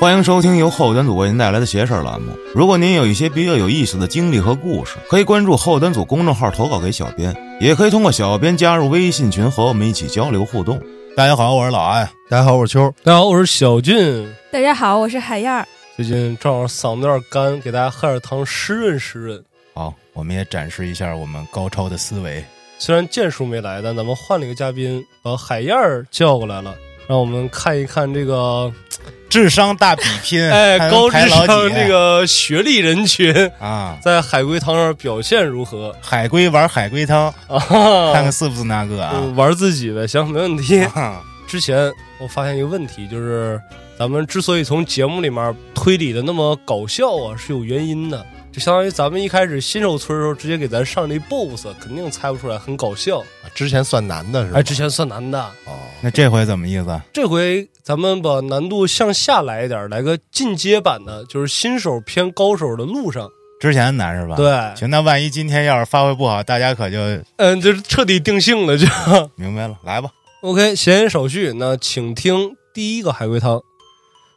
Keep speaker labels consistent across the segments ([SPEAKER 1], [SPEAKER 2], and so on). [SPEAKER 1] 欢迎收听由后端组为您带来的“邪事儿”栏目。如果您有一些比较有意思的经历和故事，可以关注后端组公众号投稿给小编，也可以通过小编加入微信群和我们一起交流互动。大家好，我是老安。
[SPEAKER 2] 大家好，我是秋。
[SPEAKER 3] 大家好，我是小俊。
[SPEAKER 4] 大家好，我是海燕儿。
[SPEAKER 3] 最近正好嗓子有点干，给大家喝点汤湿润湿润。
[SPEAKER 5] 好，我们也展示一下我们高超的思维。
[SPEAKER 3] 虽然剑叔没来，但咱们换了一个嘉宾，把海燕儿叫过来了，让我们看一看这个
[SPEAKER 5] 智商大比 拼，
[SPEAKER 3] 哎
[SPEAKER 5] 还能
[SPEAKER 3] 高智
[SPEAKER 5] 排老
[SPEAKER 3] 商
[SPEAKER 5] 几
[SPEAKER 3] 这个学历人群
[SPEAKER 5] 啊，
[SPEAKER 3] 在海龟汤上表现如何
[SPEAKER 5] 海龟玩海龟汤，
[SPEAKER 3] 啊？
[SPEAKER 5] 看看是不是那个
[SPEAKER 3] 呃
[SPEAKER 5] 啊？
[SPEAKER 3] 玩自己呗，行，没问题。
[SPEAKER 1] 哦
[SPEAKER 5] 啊
[SPEAKER 3] 之前我发现一个问题，就是咱们之所以从节目里面推理的那么搞笑啊，是有原因的。就相当于咱们一开始新手村的时候，直接给咱上这 BOSS，肯定猜不出来，很搞笑。
[SPEAKER 2] 之前算男的是吧？
[SPEAKER 3] 哎，之前算难的，
[SPEAKER 2] 哦，
[SPEAKER 5] 那这回怎么意思？
[SPEAKER 3] 这回咱们把难度向下来一点，来个进阶版的，就是新手偏高手的路上。
[SPEAKER 5] 之前难是吧？。
[SPEAKER 3] 对，
[SPEAKER 5] 啊行，那万一今天要是发挥不好，大家可就
[SPEAKER 3] 嗯，就是彻底定性了就。
[SPEAKER 5] 明白了。来吧，
[SPEAKER 3] OK，闲言少叙，那请听第一个海龟汤。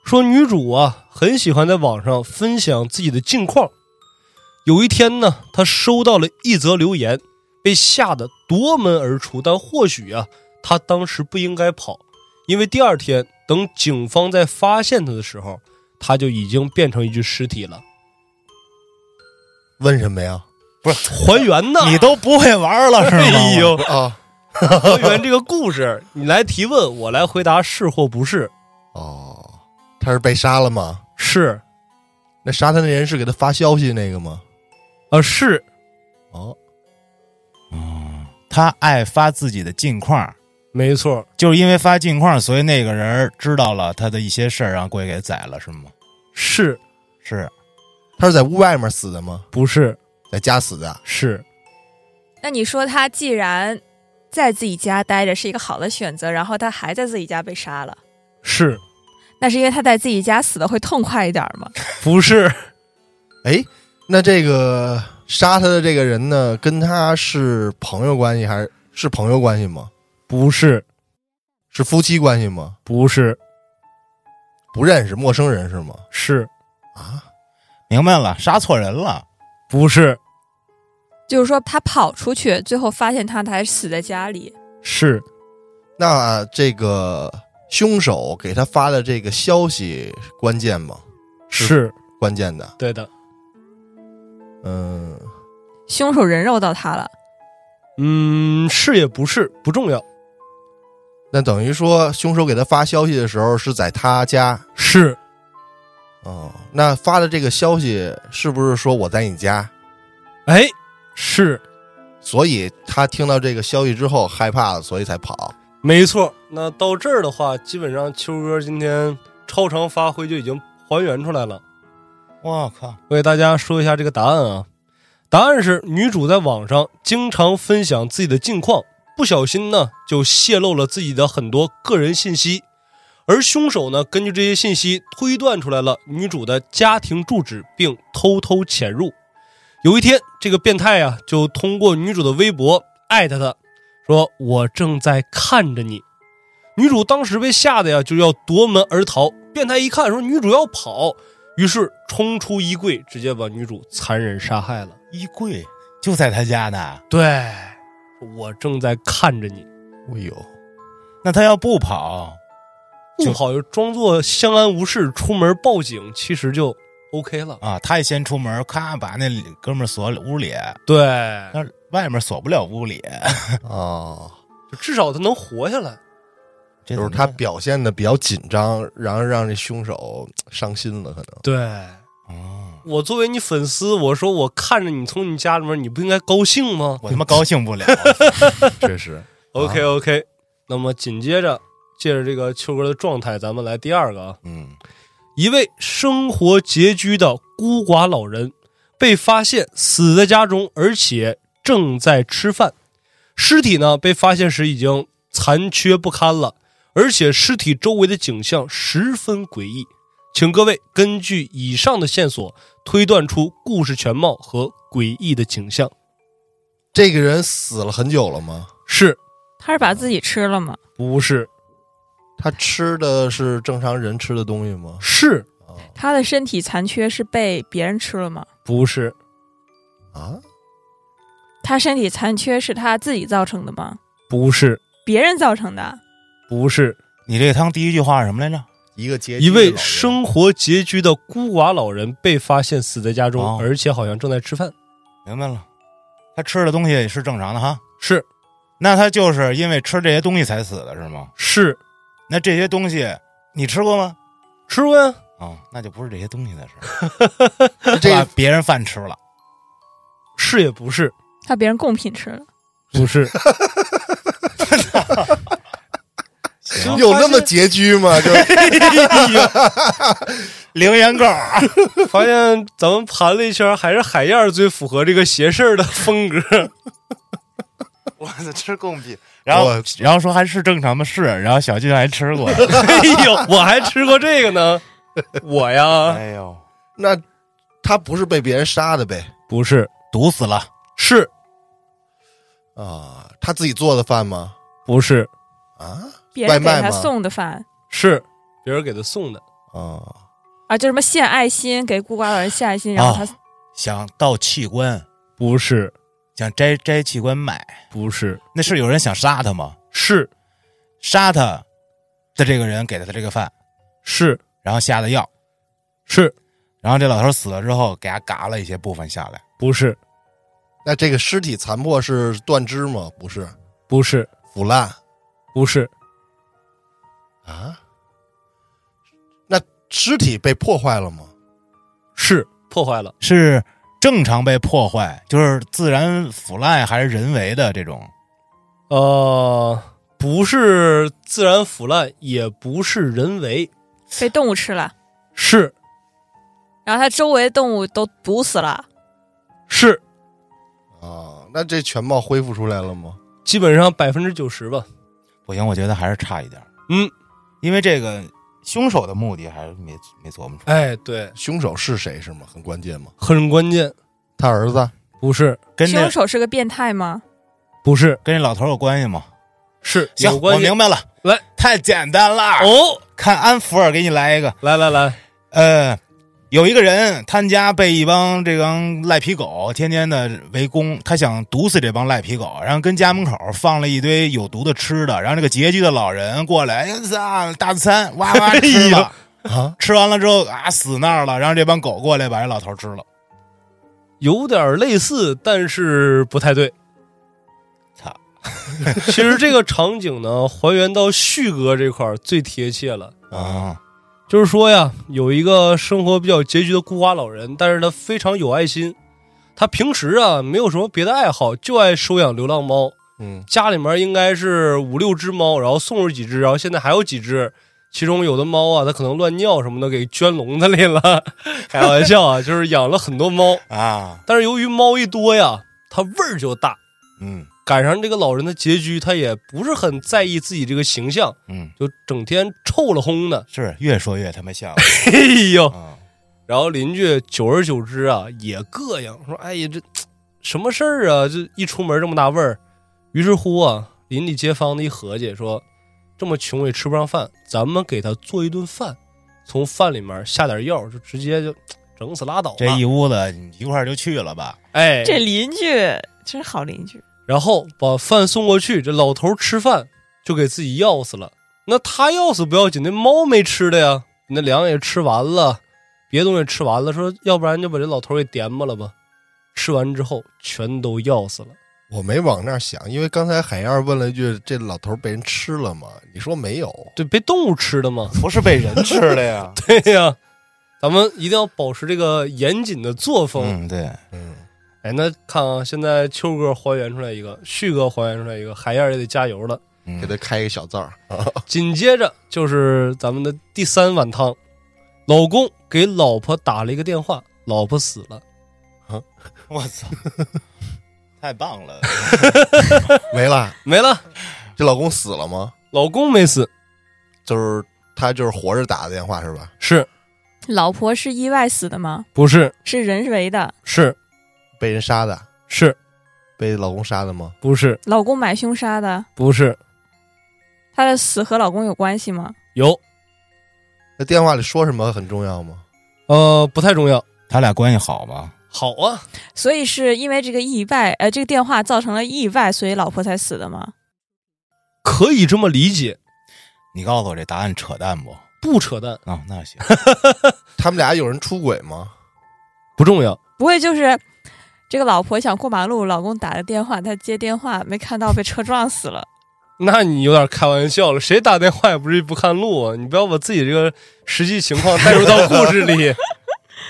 [SPEAKER 3] 说女主啊，很喜欢在网上分享自己的近况。有一天呢，她收到了一则留言，被吓得夺门而出。但或许啊，她当时不应该跑，因为第二天等警方在发现她的时候，她就已经变成一具尸体了。
[SPEAKER 2] 问什么呀？
[SPEAKER 3] 还原 呢？
[SPEAKER 5] 你都不会玩了是吗？
[SPEAKER 3] 哎呦，
[SPEAKER 2] 啊
[SPEAKER 3] 还原这个故事，你来提问，我来回答是或不是。
[SPEAKER 2] 哦，他是被杀了吗？
[SPEAKER 3] 是
[SPEAKER 2] 那杀他那人是给他发消息那个吗？
[SPEAKER 3] 啊，是
[SPEAKER 2] 哦，
[SPEAKER 5] 嗯他爱发自己的近况，
[SPEAKER 3] 没错。
[SPEAKER 5] 就是因为发近况，所以那个人知道了他的一些事儿，然后过去给宰了是吗？
[SPEAKER 3] 是
[SPEAKER 5] 是，
[SPEAKER 2] 他是在屋外面死的吗？
[SPEAKER 3] 不是？
[SPEAKER 2] 在家死的？
[SPEAKER 3] 是
[SPEAKER 4] 那你说他既然在自己家待着是一个好的选择，然后他还在自己家被杀了，
[SPEAKER 3] 是
[SPEAKER 4] 那是因为他在自己家死的会痛快一点吗？
[SPEAKER 3] 不是？
[SPEAKER 2] 哎，那这个杀他的这个人呢，跟他是朋友关系还是是朋友关系吗？
[SPEAKER 3] 不是？
[SPEAKER 2] 是夫妻关系吗？
[SPEAKER 3] 不是？
[SPEAKER 2] 不认识，陌生人是吗？
[SPEAKER 3] 是
[SPEAKER 2] 啊，
[SPEAKER 5] 明白了，杀错人了。
[SPEAKER 3] 不是？
[SPEAKER 4] 就是说他跑出去，最后发现他还死在家里，
[SPEAKER 3] 是
[SPEAKER 2] 那这个凶手给他发的这个消息关键吗？是
[SPEAKER 3] 是，
[SPEAKER 2] 关键的，
[SPEAKER 3] 对的。
[SPEAKER 2] 嗯，
[SPEAKER 4] 凶手人肉到他了，
[SPEAKER 3] 嗯，是也不是，不重要。
[SPEAKER 2] 那等于说，凶手给他发消息的时候是在他家
[SPEAKER 3] 是
[SPEAKER 2] 哦。那发的这个消息是不是说我在你家？
[SPEAKER 3] 哎，是
[SPEAKER 2] 所以他听到这个消息之后害怕了，所以才跑。
[SPEAKER 3] 没错。那到这儿的话，基本上秋哥今天超常发挥就已经还原出来了。
[SPEAKER 5] 我靠，
[SPEAKER 3] 我给大家说一下这个答案啊，答案是女主在网上经常分享自己的近况，不小心呢就泄露了自己的很多个人信息，而凶手呢根据这些信息推断出来了女主的家庭住址，并偷偷潜入。有一天，这个变态啊就通过女主的微博艾特她，说我正在看着你。女主当时被吓得呀就要夺门而逃，变态一看说女主要跑，于是冲出衣柜，直接把女主残忍杀害了。
[SPEAKER 5] 衣柜就在他家呢。
[SPEAKER 3] 对，我正在看着你，
[SPEAKER 2] 哎呦，
[SPEAKER 5] 那他要不跑，就
[SPEAKER 3] 不好就装作相安无事，出门报警，其实就 OK 了。
[SPEAKER 5] 啊，他一先出门，咔把那里哥们儿锁屋里，
[SPEAKER 3] 对，
[SPEAKER 5] 那外面锁不了屋里，
[SPEAKER 2] 哦，
[SPEAKER 3] 就至少他能活下来。
[SPEAKER 5] 这
[SPEAKER 2] 就是
[SPEAKER 5] 怎么
[SPEAKER 2] 他
[SPEAKER 5] 办
[SPEAKER 2] 表现的比较紧张，然后让这凶手伤心了，可 能。
[SPEAKER 3] 对
[SPEAKER 5] 哦，
[SPEAKER 3] 我作为你粉丝，我说我看着你从你家里面，你不应该高兴吗
[SPEAKER 5] 我他妈高兴 不了。
[SPEAKER 2] 确实，
[SPEAKER 3] ？OK OK，那么紧接着，借着这个秋哥的状态，咱们来第二个啊。
[SPEAKER 5] 嗯，
[SPEAKER 3] 一位生活拮据的孤寡老人被发现死在家中，而且正在吃饭。尸体呢被发现时已经残缺不堪了，而且尸体周围的景象十分诡异。请各位根据以上的线索推断出故事全貌和诡异的景象。
[SPEAKER 2] 这个人死了很久了吗？
[SPEAKER 3] 是
[SPEAKER 4] 他是把自己吃了吗？
[SPEAKER 3] 不是？
[SPEAKER 2] 他吃的是正常人吃的东西吗？哦
[SPEAKER 3] 是
[SPEAKER 4] 他的身体残缺是被别人吃了吗？
[SPEAKER 3] 不是，
[SPEAKER 2] 啊，
[SPEAKER 4] 他身体残缺是他自己造成的吗？
[SPEAKER 3] 不是，
[SPEAKER 4] 别人造成的？啊
[SPEAKER 3] 不是，
[SPEAKER 5] 你这汤第一句话是什么来着？
[SPEAKER 2] 一个结局
[SPEAKER 3] 一
[SPEAKER 2] 的老
[SPEAKER 3] 位
[SPEAKER 2] 人
[SPEAKER 3] 生活拮据的孤寡老人被发现死在家中，
[SPEAKER 5] 哦
[SPEAKER 3] 而且好像正在吃饭。
[SPEAKER 5] 明白了，他吃的东西是正常的哈。
[SPEAKER 3] 是
[SPEAKER 5] 那他就是因为吃这些东西才死的是吗？
[SPEAKER 3] 是，
[SPEAKER 5] 那这些东西你吃过吗？
[SPEAKER 3] 吃过呀？
[SPEAKER 5] 啊、那就不是这些东西 的事儿，
[SPEAKER 2] 这
[SPEAKER 5] 把
[SPEAKER 2] 个
[SPEAKER 5] 别人饭吃了，
[SPEAKER 3] 是也不是，
[SPEAKER 4] 他别人贡品吃了？
[SPEAKER 3] 不是。
[SPEAKER 5] 行，
[SPEAKER 2] 有那么拮据吗？就
[SPEAKER 5] 零元购，
[SPEAKER 3] 哎
[SPEAKER 5] 啊
[SPEAKER 3] 发现咱们盘了一圈，还是海燕儿最符合这个邪事儿的风 格。
[SPEAKER 5] 我操，吃贡品，然后
[SPEAKER 2] 我
[SPEAKER 5] 然后说还是正常的是，然后小俊还吃过，
[SPEAKER 3] 哎呦，我还吃过这个 呢，我呀，
[SPEAKER 5] 哎呦，
[SPEAKER 2] 那他不是被别人杀的呗？
[SPEAKER 3] 不是，
[SPEAKER 5] 毒死了，
[SPEAKER 3] 是
[SPEAKER 2] 啊，他自己做的饭吗？
[SPEAKER 3] 不是
[SPEAKER 2] 啊
[SPEAKER 4] 别人给
[SPEAKER 2] 外卖
[SPEAKER 4] 他
[SPEAKER 2] 吗
[SPEAKER 4] 送的饭
[SPEAKER 3] 是别人给他送的，
[SPEAKER 2] 啊，
[SPEAKER 4] 啊，就什么献爱心，给孤寡老人献爱心，然后他、
[SPEAKER 2] 哦
[SPEAKER 5] 想盗器官，
[SPEAKER 3] 不是，
[SPEAKER 5] 想摘摘器官卖，
[SPEAKER 3] 不是，
[SPEAKER 5] 那是有人想杀他吗？
[SPEAKER 3] 是
[SPEAKER 5] 杀他的这个人给了他这个饭，
[SPEAKER 3] 是
[SPEAKER 5] 然后下的药，
[SPEAKER 3] 是
[SPEAKER 5] 然后这老头死了之后给他嘎了一些部分下来，
[SPEAKER 3] 不是
[SPEAKER 2] 那这个尸体残破是断肢吗？不是，
[SPEAKER 3] 不是
[SPEAKER 2] 腐烂
[SPEAKER 3] 不是
[SPEAKER 2] 啊？那尸体被破坏了吗？
[SPEAKER 3] 是破坏了，
[SPEAKER 5] 是正常被破坏，就是自然腐烂还是人为的这种？
[SPEAKER 3] 呃，不是自然腐烂，也不是人为，
[SPEAKER 4] 被动物吃了，
[SPEAKER 3] 是
[SPEAKER 4] 然后他周围的动物都毒死了，
[SPEAKER 3] 是，
[SPEAKER 2] 啊，那这全貌恢复出来了吗？
[SPEAKER 3] 基本上百分之九十吧，
[SPEAKER 5] 不行，我觉得还是差一点。
[SPEAKER 3] 嗯，
[SPEAKER 5] 因为这个凶手的目的还是没没琢磨出来。
[SPEAKER 3] 哎，对，
[SPEAKER 2] 凶手是谁是吗？很关键吗？
[SPEAKER 3] 很关键，
[SPEAKER 2] 他儿子
[SPEAKER 3] 不是
[SPEAKER 5] 跟这
[SPEAKER 4] 凶手是个变态吗？
[SPEAKER 3] 不是
[SPEAKER 5] 跟这老头有关系吗？
[SPEAKER 3] 是
[SPEAKER 5] 行，
[SPEAKER 3] 有关
[SPEAKER 5] 我
[SPEAKER 3] 系
[SPEAKER 5] 明白了，
[SPEAKER 3] 来，
[SPEAKER 5] 太简单了。
[SPEAKER 3] 哦，
[SPEAKER 5] 看安福尔给你来一个，
[SPEAKER 3] 来来来，
[SPEAKER 5] 呃，有一个人，他们家被一帮这帮赖皮狗天天的围攻，他想毒死这帮赖皮狗，然后跟家门口放了一堆有毒的吃的，然后这个拮据的老人过来，哎呀，大餐哇哇吃
[SPEAKER 3] 哎
[SPEAKER 5] 吧，
[SPEAKER 2] 啊，
[SPEAKER 5] 吃完了之后啊死那儿了，然后这帮狗过来把这老头吃了，
[SPEAKER 3] 有点类似，但是不太对。
[SPEAKER 5] 操！
[SPEAKER 3] 其实这个场景呢，还原到旭哥这块儿最贴切了。
[SPEAKER 5] 啊，
[SPEAKER 3] 就是说呀，有一个生活比较拮据的孤寡老人，但是他非常有爱心。他平时啊没有什么别的爱好，就爱收养流浪猫。
[SPEAKER 2] 嗯
[SPEAKER 3] 家里面应该是五六只猫，然后送了几只，然后现在还有几只。其中有的猫啊，它可能乱尿什么的，给圈笼子里了。开玩笑啊，就是养了很多猫。
[SPEAKER 5] 啊，
[SPEAKER 3] 但是由于猫一多呀，它味儿就大。
[SPEAKER 5] 嗯
[SPEAKER 3] 赶上这个老人的拮据，他也不是很在意自己这个形象，
[SPEAKER 5] 嗯，
[SPEAKER 3] 就整天臭了烘 的。
[SPEAKER 5] 是越说越他妈 像了，
[SPEAKER 3] 哎呦！
[SPEAKER 5] 嗯，
[SPEAKER 3] 然后邻居久而久之啊，也膈应，说：“哎呀，这什么事儿啊？这一出门这么大味儿。”于是乎啊，邻里街坊的一合计，说：“这么穷也吃不上饭，咱们给他做一顿饭，从饭里面下点药，就直接就整死拉倒吧。”
[SPEAKER 5] 这一屋子你一块儿就去了吧，
[SPEAKER 3] 哎，
[SPEAKER 4] 这邻居真好邻居，
[SPEAKER 3] 然后把饭送过去，这老头吃饭就给自己要死了。那他要死不要紧，那猫没吃的呀，那粮也吃完了，别的东西也吃完了，说要不然就把这老头给点吧了吧。吃完之后全都要死了，
[SPEAKER 2] 我没往那儿想，因为刚才海燕儿问了一句：“这老头被人吃了吗？”你说没有，
[SPEAKER 3] 对，被动物吃的嘛。
[SPEAKER 5] 不是被人吃的呀，
[SPEAKER 3] 对呀，咱们一定要保持这个严谨的作风。
[SPEAKER 5] 嗯， 对，
[SPEAKER 2] 嗯，
[SPEAKER 3] 哎，那看啊，现在秋哥还原出来一个，旭哥还原出来一个，海燕儿也得加油了。
[SPEAKER 5] 嗯
[SPEAKER 2] 给他开一个小灶儿，
[SPEAKER 3] 紧接着就是咱们的第三碗汤，老公给老婆打了一个电话，老婆死了。
[SPEAKER 5] 我 操，太棒了，
[SPEAKER 2] 没了。
[SPEAKER 3] 没了，
[SPEAKER 2] 这老公死了吗？
[SPEAKER 3] 老公没死，
[SPEAKER 2] 就是他就是活着打的电话是吧？
[SPEAKER 3] 是
[SPEAKER 4] 老婆是意外死的吗？
[SPEAKER 3] 不是？
[SPEAKER 4] 是人为的？
[SPEAKER 3] 是
[SPEAKER 2] 被人杀的，
[SPEAKER 3] 是
[SPEAKER 2] 被老公杀的吗？
[SPEAKER 3] 不是？
[SPEAKER 4] 老公买凶杀的？
[SPEAKER 3] 不是
[SPEAKER 4] 她的死和老公有关系吗？
[SPEAKER 3] 有
[SPEAKER 2] 那电话里说什么很重要吗？
[SPEAKER 3] 呃，不太重要。
[SPEAKER 5] 他俩关系好吗？
[SPEAKER 3] 好啊，
[SPEAKER 4] 所以是因为这个意外，呃，这个电话造成了意外，所以老婆才死的吗？
[SPEAKER 3] 可以这么理解，
[SPEAKER 5] 你告诉我这答案扯淡不？
[SPEAKER 3] 不扯淡，
[SPEAKER 5] 啊、那行，
[SPEAKER 2] 他们俩有人出轨吗？
[SPEAKER 3] 不重要。
[SPEAKER 4] 不会就是这个老婆想过马路，老公打个电话，她接电话没看到被车撞死了。
[SPEAKER 3] 那你有点开玩笑了，谁打电话也不至于不看路啊！你不要把自己这个实际情况带入到故事 里。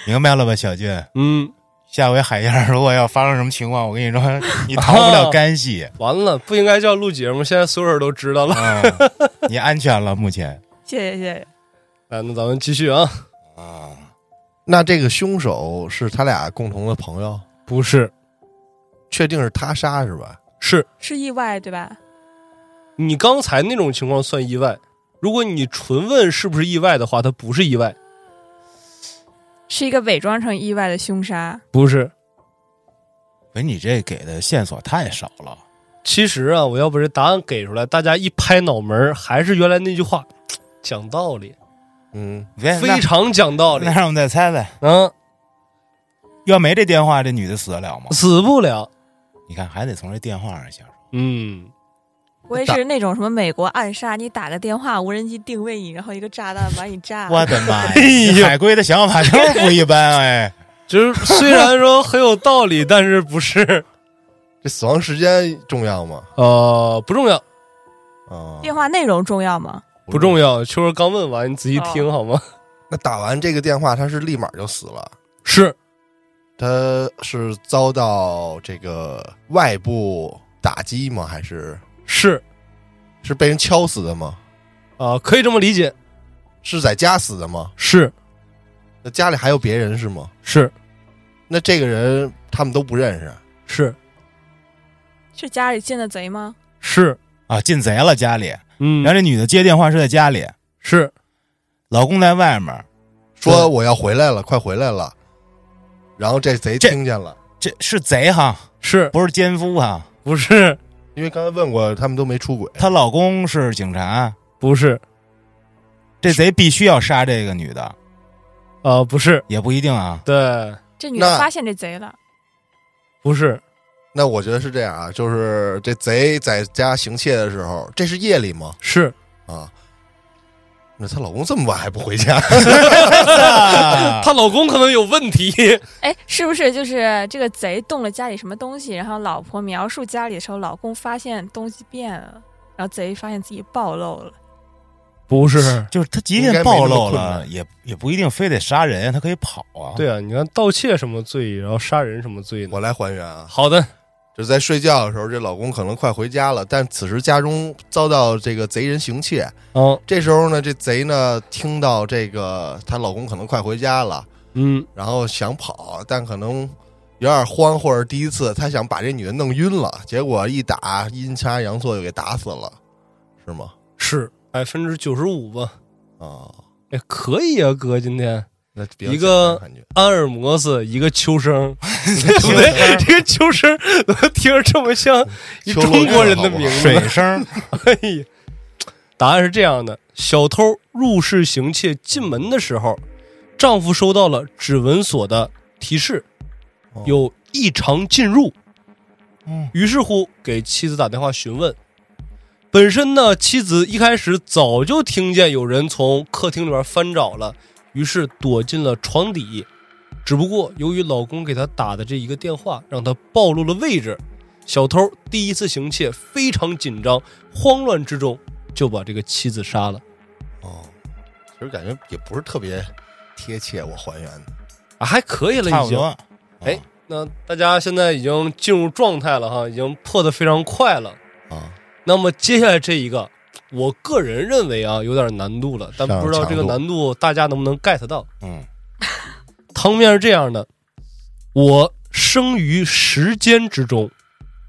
[SPEAKER 5] 明白了吧，小俊？
[SPEAKER 3] 嗯，
[SPEAKER 5] 下回海燕儿如果要发生什么情况，我跟你说， 你逃不了干系。
[SPEAKER 3] 完了，不应该叫录节目，现在所有人都知 道了。
[SPEAKER 5] 啊， 你安全了，目前
[SPEAKER 4] 谢谢谢谢。
[SPEAKER 3] 来，那咱们继续啊。
[SPEAKER 5] 啊，
[SPEAKER 2] 那这个凶手是他俩共同的朋友，
[SPEAKER 3] 不是，
[SPEAKER 2] 确定是他杀是吧？
[SPEAKER 3] 是
[SPEAKER 4] 是意外对吧？
[SPEAKER 3] 你刚才那种情况算意外。如果你纯问是不是意外的话，它不是意外，
[SPEAKER 4] 是一个伪装成意外的凶杀，
[SPEAKER 3] 不是。
[SPEAKER 5] 不是你这给的线索太少了。
[SPEAKER 3] 其实啊，我要把这答案给出来，大家一拍脑门儿，还是原来那句话，讲道理，
[SPEAKER 2] 嗯，
[SPEAKER 3] 非常讲道
[SPEAKER 5] 那
[SPEAKER 3] 理
[SPEAKER 5] 那。让我们再猜猜，
[SPEAKER 3] 嗯，
[SPEAKER 5] 要没这电话，这女的死得了吗？
[SPEAKER 3] 死不了。
[SPEAKER 5] 你看，还得从这电话上下手。
[SPEAKER 3] 嗯，
[SPEAKER 4] 我也是那种什么美国暗杀，你打个电话，无人机定位你，然后一个炸弹把你炸
[SPEAKER 5] 我
[SPEAKER 4] 了。
[SPEAKER 5] 的妈呀！
[SPEAKER 3] 哎呦
[SPEAKER 5] 海龟的想法就是不一般哎。
[SPEAKER 3] 就是虽然说很有道理，但是不是。
[SPEAKER 2] 这死亡时间重要吗？
[SPEAKER 3] 呃，不重要，
[SPEAKER 2] 啊、
[SPEAKER 4] 电话内容重要吗？
[SPEAKER 3] 不重要。秋儿刚问完，你仔细听好吗？
[SPEAKER 2] 那打完这个电话，他是立马就死了，
[SPEAKER 3] 是
[SPEAKER 2] 他是遭到这个外部打击吗？还是
[SPEAKER 3] 是
[SPEAKER 2] 是被人敲死的吗？
[SPEAKER 3] 啊、可以这么理解，
[SPEAKER 2] 是在家死的吗？
[SPEAKER 3] 是
[SPEAKER 2] 那家里还有别人是吗？
[SPEAKER 3] 是
[SPEAKER 2] 那这个人他们都不认识，
[SPEAKER 3] 是
[SPEAKER 4] 是家里进的贼吗？
[SPEAKER 3] 是，
[SPEAKER 5] 啊，进贼了家里，
[SPEAKER 3] 嗯
[SPEAKER 5] 然后，这女的接电话是在家里，
[SPEAKER 3] 是
[SPEAKER 5] 老公在外面。
[SPEAKER 2] 说
[SPEAKER 3] 对
[SPEAKER 2] 我要回来了，快回来了。然后这贼
[SPEAKER 5] 这
[SPEAKER 2] 听见了，
[SPEAKER 5] 这是贼哈，
[SPEAKER 3] 是
[SPEAKER 5] 不是奸夫哈。
[SPEAKER 3] 不是
[SPEAKER 2] 因为刚才问过，他们都没出轨。
[SPEAKER 5] 她老公是警察，
[SPEAKER 3] 不是
[SPEAKER 5] 这贼必须要杀这个女的，
[SPEAKER 3] 啊、不是，
[SPEAKER 5] 也不一定 啊。
[SPEAKER 3] 对，
[SPEAKER 4] 这女的
[SPEAKER 2] 那
[SPEAKER 4] 发现这贼了，
[SPEAKER 3] 不是
[SPEAKER 2] 那我觉得是这样啊，就是这贼在家行窃的时候，这是夜里吗？
[SPEAKER 3] 是
[SPEAKER 2] 啊，那她老公这么晚还不回家，
[SPEAKER 3] 她老公可能有问题，
[SPEAKER 4] 哎，是不是就是这个贼动了家里什么东西？然后老婆描述家里的时候，老公发现东西变了，然后贼发现自己暴露了。
[SPEAKER 3] 不是。
[SPEAKER 5] 就是他即便暴露了，也也不一定非得杀人，他可以跑啊。
[SPEAKER 3] 对啊，你看盗窃什么罪，然后杀人什么罪呢？
[SPEAKER 2] 我来还原啊，
[SPEAKER 3] 好的，
[SPEAKER 2] 就是在睡觉的时候，这老公可能快回家了，但此时家中遭到这个贼人行窃，
[SPEAKER 3] 嗯
[SPEAKER 2] 这时候呢，这贼呢听到这个她老公可能快回家了，
[SPEAKER 3] 嗯，
[SPEAKER 2] 然后想跑，但可能有点慌，或者第一次他想把这女的弄晕了，结果一打阴差阳错就给打死了，是吗？
[SPEAKER 3] 是百分之九十五吧？
[SPEAKER 2] 啊、
[SPEAKER 3] 哎，可以啊，哥，今天
[SPEAKER 2] 那比较
[SPEAKER 3] 一个
[SPEAKER 2] 简单感觉
[SPEAKER 3] 安尔摩斯一个秋生，对， 这个秋生怎么听着这么像一
[SPEAKER 2] 秋
[SPEAKER 3] 中
[SPEAKER 2] 露
[SPEAKER 3] 国人的名字？
[SPEAKER 5] 水声，
[SPEAKER 3] 哎呀， 答案是这样的：小偷入室行窃进门的时候，丈夫收到了指纹锁的提示，有异常进入，
[SPEAKER 5] 嗯，
[SPEAKER 3] 于是乎给妻子打电话询问。本身呢，妻子一开始早就听见有人从客厅里边翻找了，于是躲进了床底。只不过由于老公给她打的这一个电话，让她暴露了位置。小偷第一次行窃非常紧张，慌乱之中就把这个妻子杀了。
[SPEAKER 2] 哦，其实感觉也不是特别贴切，我还原的。
[SPEAKER 3] 啊，还可以了，
[SPEAKER 5] 差
[SPEAKER 3] 已
[SPEAKER 5] 不
[SPEAKER 3] 经。
[SPEAKER 5] 多。
[SPEAKER 3] 哎，那大家现在已经进入状态了哈，已经破的非常快了。
[SPEAKER 2] 啊，
[SPEAKER 3] 那么接下来这一个，我个人认为啊，有点难度了，但
[SPEAKER 2] 上
[SPEAKER 3] 不知道
[SPEAKER 2] 强
[SPEAKER 3] 这个
[SPEAKER 2] 度
[SPEAKER 3] 难度大家能不能 get 到。
[SPEAKER 5] 嗯，
[SPEAKER 3] 汤面是这样的：我生于时间之中，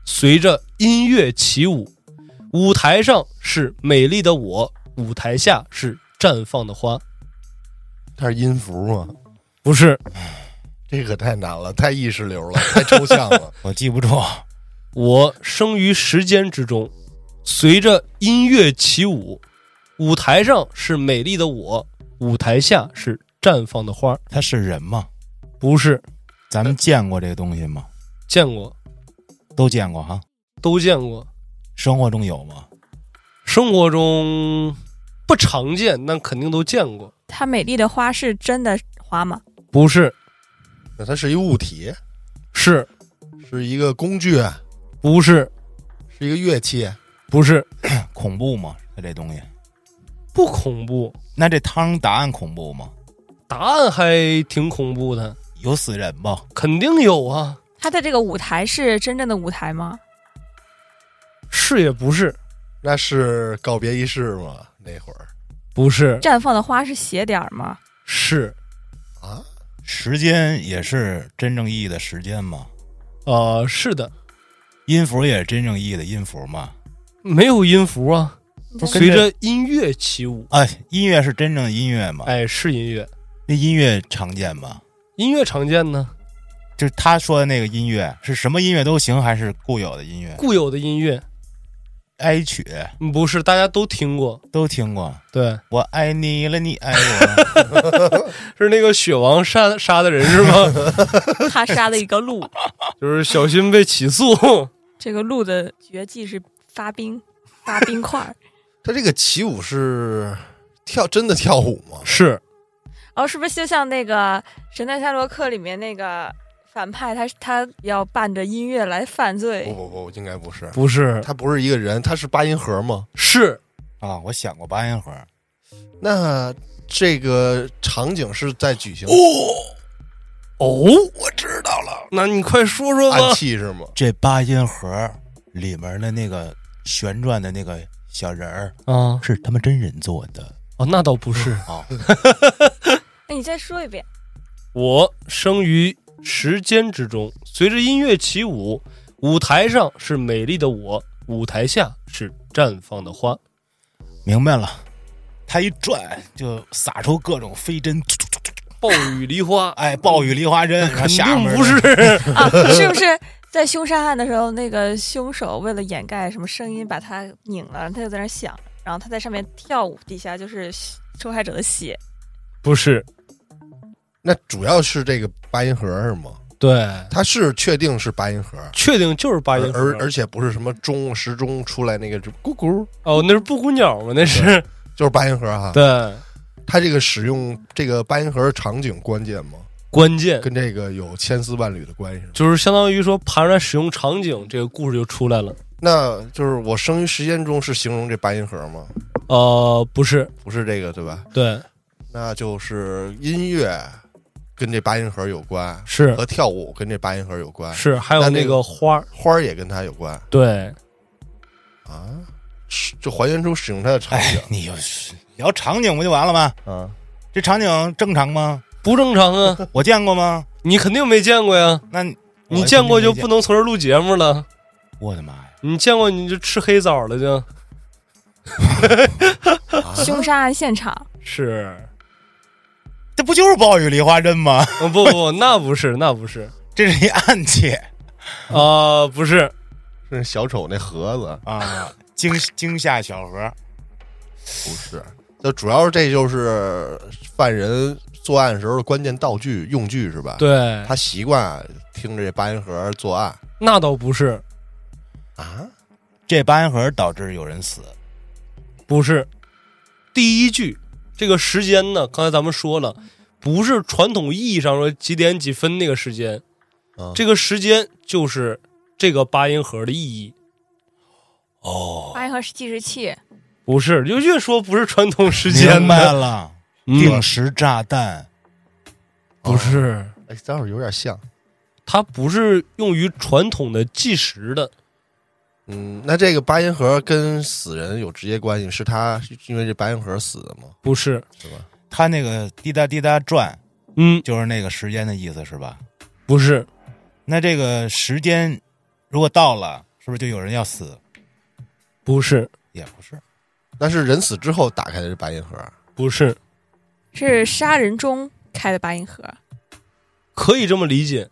[SPEAKER 3] 随着音乐起舞，舞台上是美丽的我，舞台下是绽放的花。
[SPEAKER 2] 它是音符吗？
[SPEAKER 3] 不是，
[SPEAKER 2] 这可太难了，太意识流 了，太抽象了。
[SPEAKER 5] 我记不住。
[SPEAKER 3] 我生于时间之中，随着音乐起舞，舞台上是美丽的我，舞台下是绽放的花儿，
[SPEAKER 5] 它是人吗？
[SPEAKER 3] 不是
[SPEAKER 5] 咱们见过这个东西吗？
[SPEAKER 3] 见过，
[SPEAKER 5] 都见过哈。
[SPEAKER 3] 都见过，
[SPEAKER 5] 生活中有吗？
[SPEAKER 3] 生活中不常见，但肯定都见过。
[SPEAKER 4] 它美丽的花是真的花吗？
[SPEAKER 3] 不是，
[SPEAKER 2] 那它是一物体，
[SPEAKER 3] 是
[SPEAKER 2] 是一个工具，
[SPEAKER 3] 不是？
[SPEAKER 2] 是一个乐器，
[SPEAKER 3] 不是，
[SPEAKER 5] 恐怖吗？它这东西？
[SPEAKER 3] 不恐怖，
[SPEAKER 5] 那这汤答案恐怖吗？
[SPEAKER 3] 答案还挺恐怖的，
[SPEAKER 5] 有死人吧？
[SPEAKER 3] 肯定有啊，
[SPEAKER 4] 它的这个舞台是真正的舞台吗？
[SPEAKER 3] 是也不是？
[SPEAKER 2] 那是告别仪式吗？那会儿
[SPEAKER 3] 不是，
[SPEAKER 4] 绽放的花是斜点儿吗？
[SPEAKER 3] 是
[SPEAKER 2] 啊，
[SPEAKER 5] 时间也是真正意义的时间吗？
[SPEAKER 3] 呃，是的，
[SPEAKER 5] 音符也是真正意义的音符吗？
[SPEAKER 3] 没有音符啊，
[SPEAKER 4] 你
[SPEAKER 5] 不
[SPEAKER 4] 在
[SPEAKER 5] 跟
[SPEAKER 3] 随着音乐起舞。
[SPEAKER 5] 哎，音乐是真正的音乐吗？
[SPEAKER 3] 哎，是音乐，
[SPEAKER 5] 那音乐常见吗？
[SPEAKER 3] 音乐常见呢，
[SPEAKER 5] 就是他说的那个音乐是什么音乐都行，还是固有的音乐？
[SPEAKER 3] 固有的音乐
[SPEAKER 5] 哀曲
[SPEAKER 3] 嗯不是大家都听过，
[SPEAKER 5] 都听过，
[SPEAKER 3] 对，
[SPEAKER 5] 我爱你了，你爱 我。
[SPEAKER 3] 是那个雪王杀杀的人是 吗？
[SPEAKER 4] 他杀了一个鹿，
[SPEAKER 3] 就是小心被起诉。
[SPEAKER 4] 这个鹿的绝技是发 冰，发冰块儿。
[SPEAKER 2] 它这个起舞是跳真的跳舞吗？
[SPEAKER 3] 是
[SPEAKER 4] 然哦后是不是就像那个《神探夏洛克》里面那个反派，他他要伴着音乐来犯
[SPEAKER 2] 不
[SPEAKER 4] 罪？
[SPEAKER 2] 不不，应该不是，
[SPEAKER 3] 不是？
[SPEAKER 2] 它不是一个人，它是八音盒吗？
[SPEAKER 3] 是
[SPEAKER 5] 啊，我想过八音盒，
[SPEAKER 2] 那这个场景是在举行
[SPEAKER 3] 哦，
[SPEAKER 2] 我知道了，
[SPEAKER 3] 那你快说说吧
[SPEAKER 2] 暗。器是吗？
[SPEAKER 5] 这八音盒里面的那个旋转的那个小人儿
[SPEAKER 3] 啊，
[SPEAKER 5] 是他们真人做的
[SPEAKER 3] 哦，那倒不是，
[SPEAKER 5] 啊。
[SPEAKER 4] 那哎你再说一遍，
[SPEAKER 3] 我生于时间之中，随着音乐起舞，舞台上是美丽的我，舞台下是绽放的花。
[SPEAKER 5] 明白了，他一转就撒出各种飞针，突突突突
[SPEAKER 3] 暴雨梨花，哎
[SPEAKER 5] 哎，暴雨梨花针，然后
[SPEAKER 3] 肯
[SPEAKER 5] 下
[SPEAKER 3] 定
[SPEAKER 5] 面
[SPEAKER 3] 不是。
[SPEAKER 4] 啊， 是不是在凶杀案的时候，那个凶手为了掩盖什么声音，把他拧了，他就在那儿响，然后他在上面跳舞，底下就是受害者的血。
[SPEAKER 3] 不是，
[SPEAKER 2] 那主要是这个八音盒是吗？
[SPEAKER 3] 对，
[SPEAKER 2] 它是确定是八音盒，
[SPEAKER 3] 确定就是八音盒。
[SPEAKER 2] 而而且不是什么钟啊时钟出来那个就咕咕，
[SPEAKER 3] 哦，那是布谷鸟吗？那是
[SPEAKER 2] 就是八音盒哈。
[SPEAKER 3] 对，
[SPEAKER 2] 它这个使用这个八音盒场景关键吗？
[SPEAKER 3] 关键
[SPEAKER 2] 跟这个有千丝万缕的关系吗？
[SPEAKER 3] 就是相当于说盘算使用场景，这个故事就出来了。
[SPEAKER 2] 那就是我生于时间中是形容这八音盒吗？
[SPEAKER 3] 呃，不是，
[SPEAKER 2] 不是这个对吧？
[SPEAKER 3] 对，
[SPEAKER 2] 那就是音乐跟这八音盒有关，
[SPEAKER 3] 是
[SPEAKER 2] 和跳舞跟这八音盒有关，
[SPEAKER 3] 是，还有
[SPEAKER 2] 那那
[SPEAKER 3] 那
[SPEAKER 2] 个
[SPEAKER 3] 个花儿，
[SPEAKER 2] 花儿也跟它有关
[SPEAKER 3] 对，
[SPEAKER 2] 啊，是就还原出使用它的场景
[SPEAKER 5] 哎，你就是聊场景不就完了吗？
[SPEAKER 3] 哎
[SPEAKER 2] 啊。
[SPEAKER 5] 这场景正常吗？
[SPEAKER 3] 不正常 啊，
[SPEAKER 5] 我见过吗？
[SPEAKER 3] 你肯定没见过呀，
[SPEAKER 5] 那
[SPEAKER 3] 你
[SPEAKER 5] 我
[SPEAKER 3] 见过就
[SPEAKER 5] 没
[SPEAKER 3] 不能从这儿录节目了，
[SPEAKER 5] 我的妈呀！
[SPEAKER 3] 你见过你就吃黑枣了就，
[SPEAKER 4] 凶杀案现场，
[SPEAKER 3] 是，
[SPEAKER 5] 这不就是暴雨梨花针吗？
[SPEAKER 3] 哦、不不不，那不是，那不是，
[SPEAKER 5] 这是一暗器
[SPEAKER 3] 啊、不是，
[SPEAKER 2] 是小丑那盒子
[SPEAKER 5] 啊， 惊惊吓小盒。
[SPEAKER 2] 不是，就主要这就是犯人作案时候的关键道具用具是吧？，
[SPEAKER 3] 对，
[SPEAKER 2] 他习惯听着这八音盒作案
[SPEAKER 3] 那倒不是，
[SPEAKER 2] 啊。
[SPEAKER 5] 这八音盒导致有人死，
[SPEAKER 3] 不是，第一句这个时间呢，刚才咱们说了，不是传统意义上说几点几分那个时间，
[SPEAKER 2] 啊
[SPEAKER 3] 这个时间就是这个八音盒的意义。
[SPEAKER 4] 八音盒是计时器，
[SPEAKER 3] 不是，就越说不是传统时间
[SPEAKER 5] 明白
[SPEAKER 3] 的，
[SPEAKER 5] 了，
[SPEAKER 3] 嗯
[SPEAKER 5] 定时炸弹。
[SPEAKER 3] 不是，
[SPEAKER 2] 哎，待会儿有点像。
[SPEAKER 3] 它不是用于传统的计时的，
[SPEAKER 2] 嗯，那这个八音盒跟死人有直接关系，是他因为这八音盒死的吗？
[SPEAKER 3] 不是，
[SPEAKER 2] 是吧？
[SPEAKER 5] 它那个滴答滴答转，
[SPEAKER 3] 嗯，
[SPEAKER 5] 就是那个时间的意思，是吧？
[SPEAKER 3] 不是，
[SPEAKER 5] 那这个时间如果到了，是不是就有人要死？
[SPEAKER 3] 不是，
[SPEAKER 5] 也不是，
[SPEAKER 2] 那是人死之后打开的这八音盒，
[SPEAKER 3] 不是，
[SPEAKER 4] 是杀人中开的八音盒。
[SPEAKER 3] 可以这么理解，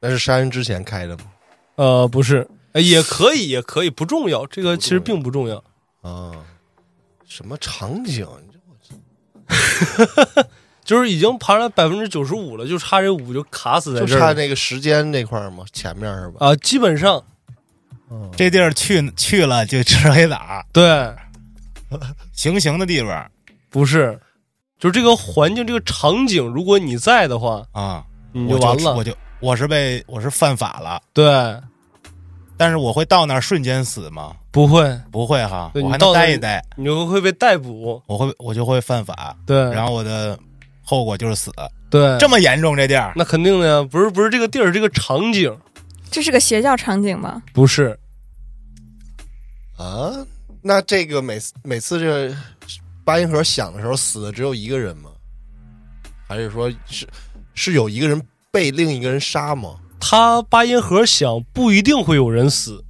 [SPEAKER 2] 那是杀人之前开的吗？
[SPEAKER 3] 呃，不是，哎也可以，也可以，不重要，这个
[SPEAKER 2] 不重要
[SPEAKER 3] 其实并不重要。
[SPEAKER 2] 啊，什么场景？你这
[SPEAKER 3] 就是已经爬上百分之九十五了，就差这五就卡死在
[SPEAKER 2] 就
[SPEAKER 3] 这
[SPEAKER 2] 差
[SPEAKER 3] 儿了
[SPEAKER 2] 那个时间那块儿嘛，前面是吧？
[SPEAKER 3] 啊，基本上
[SPEAKER 2] 嗯
[SPEAKER 5] 这地儿去去了就吃黑打，
[SPEAKER 3] 对，
[SPEAKER 5] 行刑的地方
[SPEAKER 3] 不是，就是这个环境这个场景，如果你在的话，
[SPEAKER 5] 啊，
[SPEAKER 3] 你
[SPEAKER 5] 我
[SPEAKER 3] 完
[SPEAKER 5] 我
[SPEAKER 3] 了，
[SPEAKER 5] 就我是被我是犯法了，
[SPEAKER 3] 对，
[SPEAKER 5] 但是我会到那儿瞬间死吗？
[SPEAKER 3] 不会，
[SPEAKER 5] 不会哈，
[SPEAKER 3] 对
[SPEAKER 5] 我还
[SPEAKER 3] 你到
[SPEAKER 5] 能
[SPEAKER 3] 那儿
[SPEAKER 5] 待一待，
[SPEAKER 3] 你就会被逮捕，
[SPEAKER 5] 我会我就会犯法，
[SPEAKER 3] 对，
[SPEAKER 5] 然后我的后果就是死，
[SPEAKER 3] 对，
[SPEAKER 5] 这么严重这地儿
[SPEAKER 3] 那肯定的呀，不是不是这个地儿，这个场景
[SPEAKER 4] 这是个邪教场景吗？
[SPEAKER 3] 不是，
[SPEAKER 2] 啊，那这个每次每次这个八音盒响的时候，死的只有一个人吗？还是说是是有一个人被另一个人杀吗？
[SPEAKER 3] 他八音盒响不一定会有人死，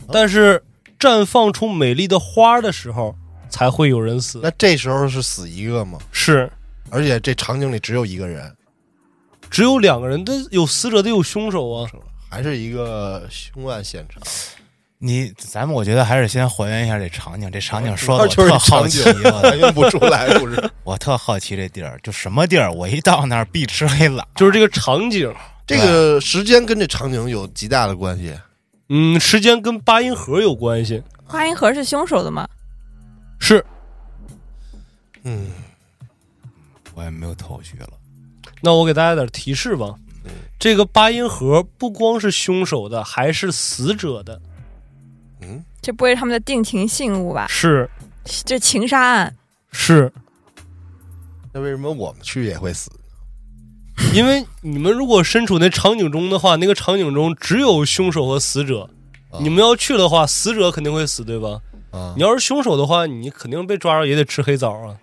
[SPEAKER 5] 哦
[SPEAKER 3] 但是绽放出美丽的花的时候才会有人死，
[SPEAKER 2] 那这时候是死一个吗？
[SPEAKER 3] 是
[SPEAKER 2] 而且这场景里只有一个人，
[SPEAKER 3] 只有两个人，但有死者得有凶手啊，
[SPEAKER 2] 还是一个凶案现场。
[SPEAKER 5] 你咱们我觉得还是先还原一下这场景，这场
[SPEAKER 3] 嗯
[SPEAKER 5] 景说的
[SPEAKER 2] 二
[SPEAKER 5] 我
[SPEAKER 2] 哦就是
[SPEAKER 5] 特好
[SPEAKER 2] 场
[SPEAKER 5] 奇
[SPEAKER 2] 景，
[SPEAKER 5] 我
[SPEAKER 2] 咱用不出来，不 是？
[SPEAKER 5] 我特好奇这地儿，就什么地儿，我一到那儿必吃黑喇。
[SPEAKER 3] 就是这个场景，
[SPEAKER 2] 这个时间跟这场景有极大的关系。
[SPEAKER 3] 嗯，时间跟八音盒有关系，
[SPEAKER 4] 八音盒是凶手的吗？
[SPEAKER 3] 是，
[SPEAKER 2] 嗯，
[SPEAKER 5] 我也没有头绪了。
[SPEAKER 3] 那我给大家点提示吧，这个八音盒不光是凶手的，还是死者的，
[SPEAKER 4] 这不会是他们的定情信物吧？
[SPEAKER 3] 是
[SPEAKER 4] 这情杀案，
[SPEAKER 3] 是。
[SPEAKER 2] 那为什么我们去也会死？
[SPEAKER 3] 因为你们如果身处那场景中的话，那个场景中只有凶手和死者。
[SPEAKER 2] 啊
[SPEAKER 3] 你们要去的话，死者肯定会死，对吧？
[SPEAKER 2] 啊
[SPEAKER 3] 你，要是凶手的话，你肯定被抓着也得吃黑枣啊。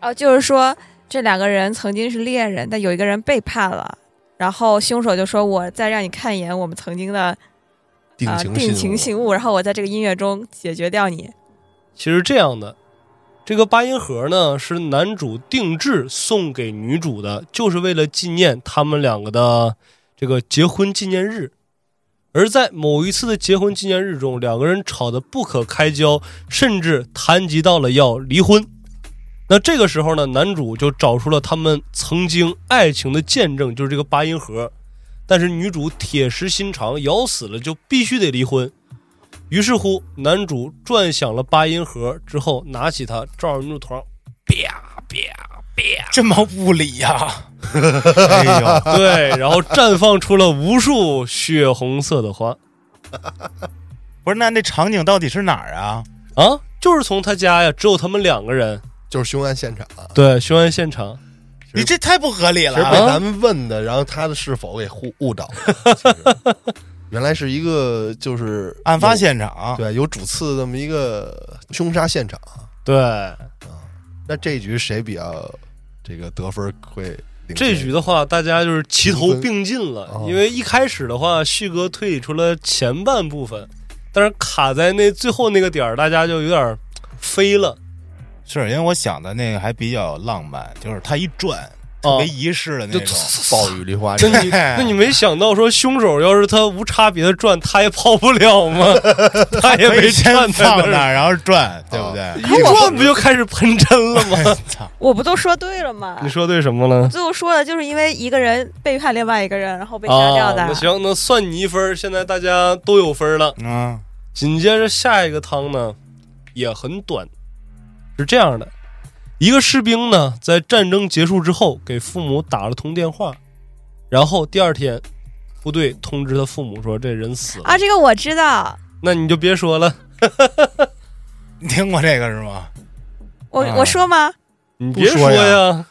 [SPEAKER 4] 哦，就是说这两个人曾经是恋人，但有一个人背叛了，然后凶手就说：“我再让你看一眼我们曾经的
[SPEAKER 2] 定
[SPEAKER 4] 啊、
[SPEAKER 2] 情
[SPEAKER 4] 定
[SPEAKER 2] 物
[SPEAKER 4] 情信物，然后我在这个音乐中解决掉你。
[SPEAKER 3] 其实这样的，这个八音盒呢是男主定制送给女主的，就是为了纪念他们两个的这个结婚纪念日。而在某一次的结婚纪念日中，两个人吵得不可开交，甚至谈及到了要离婚。那这个时候呢，男主就找出了他们曾经爱情的见证，就是这个八音盒。但是女主铁石心肠，咬死了就必须得离婚。于是乎，男主转响了八音盒之后，拿起它照着女主头上，啪啪啪，
[SPEAKER 5] 这么物理呀、哎呦，
[SPEAKER 3] 对，然后绽放出了无数血红色的花
[SPEAKER 5] 不是，那那场景到底是哪儿啊？
[SPEAKER 3] 啊！就是从他家呀，只有他们两个人，
[SPEAKER 2] 就是凶案现场啊。
[SPEAKER 3] 对，凶案现场。
[SPEAKER 5] 你这太不合理
[SPEAKER 2] 其实
[SPEAKER 5] 了
[SPEAKER 2] 被
[SPEAKER 5] 啊。
[SPEAKER 2] 咱们问的，然后他的是否给误误导了？其实原来是一个就是
[SPEAKER 5] 案发
[SPEAKER 2] 有
[SPEAKER 5] 现场，
[SPEAKER 2] 对有主次这么一个凶杀现场。
[SPEAKER 3] 对，
[SPEAKER 2] 那这一局谁比较这个得分会领先？
[SPEAKER 3] 这局的话，大家就是齐头并进了
[SPEAKER 2] 哦，
[SPEAKER 3] 因为一开始的话，旭哥推理出了前半部分，但是卡在那最后那个点儿，大家就有点儿飞了。
[SPEAKER 5] 是因为我想的那个还比较浪漫，就是他一转，特
[SPEAKER 3] 哦
[SPEAKER 5] 别仪式的那种。
[SPEAKER 2] 暴雨梨花，
[SPEAKER 3] 啊 那你那你没想到说凶手要是他无差别的转，他也跑不 了吗？他也
[SPEAKER 5] 可以
[SPEAKER 3] 没
[SPEAKER 5] 先
[SPEAKER 3] 站在
[SPEAKER 5] 放
[SPEAKER 3] 那
[SPEAKER 5] 那
[SPEAKER 3] 儿，哦
[SPEAKER 5] 儿，然后转，
[SPEAKER 2] 啊
[SPEAKER 5] 对不啊对？
[SPEAKER 2] 一
[SPEAKER 4] 我
[SPEAKER 3] 转不就开始喷 针了吗？
[SPEAKER 5] 操，
[SPEAKER 4] 我不都说对了吗？
[SPEAKER 3] 你说对什么了？
[SPEAKER 4] 最后说的就是因为一个人背叛另外一个人，然后被杀掉
[SPEAKER 3] 啊，
[SPEAKER 4] 的。
[SPEAKER 3] 那行，那算你一分儿。现在大家都有分儿了。
[SPEAKER 5] 嗯，
[SPEAKER 3] 紧接着下一个汤呢，也很短，是这样的：一个士兵呢，在战争结束之后给父母打了通电话，然后第二天，部队通知他父母说这人死了。
[SPEAKER 4] 啊，这个我知道，
[SPEAKER 3] 那你就别说了，
[SPEAKER 5] 你听过这个是吗？
[SPEAKER 4] 我、
[SPEAKER 5] 啊
[SPEAKER 4] 我说吗？
[SPEAKER 3] 你
[SPEAKER 5] 不
[SPEAKER 3] 别
[SPEAKER 5] 说呀
[SPEAKER 3] 呀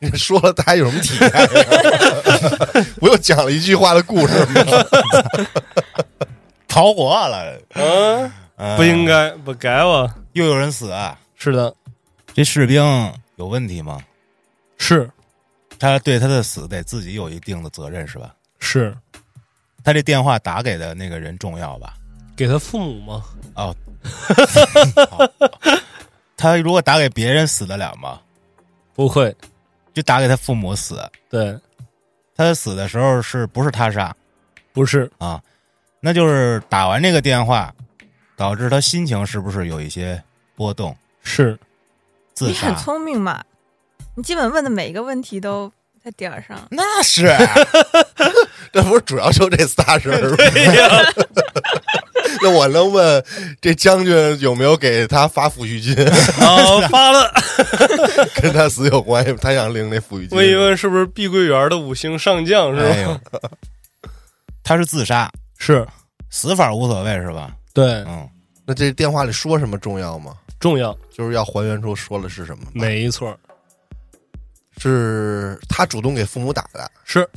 [SPEAKER 2] 你说了，大家有什么体验呀？ 不又讲了一句话的故事吗？
[SPEAKER 5] 逃活了，
[SPEAKER 3] 嗯，
[SPEAKER 5] 嗯
[SPEAKER 3] 不应，该，不该吧？
[SPEAKER 5] 又有人死，啊
[SPEAKER 3] 是的，
[SPEAKER 5] 这士兵有问题吗？
[SPEAKER 3] 是
[SPEAKER 5] 他对他的死得自己有一定的责任是吧？
[SPEAKER 3] 是，
[SPEAKER 5] 他这电话打给的那个人重要吧？
[SPEAKER 3] 给他父母吗？
[SPEAKER 5] 哦， 他如果打给别人死得了吗？
[SPEAKER 3] 不会，
[SPEAKER 5] 就打给他父母死，
[SPEAKER 3] 对，
[SPEAKER 5] 他死的时候是不是他杀
[SPEAKER 3] 不是，
[SPEAKER 5] 啊？那就是打完这个电话，导致他心情是不是有一些波动？
[SPEAKER 3] 是
[SPEAKER 5] 自
[SPEAKER 4] 你很
[SPEAKER 5] 杀
[SPEAKER 4] 聪明嘛？你基本问的每一个问题都在点儿上。
[SPEAKER 5] 那是啊
[SPEAKER 2] 这不是主要就这仨人
[SPEAKER 3] 哎
[SPEAKER 2] 儿吗？ 那我能问这将军有没有给他发抚恤金，
[SPEAKER 3] 啊，发了。
[SPEAKER 2] 跟他死有关系吗？他想领那抚恤金。
[SPEAKER 3] 问一问是不是碧桂园的五星上将是吧？
[SPEAKER 5] 哎呦，他是自杀，
[SPEAKER 3] 是
[SPEAKER 5] 死法无所谓是吧？
[SPEAKER 3] 对，
[SPEAKER 5] 嗯，
[SPEAKER 2] 那这电话里说什么重要吗？
[SPEAKER 3] 重要，
[SPEAKER 2] 就是要还原出说了是什么吧。
[SPEAKER 3] 没错，
[SPEAKER 2] 是他主动给父母打的，
[SPEAKER 3] 是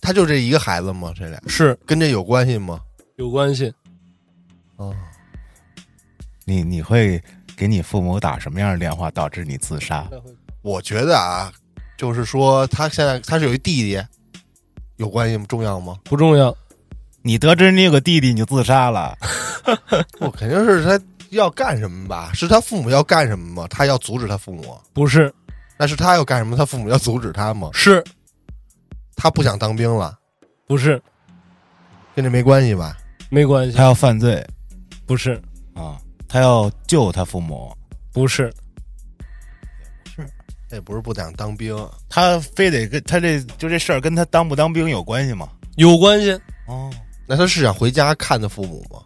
[SPEAKER 2] 他就这一个孩子吗？这俩
[SPEAKER 3] 是
[SPEAKER 2] 跟这有关系吗？
[SPEAKER 3] 有关系。
[SPEAKER 2] 啊，
[SPEAKER 5] 你你会给你父母打什么样的电话导致你自杀？
[SPEAKER 2] 我觉得啊，就是说他现在他是有一弟弟，有关系吗？重要吗？
[SPEAKER 3] 不重要，
[SPEAKER 5] 你得知你有个弟弟，你就自杀了？
[SPEAKER 2] 我肯定是他要干什么吧？是他父母要干什么吗？他要阻止他父母，
[SPEAKER 3] 不是，
[SPEAKER 2] 那是他要干什么？他父母要阻止他吗？
[SPEAKER 3] 是
[SPEAKER 2] 他不想当兵了，
[SPEAKER 3] 不是
[SPEAKER 2] 跟这没关系吧？
[SPEAKER 3] 没关系
[SPEAKER 5] 他？要犯罪
[SPEAKER 3] 不是
[SPEAKER 5] 啊、他要救他父母，
[SPEAKER 3] 不是，
[SPEAKER 2] 他也不是不想当兵，
[SPEAKER 5] 他非得跟他这就这事儿跟他当不当兵有关系吗？
[SPEAKER 3] 有关系，
[SPEAKER 5] 哦，
[SPEAKER 2] 那他是想回家看他父母吗？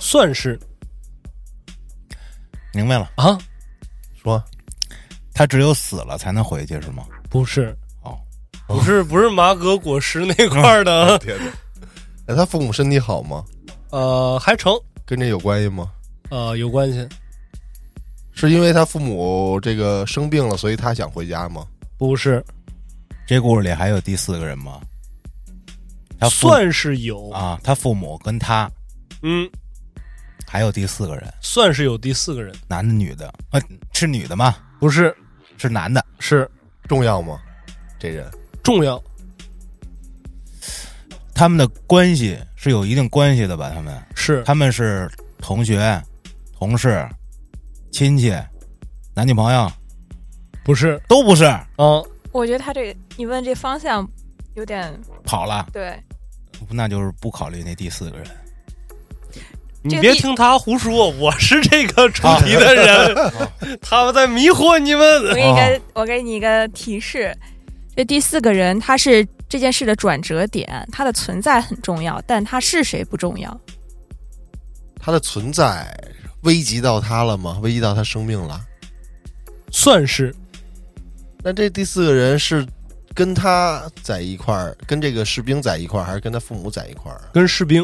[SPEAKER 3] 算是
[SPEAKER 5] 明白了，
[SPEAKER 3] 啊，
[SPEAKER 2] 说
[SPEAKER 5] 他只有死了才能回去是吗？
[SPEAKER 3] 不是
[SPEAKER 5] 哦，
[SPEAKER 3] 不是不是麻革果实那块儿的，
[SPEAKER 2] 天哪， 那他父母身体好吗？
[SPEAKER 3] 呃，还成，
[SPEAKER 2] 跟这有关系吗？
[SPEAKER 3] 呃，有关系，
[SPEAKER 2] 是因为他父母这个生病了，所以他想回家吗？
[SPEAKER 3] 不是，
[SPEAKER 5] 这故事里还有第四个人吗？他父
[SPEAKER 3] 算是有，
[SPEAKER 5] 啊，他父母跟他
[SPEAKER 3] 嗯，
[SPEAKER 5] 还有第四个人，
[SPEAKER 3] 算是有第四个人，
[SPEAKER 5] 男的女的？呃，是女的吗？
[SPEAKER 3] 不是
[SPEAKER 5] 是男的，
[SPEAKER 3] 是
[SPEAKER 2] 重要吗？这人
[SPEAKER 3] 重要，
[SPEAKER 5] 他们的关系是有一定关系的吧？他们
[SPEAKER 3] 是
[SPEAKER 5] 他们是同学、同事、亲戚、男女朋友，
[SPEAKER 3] 不是
[SPEAKER 5] 都不是
[SPEAKER 3] 啊？
[SPEAKER 4] 我觉得他这你问这方向有点
[SPEAKER 5] 跑了，
[SPEAKER 4] 对，
[SPEAKER 5] 那就是不考虑那第四个人。
[SPEAKER 3] 你
[SPEAKER 4] 这个
[SPEAKER 3] 别
[SPEAKER 4] 地
[SPEAKER 3] 听他胡说， 我是这个主题的人， 他们在迷惑你
[SPEAKER 4] 我
[SPEAKER 3] 们。
[SPEAKER 4] 给你个、我给你一个提示，这第四个人他是这件事的转折点，他的存在很重要，但他是谁不重要。
[SPEAKER 2] 他的存在危及到他了吗？危及到他生病了？
[SPEAKER 3] 算是
[SPEAKER 2] 那这第四个人是跟他在一块儿，跟这个士兵在一块儿，还是跟他父母在一块儿
[SPEAKER 3] 跟士兵，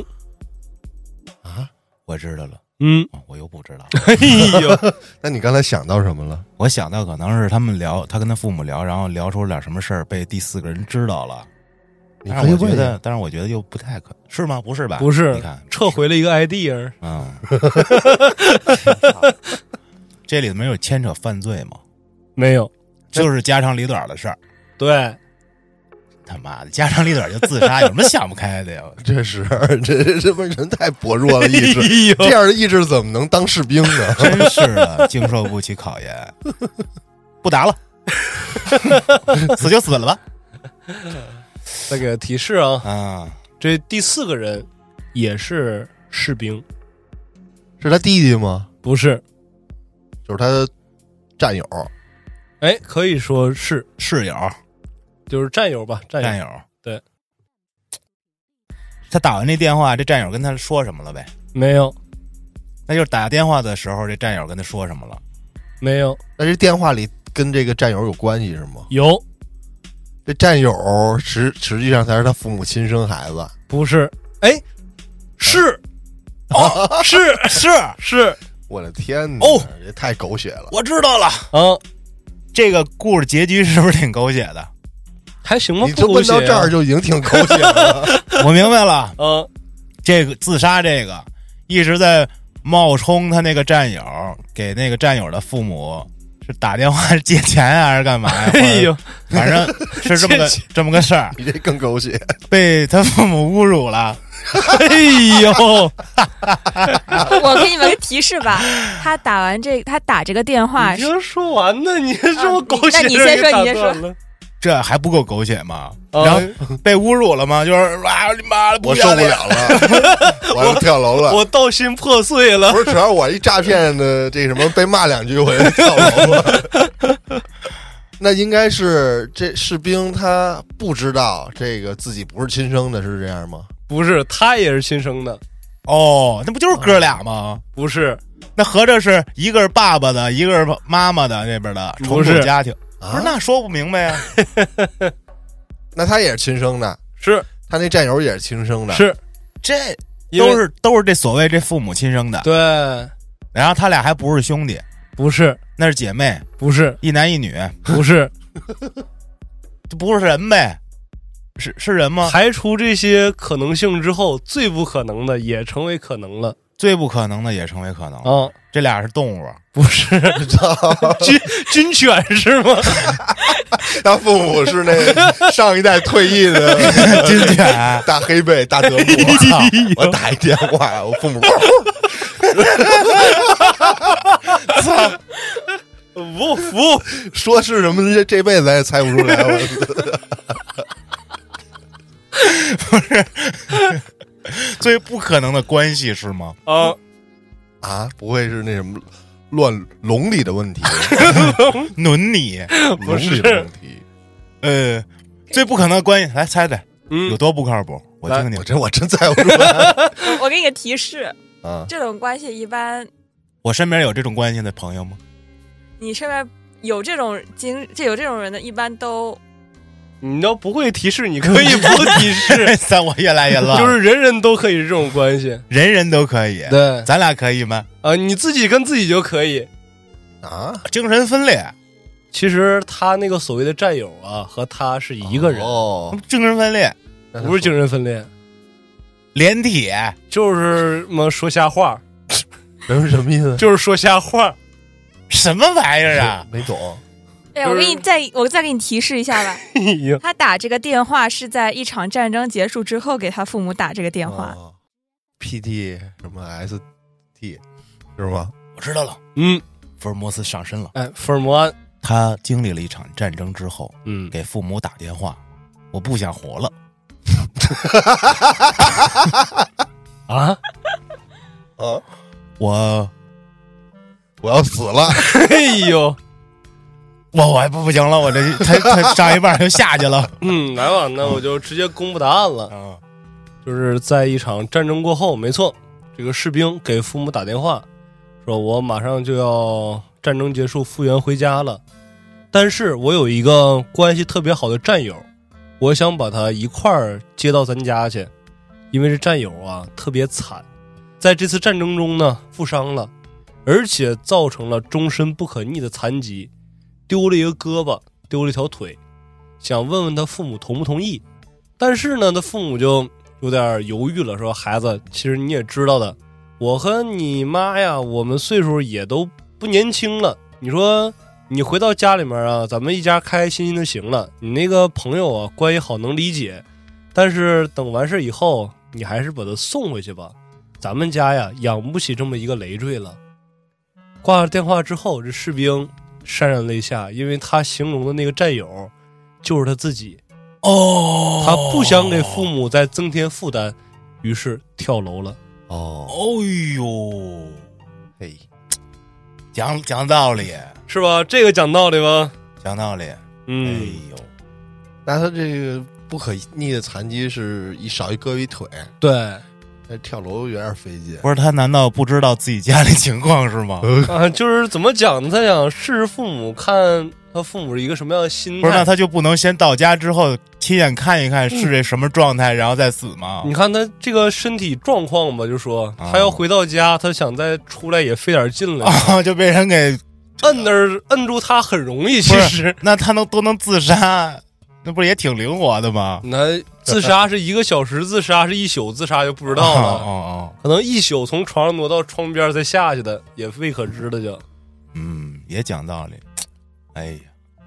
[SPEAKER 2] 啊？
[SPEAKER 5] 我知道了，
[SPEAKER 3] 嗯，
[SPEAKER 5] 哦我又不知道。
[SPEAKER 3] 哎呦，
[SPEAKER 2] 那你刚才想到什么了？
[SPEAKER 5] 我想到可能是他们聊，他跟他父母聊，然后聊出了点什么事儿，被第四个人知道了。
[SPEAKER 2] 你
[SPEAKER 5] 但
[SPEAKER 2] 可
[SPEAKER 5] 是
[SPEAKER 2] 以
[SPEAKER 5] 哎我觉
[SPEAKER 2] 问
[SPEAKER 5] 得
[SPEAKER 2] 呀，
[SPEAKER 5] 但是我觉得又不太可，是吗？不是吧？
[SPEAKER 3] 不是
[SPEAKER 5] 你看，
[SPEAKER 3] 撤回了一个 idea，
[SPEAKER 5] 嗯，这里面有牵扯犯罪吗？
[SPEAKER 3] 没有，
[SPEAKER 5] 就是家长里短的事儿。
[SPEAKER 3] 对，
[SPEAKER 5] 他妈的，家长里短就自杀，有什么想不开的呀？？
[SPEAKER 2] 这是 这这这不是人太薄弱了，意
[SPEAKER 3] 哎
[SPEAKER 2] 志这
[SPEAKER 3] 呦，
[SPEAKER 2] 样的意志怎么能当士兵呢
[SPEAKER 5] 真是的，经受不起考验，不打了， 死就死了吧。
[SPEAKER 3] 再给个提示啊，
[SPEAKER 5] 啊，
[SPEAKER 3] 这第四个人也是士兵，
[SPEAKER 2] 是他弟弟吗？
[SPEAKER 3] 不是？
[SPEAKER 2] 就是他的战友，
[SPEAKER 3] 哎，可以说是，
[SPEAKER 5] 室友，
[SPEAKER 3] 就是战友吧，战
[SPEAKER 5] 战
[SPEAKER 3] 友，
[SPEAKER 5] 友，
[SPEAKER 3] 哎对。
[SPEAKER 5] 他打完这电话，这战友跟他说什么了呗？
[SPEAKER 3] 没有，
[SPEAKER 5] 那就是打电话的时候，这战友跟他说什么了？
[SPEAKER 3] 没有，
[SPEAKER 2] 那这电话里跟这个战友有关系是吗？
[SPEAKER 3] 有，
[SPEAKER 2] 这战友实实际上才是他父母亲生孩子，
[SPEAKER 3] 不是？哎，是， 哦，是
[SPEAKER 5] 是，
[SPEAKER 3] 是
[SPEAKER 2] 我的天
[SPEAKER 5] 哦，
[SPEAKER 2] 这太狗血了！
[SPEAKER 5] 我知道了。
[SPEAKER 3] 啊，
[SPEAKER 5] 这个故事结局是不是挺狗血的？
[SPEAKER 3] 还行吗？
[SPEAKER 2] 你这
[SPEAKER 3] 不狗
[SPEAKER 2] 问
[SPEAKER 3] 血
[SPEAKER 2] 到这儿
[SPEAKER 3] 啊
[SPEAKER 2] 就已经挺狗血了。
[SPEAKER 5] 我明白了，
[SPEAKER 3] 啊。
[SPEAKER 5] 这个自杀这个一直在冒充他那个战友，给那个战友的父母是打电话借钱啊，还是干嘛呀？
[SPEAKER 3] 哎呦，
[SPEAKER 5] 反正是这么个这么个事儿，
[SPEAKER 2] 你这更狗血，
[SPEAKER 5] 被他父母侮辱了。
[SPEAKER 3] 哎呦，
[SPEAKER 4] 我给你们个提示吧，他打完这他打这个电 话
[SPEAKER 3] 你听说完呢，你这么狗血、
[SPEAKER 4] 啊你那你先说
[SPEAKER 3] 给打
[SPEAKER 4] 你先说
[SPEAKER 3] 断了
[SPEAKER 5] 这还不够狗血吗？
[SPEAKER 3] 啊
[SPEAKER 5] 然后被侮辱了吗？就是哇，你妈的，
[SPEAKER 2] 我受
[SPEAKER 5] 要
[SPEAKER 2] 不
[SPEAKER 5] 脸
[SPEAKER 2] 了了，我要跳楼了。
[SPEAKER 3] 哦我道心破碎了
[SPEAKER 2] 不。是，主要我一诈骗的这什么被骂两句，我就跳楼了。 那应该是这士兵他不知道这个自己不是亲生的，是这样吗？
[SPEAKER 3] 不是，他也是亲生的，
[SPEAKER 5] 哦，那不就是哥俩吗？
[SPEAKER 3] 不是，
[SPEAKER 5] 那合着是一个是爸爸的，一个是妈妈的那边的重
[SPEAKER 3] 不
[SPEAKER 5] 组
[SPEAKER 3] 是
[SPEAKER 5] 家庭，不
[SPEAKER 2] 啊
[SPEAKER 5] 是，那说不明白 呀。
[SPEAKER 2] 那他也是亲生的，
[SPEAKER 3] 是
[SPEAKER 2] 他那战友也是亲生的，
[SPEAKER 3] 是，
[SPEAKER 5] 这
[SPEAKER 3] 因为
[SPEAKER 5] 都是都是这所谓这父母亲生的，
[SPEAKER 3] 对，
[SPEAKER 5] 然后他俩还不是兄弟，
[SPEAKER 3] 不是，
[SPEAKER 5] 那是姐妹，
[SPEAKER 3] 不是，
[SPEAKER 5] 一男一女，
[SPEAKER 3] 不 是，
[SPEAKER 5] 这不是人呗？是是人
[SPEAKER 2] 啊
[SPEAKER 5] 吗？
[SPEAKER 3] 排除这些可能性之后，最不可能的也成为可能了
[SPEAKER 5] 最不可能的也成为可能，
[SPEAKER 3] 啊！
[SPEAKER 5] 这俩是动 物，
[SPEAKER 3] 不是军军犬是吗？
[SPEAKER 2] 他父母 是那上一代退役的
[SPEAKER 5] 金犬。
[SPEAKER 2] 大黑背、大德牧。啊 我打一电话，我父母
[SPEAKER 3] 不服，
[SPEAKER 2] 说是什么，这这辈子咱也猜不出来。我
[SPEAKER 5] 最不可能的关系是吗？
[SPEAKER 3] 啊，
[SPEAKER 2] 啊，不会是那什么乱笼里的 问题，
[SPEAKER 5] 伦理，
[SPEAKER 2] 笼里的问题。
[SPEAKER 5] 呃，最不可能的关系，来猜猜有
[SPEAKER 3] 嗯，
[SPEAKER 5] 多不靠谱？我
[SPEAKER 3] 来
[SPEAKER 5] 听听
[SPEAKER 2] 我，真我真猜不出来
[SPEAKER 4] 我给你个提示，
[SPEAKER 2] 啊！
[SPEAKER 4] 这种关系一般，
[SPEAKER 5] 我身边有这种关系的朋友吗？
[SPEAKER 4] 你身边有这种经这有这种人的，一般都
[SPEAKER 3] 你要不会提示，你 可以不提示，
[SPEAKER 5] 三我越来越乱，
[SPEAKER 3] 就是人人都可以是这种关系。
[SPEAKER 5] 人人都可以。
[SPEAKER 3] 对
[SPEAKER 5] 咱俩可以吗？
[SPEAKER 3] 啊，你自己跟自己就可以。
[SPEAKER 2] 啊，
[SPEAKER 5] 精神分裂，
[SPEAKER 3] 其实他那个所谓的战友啊，和他是一个人，
[SPEAKER 2] 哦，
[SPEAKER 5] 精神分裂，
[SPEAKER 3] 不是精神分裂，
[SPEAKER 5] 连体，
[SPEAKER 3] 就是什么说瞎话，
[SPEAKER 2] 人是什么意思？
[SPEAKER 3] 就是说瞎话。
[SPEAKER 5] 什么玩意儿啊？
[SPEAKER 2] 没懂
[SPEAKER 4] 哎呀，我给你再我再给你提示一下吧。
[SPEAKER 3] 哎呀
[SPEAKER 4] 他打这个电话是在一场战争结束之后给他父母打这个电话。
[SPEAKER 2] 哦 PT 什么 ST 是吗？
[SPEAKER 5] 我知道了，
[SPEAKER 3] 嗯，
[SPEAKER 5] 福尔摩斯上身了。
[SPEAKER 3] 哎，福尔摩安，
[SPEAKER 5] 他经历了一场战争之后，
[SPEAKER 3] 嗯，
[SPEAKER 5] 给父母打电话，我不想活了。
[SPEAKER 3] 啊，
[SPEAKER 2] 啊，
[SPEAKER 5] 我
[SPEAKER 2] 我要死了！
[SPEAKER 3] 哎呦，
[SPEAKER 5] 我我不不行了，我这他 他上一半就下去了。
[SPEAKER 3] 嗯，来吧，那我就直接公布答案了。
[SPEAKER 5] 嗯，
[SPEAKER 3] 就是在一场战争过后，没错，这个士兵给父母打电话，说我马上就要战争结束，复员回家了。但是我有一个关系特别好的战友，我想把他一块儿接到咱家去，因为这战友啊特别惨，在这次战争中呢负伤了，而且造成了终身不可逆的残疾，丢了一个胳膊，丢了一条腿，想问问他父母同不同意。但是呢，他父母就有点犹豫了，说：“孩子，其实你也知道的，我和你妈呀，我们岁数也都不年轻了。你说你回到家里面啊，咱们一家开开心心就行了。你那个朋友啊，关系好能理解，但是等完事以后，你还是把他送回去吧。咱们家呀，养不起这么一个累赘了。”挂了电话之后，这士兵潸然泪下，因为他形容的那个战友就是他自己。
[SPEAKER 5] 哦
[SPEAKER 3] 他不想给父。母再增添负担，于是跳楼了。
[SPEAKER 2] 哦，
[SPEAKER 5] 哦呦，
[SPEAKER 2] 嘿，
[SPEAKER 5] 讲讲道理，
[SPEAKER 3] 是吧？这个讲道理吧？
[SPEAKER 5] 讲道理。
[SPEAKER 3] 嗯，
[SPEAKER 5] 哎呦，
[SPEAKER 2] 那他这个不可逆的残疾是一少一胳膊一腿，
[SPEAKER 3] 对，
[SPEAKER 2] 那跳楼有点费劲。呃
[SPEAKER 5] 不是他难道不知道自己家里情况是吗？
[SPEAKER 3] 啊，就是怎么讲呢？他想试试父母，看他父母是一个什么样的心
[SPEAKER 5] 不是，那
[SPEAKER 3] 态。
[SPEAKER 5] 他就不能先到家之后亲眼看一看
[SPEAKER 4] 嗯
[SPEAKER 5] 是这什么状态，然后再死吗？
[SPEAKER 3] 你看他这个身体状况吧，就说
[SPEAKER 5] 啊
[SPEAKER 3] 他要回到家，他想再出来也费点劲了。
[SPEAKER 5] 啊，就被人给
[SPEAKER 3] 摁那儿摁住他很容 易，其
[SPEAKER 5] 不是
[SPEAKER 3] 实
[SPEAKER 5] 那他能都能自杀，那不是也挺灵活的吗？
[SPEAKER 3] 那自杀是一个小时自杀，是一宿自杀就不知
[SPEAKER 5] 知
[SPEAKER 3] 道
[SPEAKER 5] 哦
[SPEAKER 3] 了。
[SPEAKER 5] 哦，
[SPEAKER 3] 可能一宿从床上挪到窗边再下去的，也未可知的就。
[SPEAKER 5] 哦嗯，也讲道理。哎呀，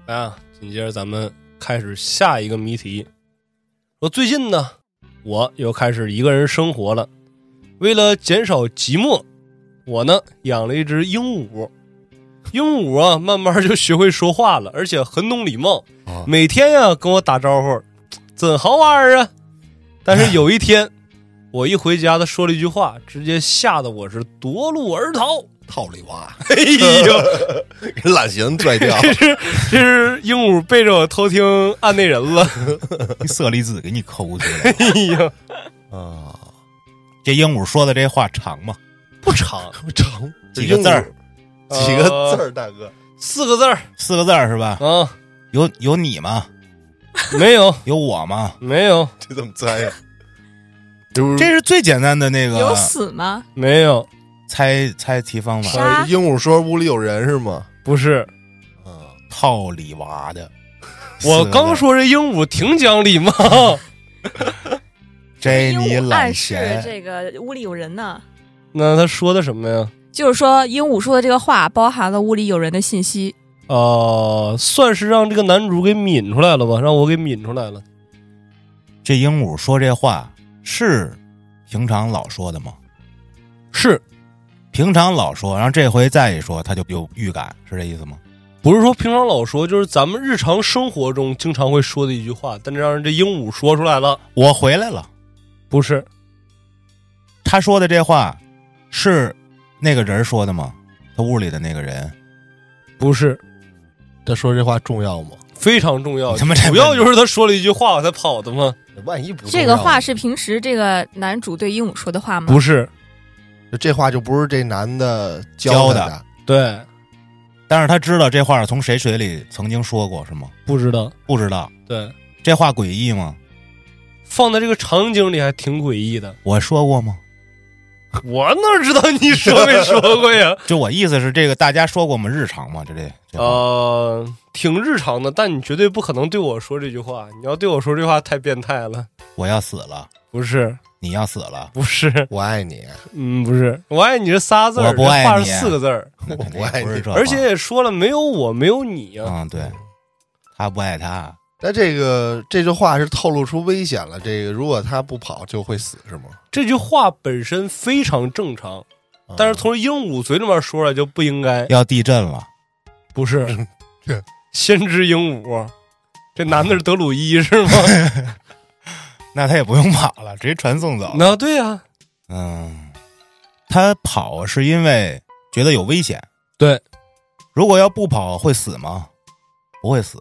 [SPEAKER 3] 来啊，紧接着咱们开始下一个谜题。说最近呢，我又开始一个人生活了。为了减少寂寞，我呢养了一只鹦鹉。鹦鹉啊，慢慢就学会说话了，而且很懂礼貌
[SPEAKER 2] 啊，
[SPEAKER 3] 每天呀、跟我打招呼，怎好玩儿啊？但是有一天，我一回家，它说了一句话，直接吓得我是夺路而逃。
[SPEAKER 2] 套里 娃，
[SPEAKER 3] 哎呦，
[SPEAKER 2] 给懒型拽掉。
[SPEAKER 5] 哎
[SPEAKER 3] 这是鹦鹉背着我偷听案内人了。
[SPEAKER 5] 色粒子给你抠出来。
[SPEAKER 3] 哎呀，
[SPEAKER 2] 啊，
[SPEAKER 5] 这鹦鹉说的这话长吗？
[SPEAKER 3] 不长，
[SPEAKER 2] 长
[SPEAKER 5] 几个字儿，
[SPEAKER 2] 啊
[SPEAKER 5] 哦
[SPEAKER 2] 几个字儿，大哥，
[SPEAKER 3] 四个字儿
[SPEAKER 5] 四个字儿是吧？
[SPEAKER 3] 啊，
[SPEAKER 5] 有有你吗？
[SPEAKER 3] 没有，
[SPEAKER 5] 有我吗？
[SPEAKER 3] 没有，
[SPEAKER 2] 这怎么猜呀？
[SPEAKER 5] 这是最简单的那
[SPEAKER 4] 有
[SPEAKER 5] 个
[SPEAKER 4] 死吗？
[SPEAKER 3] 没有，
[SPEAKER 5] 猜猜题方法，
[SPEAKER 4] 啥
[SPEAKER 2] 啊鹦鹉说屋里有人是吗？
[SPEAKER 3] 不是。
[SPEAKER 2] 啊，
[SPEAKER 5] 套里娃的。四个
[SPEAKER 3] 我
[SPEAKER 5] 字儿嗯
[SPEAKER 3] 刚说这鹦鹉挺讲礼貌，
[SPEAKER 5] 这
[SPEAKER 4] 鹦
[SPEAKER 5] 你
[SPEAKER 4] 鹉
[SPEAKER 5] 懒
[SPEAKER 4] 暗示
[SPEAKER 5] 闲，
[SPEAKER 4] 这个屋里有人呢，
[SPEAKER 3] 那他说的什么呀？
[SPEAKER 4] 就是说鹦鹉说的这个话包含了屋里有人的信息。
[SPEAKER 3] 哦、算是让这个男主给抿出来了吧，让我给抿出来了。
[SPEAKER 5] 这鹦鹉说这话是平常老说的吗？
[SPEAKER 3] 是
[SPEAKER 5] 平常老说，然后这回再一说，他就有预感，是这意思吗？
[SPEAKER 3] 不是说平常老说，就是咱们日常生活中经常会说的一句话，但这让人这鹦鹉说出来了，
[SPEAKER 5] 我回来了，
[SPEAKER 3] 不是
[SPEAKER 5] 他说的这话是那个人说的吗？他屋里的那个人，
[SPEAKER 3] 不是，
[SPEAKER 2] 他说这话重要吗？
[SPEAKER 3] 非常重要。
[SPEAKER 5] 你他妈这
[SPEAKER 3] 主要就是他说了一句话，我才跑的嘛。
[SPEAKER 2] 万一不
[SPEAKER 4] 这个话，是平时这个男主对鹦鹉说的话
[SPEAKER 5] 嗯
[SPEAKER 4] 吗？
[SPEAKER 3] 是，
[SPEAKER 2] 这话就不是这男的
[SPEAKER 5] 教
[SPEAKER 2] 教他
[SPEAKER 5] 的
[SPEAKER 2] 的，
[SPEAKER 3] 对，
[SPEAKER 5] 但是他知道这话是从谁嘴里曾经说过是吗？
[SPEAKER 3] 不知道，
[SPEAKER 5] 不知道
[SPEAKER 3] 对，
[SPEAKER 5] 这话诡异吗？
[SPEAKER 3] 放在这个场景里还挺诡异的。
[SPEAKER 5] 我说过吗？
[SPEAKER 3] 我哪知道你说没说过 呀？
[SPEAKER 5] 就我意思是，这个大家说过吗？日常吗？这这这话
[SPEAKER 3] 呃，挺日常的，但你绝对不可能对我说这句话。你要对我说这话，太变态了。
[SPEAKER 5] 我要死了，
[SPEAKER 3] 不是，
[SPEAKER 5] 你要死了，
[SPEAKER 3] 不是，
[SPEAKER 2] 我爱你，
[SPEAKER 3] 嗯，不是，我爱你啊这仨字儿，
[SPEAKER 5] 我不
[SPEAKER 3] 这
[SPEAKER 5] 爱
[SPEAKER 3] 话
[SPEAKER 5] 你
[SPEAKER 3] 是四个字儿，
[SPEAKER 5] 那肯定
[SPEAKER 2] 我爱
[SPEAKER 5] 不是
[SPEAKER 2] 你
[SPEAKER 5] 这话。
[SPEAKER 3] 而且也说了，没有我，没有你啊呀、
[SPEAKER 5] 嗯，对，他不爱他，
[SPEAKER 2] 但这个这句话是透露出危险了。这个如果他不跑就会死是吗？
[SPEAKER 3] 这句话本身非常正常，
[SPEAKER 2] 啊
[SPEAKER 3] 但是从鹦鹉嘴里面说出来就不应该。
[SPEAKER 5] 要地震了，
[SPEAKER 3] 不是
[SPEAKER 2] 对，
[SPEAKER 3] 先知鹦鹉，这男的是德鲁伊 是吗？
[SPEAKER 5] 那他也不用跑了，直接传送走。
[SPEAKER 3] 那对呀、
[SPEAKER 5] 嗯，他跑是因为觉得有危险。
[SPEAKER 3] 对，
[SPEAKER 5] 如果要不跑会死吗？不会死，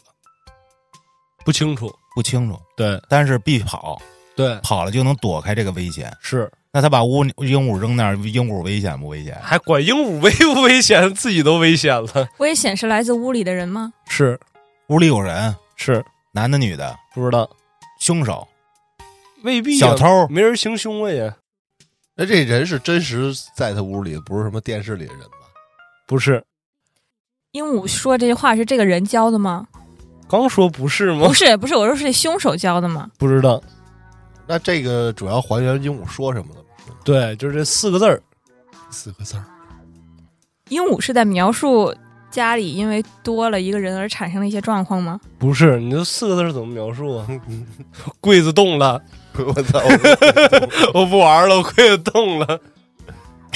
[SPEAKER 3] 不清楚，
[SPEAKER 5] 不清楚，
[SPEAKER 3] 对
[SPEAKER 5] 但是必跑，
[SPEAKER 3] 对
[SPEAKER 5] 跑了就能躲开这个危险。
[SPEAKER 3] 是，
[SPEAKER 5] 那他把乌鹦鹉扔那儿，鹦鹉危险不危险？
[SPEAKER 3] 还管鹦鹉危不危险，自己都危险了。
[SPEAKER 4] 危险是来自屋里的人吗？
[SPEAKER 3] 是
[SPEAKER 5] 屋里有人，
[SPEAKER 3] 是，
[SPEAKER 5] 男的女的，
[SPEAKER 3] 不知道，
[SPEAKER 5] 凶手，
[SPEAKER 3] 未必、啊
[SPEAKER 5] 小，偷，
[SPEAKER 3] 没人行凶了也
[SPEAKER 2] 那这人是真实在他屋里，不是什么电视里的人吧？
[SPEAKER 3] 不是。
[SPEAKER 4] 鹦鹉说这些话是这个人教的吗？
[SPEAKER 3] 刚说不是吗
[SPEAKER 4] 不？是，不是，我说是凶手教的吗？
[SPEAKER 3] 不知道，
[SPEAKER 2] 那这个主要还原鹦鹉说什么了吗？
[SPEAKER 3] 对，就是这四个字儿，
[SPEAKER 2] 四个字儿，
[SPEAKER 4] 鹦鹉是在描述家里因为多了一个人而产生的一些状况吗？
[SPEAKER 3] 不是。你这四个字儿怎么描述啊？ 柜子动了，
[SPEAKER 2] 我操！
[SPEAKER 3] 我不玩了，我柜子动了。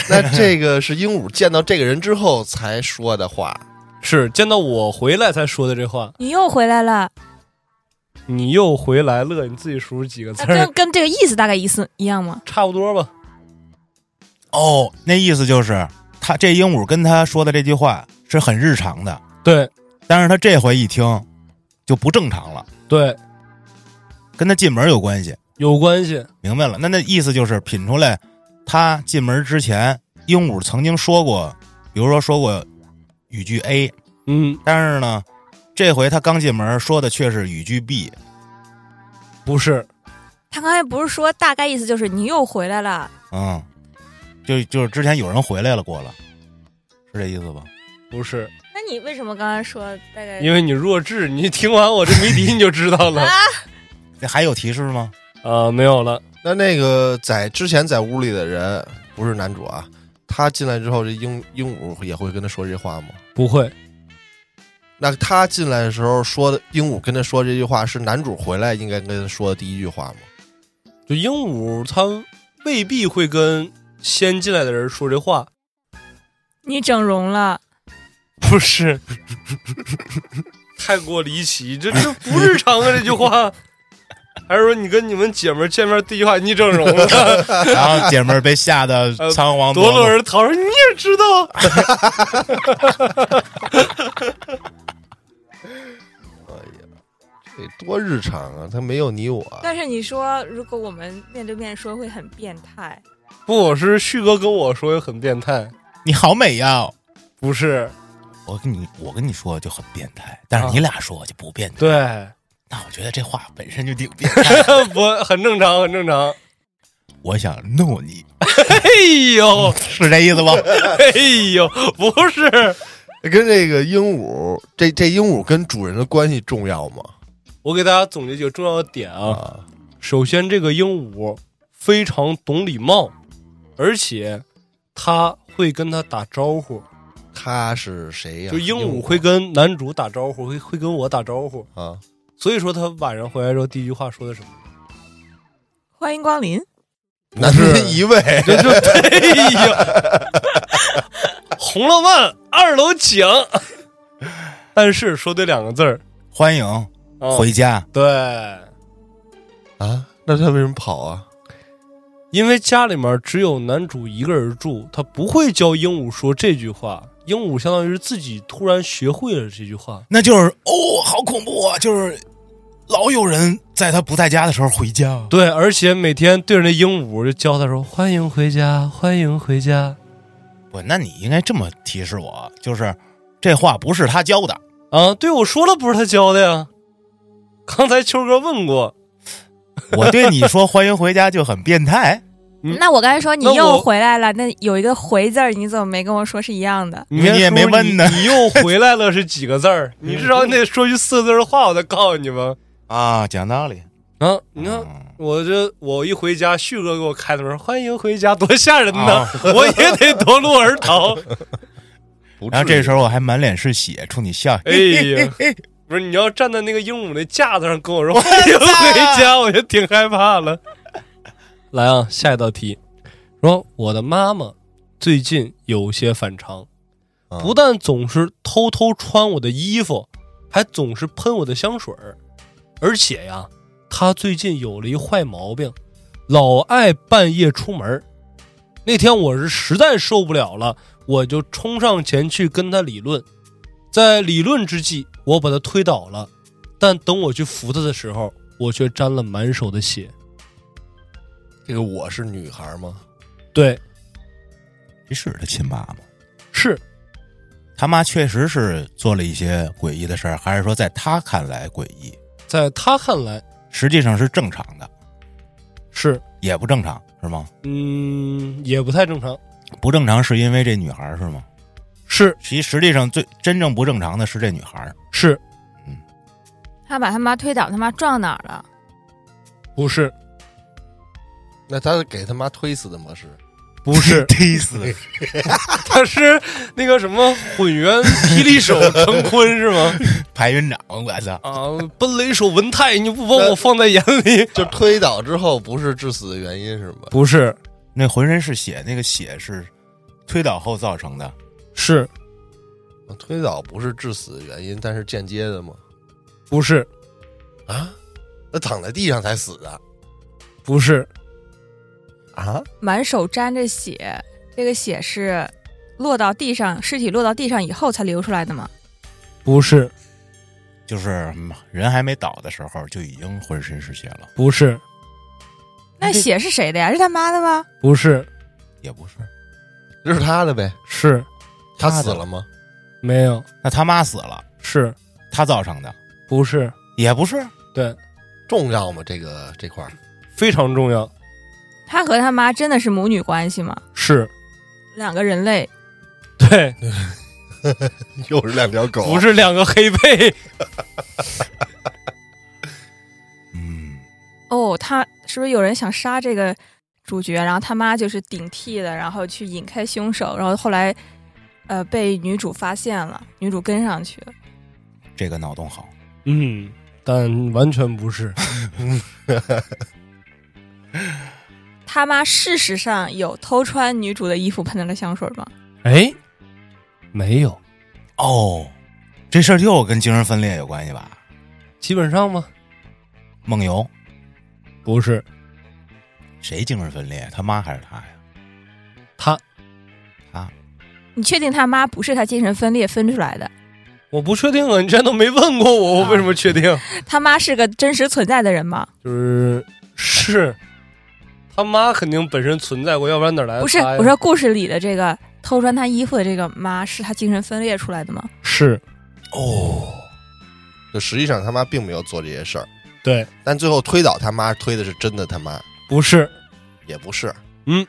[SPEAKER 2] 那这个是鹦鹉见到这个人之后才说的话，
[SPEAKER 3] 是见到我回来才说的这话，
[SPEAKER 4] 你又回来了，
[SPEAKER 3] 你又回来了，你自己数数几个字
[SPEAKER 4] 那
[SPEAKER 3] 儿
[SPEAKER 4] 跟，跟啊这个意思大概意思一样吗？
[SPEAKER 3] 差不多吧？
[SPEAKER 5] 哦，那意思就是他这鹦鹉跟他说的这句话是很日常的，
[SPEAKER 3] 对
[SPEAKER 5] 但是他这回一听就不正常了，
[SPEAKER 3] 对，
[SPEAKER 5] 跟他进门有关系。
[SPEAKER 3] 有关系。
[SPEAKER 5] 明白了，那那意思就是品出来，他进门之前，鹦鹉曾经说过，比如说说过语句 A，
[SPEAKER 3] 嗯，
[SPEAKER 5] 但是呢，这回他刚进门说的却是语句 B，
[SPEAKER 3] 不是，
[SPEAKER 4] 他刚才不是说大概意思就是你又回来了，
[SPEAKER 5] 嗯，就就是之前有人回来了过了，是这意思吧？
[SPEAKER 3] 不是，
[SPEAKER 4] 那你为什么刚才说大概？
[SPEAKER 3] 因为你弱智，你听完我这谜底你就知道了。
[SPEAKER 4] 啊，
[SPEAKER 5] 这还有提示吗？
[SPEAKER 3] 啊，没有了，
[SPEAKER 2] 那那个在之前在屋里的人不是男主啊，他进来之后，这鹦鹦鹉也会跟他说这话吗？
[SPEAKER 3] 不会，
[SPEAKER 2] 那他进来的时候说的鹦鹉跟他说这句话是男主回来应该跟他说的第一句话吗？
[SPEAKER 3] 就鹦鹉它未必会跟先进来的人说这话，
[SPEAKER 4] 你整容了，
[SPEAKER 3] 不 是， 太过离奇，这这不日常啊！这句话还是说你跟你们姐们儿见面第一句话你整容 了？
[SPEAKER 5] 然后姐们儿被吓得仓皇
[SPEAKER 3] 多
[SPEAKER 5] 落
[SPEAKER 3] 落。人逃说你也知 道，
[SPEAKER 2] 得多日常啊！他没有你我，
[SPEAKER 4] 但是你说，如果我们面对面说，会很变态。
[SPEAKER 3] 不是旭哥跟我说也很变态，
[SPEAKER 5] 你好美呀！
[SPEAKER 3] 不是？
[SPEAKER 5] 我跟你我跟你说就很变态，但是
[SPEAKER 3] 啊
[SPEAKER 5] 你俩说就不变态。
[SPEAKER 3] 对，
[SPEAKER 5] 那我觉得这话本身就挺变态。
[SPEAKER 3] 不很正常，很正常。
[SPEAKER 5] 我想弄你，
[SPEAKER 3] 哎呦，
[SPEAKER 5] 是这意思吗？
[SPEAKER 3] 哎呦，不是，
[SPEAKER 2] 跟这个鹦鹉，这这鹦鹉跟主人的关系重要吗？
[SPEAKER 3] 我给大家总结几个重要的点啊。
[SPEAKER 2] 啊，
[SPEAKER 3] 首先，这个鹦鹉非常懂礼貌，而且它会跟他打招呼。
[SPEAKER 2] 他是哎谁呀、
[SPEAKER 3] 就鹦鹉会跟男主打招呼，会会跟我打招呼。
[SPEAKER 2] 啊，
[SPEAKER 3] 所以说他晚上回来之后第一句话说的什么？
[SPEAKER 4] 欢迎光临，
[SPEAKER 2] 男人一位，
[SPEAKER 3] 就就哎呀，《红浪漫》二楼请。 但是说对两个字儿，
[SPEAKER 5] 欢迎
[SPEAKER 3] 啊
[SPEAKER 5] 回家。
[SPEAKER 3] 对，
[SPEAKER 2] 啊，那他为什么跑啊？
[SPEAKER 3] 因为家里面只有男主一个人住，他不会教鹦鹉说这句话。鹦鹉相当于是自己突然学会了这句话。
[SPEAKER 5] 那就是哦，好恐怖啊！就是老有人在他不在家的时候回家。
[SPEAKER 3] 对，而且每天对着那鹦鹉就教他说：“欢迎回家，欢迎回家。
[SPEAKER 5] 不，那你应该这么提示我，就是这话不是他教的。”
[SPEAKER 3] 啊，对，我说了不是他教的呀。刚才秋哥问过，
[SPEAKER 5] 我对你说欢迎回家就很变态。
[SPEAKER 3] 嗯
[SPEAKER 4] 那我刚才说你
[SPEAKER 3] 那我
[SPEAKER 4] 又回来了，那有一个“回”字儿，你怎么没跟我说是一样的？
[SPEAKER 5] 你也
[SPEAKER 3] 别说
[SPEAKER 5] 没问呢
[SPEAKER 3] 你你又回来了是几个 字儿？你至少你得说句四个字儿的话，我再告诉你吧。
[SPEAKER 5] 啊，讲道理。
[SPEAKER 3] 啊，你看
[SPEAKER 5] 嗯
[SPEAKER 3] 我这我一回家，旭哥给我开的门，欢迎回家，多吓人呐！
[SPEAKER 5] 啊
[SPEAKER 3] 我也得夺路而 逃。
[SPEAKER 2] 不
[SPEAKER 5] 然后这时候我还满脸是血，冲你笑。
[SPEAKER 3] 哎呀， 不是你要站在那个鹦鹉那架子上跟我说欢迎回家， 我就挺害怕了。来啊，下一道题，说我的妈妈最近有些反常，
[SPEAKER 2] 啊
[SPEAKER 3] 不但总是偷偷穿我的衣服，还总是喷我的香水儿，而且呀，她最近有了一坏毛病，老爱半夜出门儿。那天我是实在受不了了，我就冲上前去跟她理论。在理论之际，我把他推倒了，但等我去扶他的时候，我却沾了满手的血。
[SPEAKER 2] 这个我是女孩吗？
[SPEAKER 3] 对，
[SPEAKER 5] 你是他亲妈吗？
[SPEAKER 3] 是
[SPEAKER 5] 他妈确实是做了一些诡异的事儿，还是说在他看来诡异，
[SPEAKER 3] 在他看来
[SPEAKER 5] 实际上是正常的，
[SPEAKER 3] 是，
[SPEAKER 5] 也不正常是吗？
[SPEAKER 3] 嗯，也不太正常。
[SPEAKER 5] 不正常是因为这女孩儿是吗？
[SPEAKER 3] 是
[SPEAKER 5] 其实际上最真正不正常的是这女孩儿，，
[SPEAKER 3] 是
[SPEAKER 4] 他把他妈推倒，他妈撞哪儿了？
[SPEAKER 3] 不是
[SPEAKER 2] 那他给他妈推死的模式，
[SPEAKER 3] 不是
[SPEAKER 5] 推死。
[SPEAKER 3] 他是那个什么混元霹雳手成坤是吗？
[SPEAKER 5] 排云掌，我操！
[SPEAKER 3] 啊，奔雷手文泰，你不把我放在眼里？
[SPEAKER 2] 就推倒之后不是致死的原因是吗？
[SPEAKER 3] 不是，
[SPEAKER 5] 那浑身是血，那个血是推倒后造成的。
[SPEAKER 3] 是
[SPEAKER 2] 推倒不是致死的原因，但是间接的吗？
[SPEAKER 3] 不是
[SPEAKER 2] 啊，那躺在地上才死的
[SPEAKER 3] 不是
[SPEAKER 2] 啊？
[SPEAKER 4] 满手沾着血，这个血是落到地上，尸体落到地上以后才流出来的吗？
[SPEAKER 3] 不是
[SPEAKER 5] 就是嗯人还没倒的时候就已经浑身是血了，
[SPEAKER 3] 不是
[SPEAKER 4] 那血是谁的呀？是他妈的吗？
[SPEAKER 3] 不是
[SPEAKER 5] 也不是。
[SPEAKER 2] 这是他的呗？
[SPEAKER 3] 是
[SPEAKER 2] 他
[SPEAKER 5] 他的
[SPEAKER 2] 死了吗？
[SPEAKER 3] 没有
[SPEAKER 5] 那他妈死了，
[SPEAKER 3] 是
[SPEAKER 5] 他造成的，
[SPEAKER 3] 不是
[SPEAKER 5] 也不是。
[SPEAKER 3] 对，
[SPEAKER 2] 重要吗？这个这块儿
[SPEAKER 3] 非常重要
[SPEAKER 4] 他和他妈真的是母女关系吗？
[SPEAKER 3] 是。
[SPEAKER 4] 两个人类，
[SPEAKER 3] 对，
[SPEAKER 2] 又是两条狗
[SPEAKER 3] 不是两个黑背，
[SPEAKER 5] 嗯，
[SPEAKER 4] 哦，他是不是有人想杀这个主角？然后他妈就是顶替的，然后去引开凶手，然后后来呃被女主发现了，女主跟上去了。
[SPEAKER 5] 这个脑洞好。
[SPEAKER 3] 嗯，但完全不 是，
[SPEAKER 4] 他妈事实上有偷穿女主的衣服喷了香水吗？
[SPEAKER 3] 哎，没有，
[SPEAKER 5] 哦，这事儿又跟精神分裂有关系吧？
[SPEAKER 3] 基本上吧，
[SPEAKER 5] 梦游
[SPEAKER 3] 不是
[SPEAKER 5] 谁精神分裂？他妈还是他呀？
[SPEAKER 3] 他，
[SPEAKER 4] 你确定他妈不是他精神分裂分出来的？
[SPEAKER 3] 我不确定啊，你之前都没问过我，我为什么确定？
[SPEAKER 4] 他妈是个真实存在的人吗？
[SPEAKER 3] 就是是，他妈肯定本身存在过，要不然哪来的
[SPEAKER 4] 不是，
[SPEAKER 3] 他呀
[SPEAKER 4] 我说故事里的这个偷穿他衣服的这个妈是他精神分裂出来的吗？
[SPEAKER 3] 是哦
[SPEAKER 2] 就实际上他妈并没有做这些事儿，
[SPEAKER 3] 对，
[SPEAKER 2] 但最后推倒他妈推的是真的他妈，
[SPEAKER 3] 不是
[SPEAKER 2] 也不是，
[SPEAKER 3] 嗯，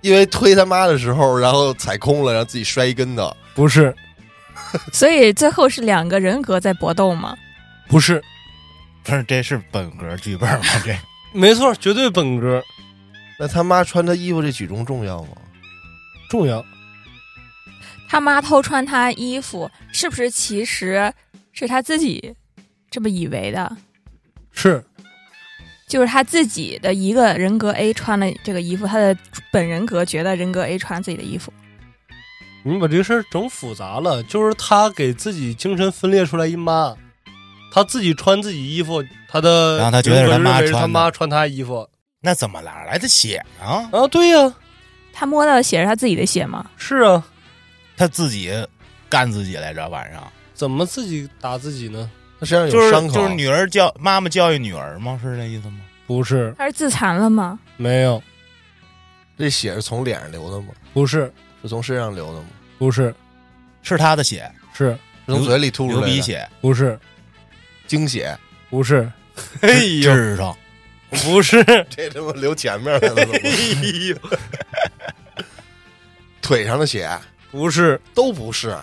[SPEAKER 2] 因为推他妈的时候，然后踩空了，然后自己摔一跟头，
[SPEAKER 3] 不是
[SPEAKER 4] 所以最后是两个人格在搏斗吗？
[SPEAKER 3] 不是，
[SPEAKER 5] 不是，这是本格剧本吗？这
[SPEAKER 3] 没错，绝对本格
[SPEAKER 2] 那他妈穿他衣服这举重重要吗？
[SPEAKER 3] 重要。
[SPEAKER 4] 他妈偷穿他衣服，是不是其实是他自己这么以为的？
[SPEAKER 3] 是
[SPEAKER 4] 就是他自己的一个人格 A 穿了这个衣服，他的本人格觉得人格 A 穿了自己的衣服。
[SPEAKER 3] 你把这个事儿整复杂了，就是他给自己精神分裂出来一妈，他自己穿自己衣服，他的
[SPEAKER 5] 然后他觉得是他妈
[SPEAKER 3] 认为是他
[SPEAKER 5] 穿的
[SPEAKER 3] 妈穿他衣服
[SPEAKER 5] 那怎么哪来的血啊？
[SPEAKER 3] 啊，对呀、
[SPEAKER 4] 他摸到的血是他自己的血吗？
[SPEAKER 3] 是啊，
[SPEAKER 5] 他自己干自己来着，晚上
[SPEAKER 3] 怎么自己打自己呢？
[SPEAKER 2] 他身上
[SPEAKER 5] 就
[SPEAKER 2] 有
[SPEAKER 5] 是
[SPEAKER 2] 伤口，
[SPEAKER 5] 就是女儿教妈妈教育女儿吗？是这意思吗？
[SPEAKER 3] 不是，
[SPEAKER 4] 他是自残了吗？
[SPEAKER 3] 没有，
[SPEAKER 2] 这血是从脸上流的吗？
[SPEAKER 3] 不是，
[SPEAKER 2] 是从身上流的吗？
[SPEAKER 3] 不是，
[SPEAKER 5] 是他的血，
[SPEAKER 3] 是
[SPEAKER 2] 是从
[SPEAKER 5] 流
[SPEAKER 2] 嘴里吐出
[SPEAKER 5] 流
[SPEAKER 2] 来
[SPEAKER 5] 鼻
[SPEAKER 2] 的
[SPEAKER 5] 血，
[SPEAKER 3] 不是
[SPEAKER 2] 精血，
[SPEAKER 3] 不是，哎呦，
[SPEAKER 5] 智 上
[SPEAKER 3] 不是，
[SPEAKER 2] 这他妈流前面来了怎么，
[SPEAKER 5] 哎
[SPEAKER 2] 腿上的血
[SPEAKER 3] 不是，
[SPEAKER 2] 都不是，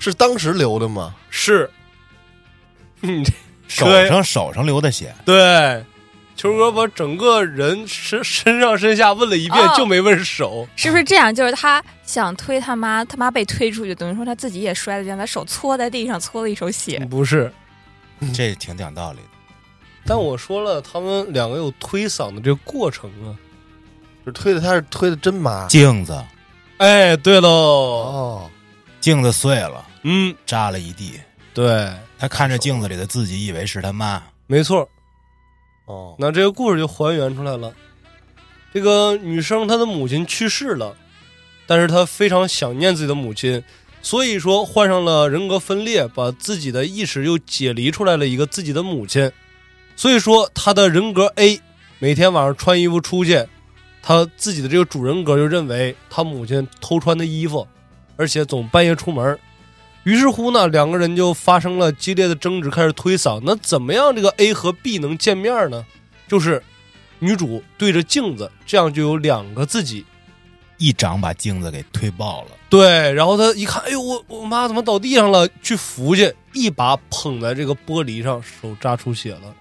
[SPEAKER 2] 是当时流的吗？
[SPEAKER 3] 是，你这
[SPEAKER 5] 手
[SPEAKER 3] 对
[SPEAKER 5] 上手上流的血，
[SPEAKER 3] 对，球哥把整个人身身上身下问了一遍，
[SPEAKER 4] 哦
[SPEAKER 3] 就没问手。
[SPEAKER 4] 是不是这样？就是他想推他妈，他妈被推出去，等于说他自己也摔了一跤，他手搓在地上，搓了一手血。
[SPEAKER 3] 嗯不是，
[SPEAKER 5] 这挺讲道理的。
[SPEAKER 3] 但我说了，他们两个有推搡的这个过程啊。
[SPEAKER 2] 是推的，他是推的真麻
[SPEAKER 5] 镜子
[SPEAKER 3] 哎，对喽，
[SPEAKER 2] 哦，
[SPEAKER 5] 镜子碎了，
[SPEAKER 3] 嗯，
[SPEAKER 5] 扎了一地。
[SPEAKER 3] 对，
[SPEAKER 5] 他看着镜子里的自己，以为是他妈。
[SPEAKER 3] 没错。
[SPEAKER 2] 哦，
[SPEAKER 3] 那这个故事就还原出来了。这个女生她的母亲去世了，但是她非常想念自己的母亲，所以说患上了人格分裂，把自己的意识又解离出来了一个自己的母亲。所以说她的人格 A 每天晚上穿衣服出去，她自己的这个主人格就认为她母亲偷穿的衣服，而且总半夜出门。于是乎呢，两个人就发生了激烈的争执，开始推搡。那怎么样，这个 A 和 B 能见面呢？就是女主对着镜子，这样就有两个自己。
[SPEAKER 5] 一掌把镜子给推爆了，
[SPEAKER 3] 对，然后她一看，哎呦，我我妈怎么倒地上了？去扶去，一把捧在这个玻璃上，手扎出血了。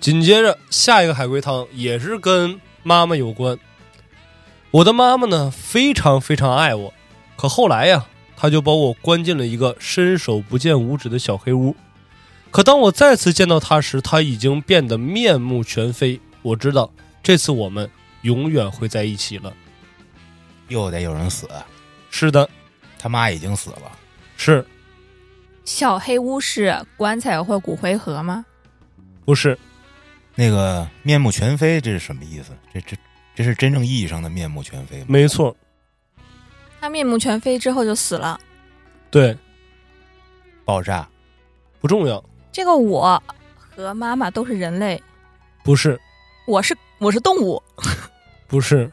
[SPEAKER 3] 紧接着下一个海龟汤也是跟妈妈有关。我的妈妈呢，非常非常爱我，可后来呀，她就把我关进了一个伸手不见五指的小黑屋。可当我再次见到她时，她已经变得面目全非。我知道这次我们永远会在一起了。
[SPEAKER 5] 又得有人死。
[SPEAKER 3] 是的，
[SPEAKER 5] 他妈已经死了，
[SPEAKER 3] 是
[SPEAKER 4] 小黑屋是棺材或骨灰盒吗？
[SPEAKER 3] 不是？
[SPEAKER 5] 那个面目全非，这是什么意思？这这这是真正意义上的面目全非 吗？
[SPEAKER 3] 没错，
[SPEAKER 4] 他面目全非之后就死了。
[SPEAKER 3] 对，
[SPEAKER 5] 爆炸，
[SPEAKER 3] 不重要，
[SPEAKER 4] 这个我和妈妈都是人类，
[SPEAKER 3] 不是，
[SPEAKER 4] 我是我是动物，
[SPEAKER 3] 不是，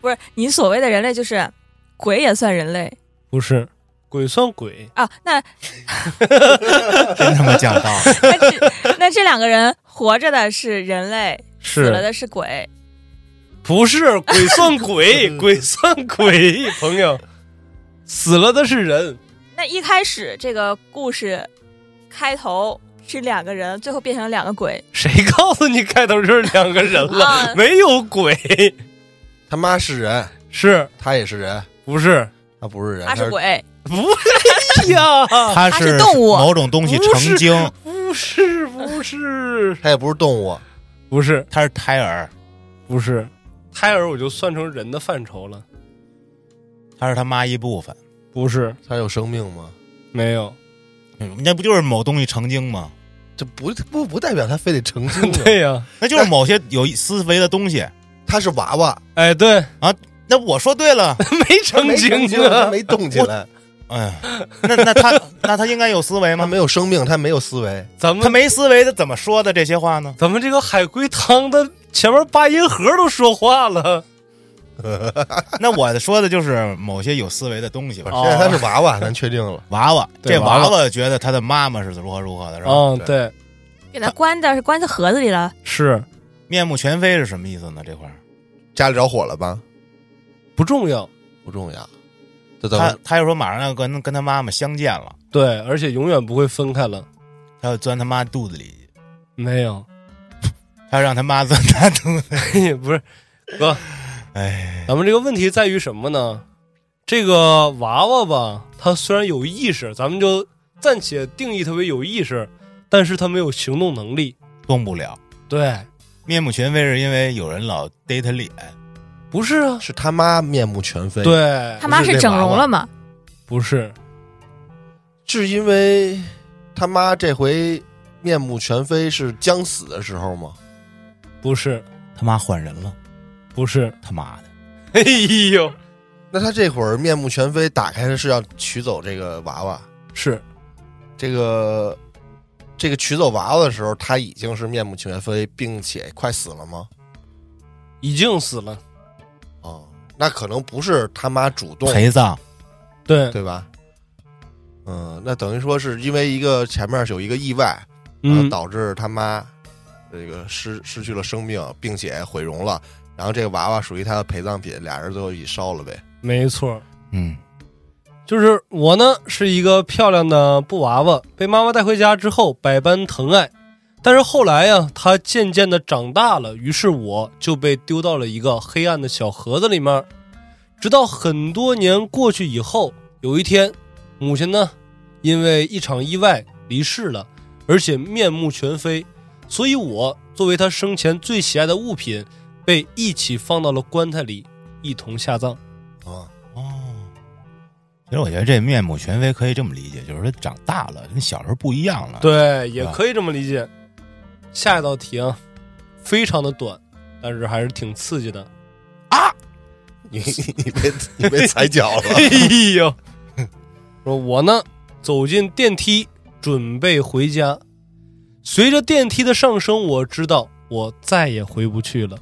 [SPEAKER 4] 不是你所谓的人类，就是鬼也算人类
[SPEAKER 3] 不是，鬼算鬼，
[SPEAKER 4] 啊。那
[SPEAKER 5] 真他妈讲道理。
[SPEAKER 4] 那这那这两个人活着的是人类，死了的是鬼。
[SPEAKER 3] 不是鬼算 鬼，鬼算鬼，朋友，死了的是人，
[SPEAKER 4] 那一开始这个故事开头是两个人，最后变成两个鬼。
[SPEAKER 3] 谁告诉你开头就是两个人了？
[SPEAKER 4] 啊
[SPEAKER 3] 没有鬼，
[SPEAKER 2] 他妈是人，
[SPEAKER 3] 是
[SPEAKER 2] 他也是人，
[SPEAKER 3] 不是？
[SPEAKER 2] 他不是人，
[SPEAKER 4] 他是鬼，
[SPEAKER 3] 哎呀，
[SPEAKER 5] 它
[SPEAKER 4] 它是动物
[SPEAKER 5] 某种东西成精，
[SPEAKER 3] 不是，不是，
[SPEAKER 2] 他也不是动物，
[SPEAKER 3] 不是，
[SPEAKER 5] 它是胎儿，
[SPEAKER 3] 不是，胎儿我就算成人的范畴了，
[SPEAKER 5] 它是他妈一部分。
[SPEAKER 3] 不是，
[SPEAKER 2] 他有生命吗？
[SPEAKER 3] 没有，
[SPEAKER 5] 嗯那不就是某东西成精吗？
[SPEAKER 2] 这不不不代表他非得成精啊，
[SPEAKER 3] 对呀、
[SPEAKER 5] 那就是某些有思维的东西
[SPEAKER 2] 他是娃娃，
[SPEAKER 3] 哎，对，
[SPEAKER 5] 那我说对了，
[SPEAKER 3] 没
[SPEAKER 2] 他
[SPEAKER 3] 成
[SPEAKER 2] 没成
[SPEAKER 3] 精
[SPEAKER 2] 精啊，他
[SPEAKER 3] 啊，
[SPEAKER 2] 没动起来，
[SPEAKER 5] 哎呀，那那他那他应该有思维
[SPEAKER 2] 他
[SPEAKER 5] 吗？
[SPEAKER 2] 没有生命，他没有思维，
[SPEAKER 3] 咱
[SPEAKER 5] 他
[SPEAKER 3] 们
[SPEAKER 5] 没思维，他怎么说的这些话呢？
[SPEAKER 3] 咱们这个海龟汤的前面八音盒都说话了，
[SPEAKER 5] 那我说的就是某些有思维的东西 吧。
[SPEAKER 3] 哦
[SPEAKER 2] 现在他是娃娃，咱确定了。
[SPEAKER 5] 娃娃，
[SPEAKER 3] 对
[SPEAKER 5] 这
[SPEAKER 3] 娃娃
[SPEAKER 5] 娃娃觉得他的妈妈是如何如何的，是吧？
[SPEAKER 3] 嗯，
[SPEAKER 2] 对
[SPEAKER 3] 对，
[SPEAKER 4] 给它关到关在盒子里了，
[SPEAKER 3] 是
[SPEAKER 5] 面目全非是什么意思呢？这块儿
[SPEAKER 2] 家里着火了吧？
[SPEAKER 3] 不重要，
[SPEAKER 2] 不重要，这等
[SPEAKER 5] 他他又说马上要跟跟他妈妈相见了，
[SPEAKER 3] 对，而且永远不会分开了，
[SPEAKER 5] 他要钻他妈肚子里，
[SPEAKER 3] 没有，
[SPEAKER 5] 他要让他妈钻他肚子。
[SPEAKER 3] 不是，哥，
[SPEAKER 5] 哎，
[SPEAKER 3] 咱们这个问题在于什么呢？这个娃娃吧，它虽然有意识，咱们就暂且定义它为有意识，但是它没有行动能力。
[SPEAKER 5] 动不了，
[SPEAKER 3] 对，
[SPEAKER 5] 面目全非是因为有人老逮他脸，
[SPEAKER 3] 不是啊，
[SPEAKER 2] 是他妈面目全非，，
[SPEAKER 3] 对
[SPEAKER 4] 他，妈是整容了吗？
[SPEAKER 3] 不是，
[SPEAKER 2] 是因为他妈这回面目全非是将死的时候吗？
[SPEAKER 3] 不是，
[SPEAKER 5] 他妈换人了，
[SPEAKER 3] 不是，
[SPEAKER 5] 他妈的，
[SPEAKER 3] 哎呦，
[SPEAKER 2] 那他这会儿面目全非，打开的是要取走这个娃娃，
[SPEAKER 3] 是
[SPEAKER 2] 这个这个取走娃娃的时候，他已经是面目全非，并且快死了吗？
[SPEAKER 3] 已经死了。
[SPEAKER 2] 啊、那可能不是他妈主动，
[SPEAKER 5] 陪葬。
[SPEAKER 3] 对，
[SPEAKER 2] 对吧？嗯，那等于说是因为一个前面有一个意外，然后
[SPEAKER 3] 嗯，
[SPEAKER 2] 导致他妈这个失失去了生命，并且毁容了。然后这个娃娃属于他的陪葬品，俩人最后一起烧了呗。
[SPEAKER 3] 没错，
[SPEAKER 5] 嗯，
[SPEAKER 3] 就是我呢是一个漂亮的布娃娃，被妈妈带回家之后百般疼爱，但是后来呀，她渐渐的长大了，于是我就被丢到了一个黑暗的小盒子里面。直到很多年过去以后，有一天，母亲呢因为一场意外离世了，而且面目全非，所以我作为她生前最喜爱的物品，被一起放到了棺材里，一同下葬。
[SPEAKER 2] 啊、
[SPEAKER 5] 哦，其实我觉得这面目全非可以这么理解，就是他长大了，跟小时候不一样了。，
[SPEAKER 3] 对，也
[SPEAKER 5] 吧
[SPEAKER 3] 可以这么理解。下一道题啊，非常的短，但是还是挺刺激的。
[SPEAKER 2] 你你被你被踩脚了，
[SPEAKER 3] 哎呦，说我呢走进电梯，准备回家。随着电梯的上升，我知道我再也回不去了。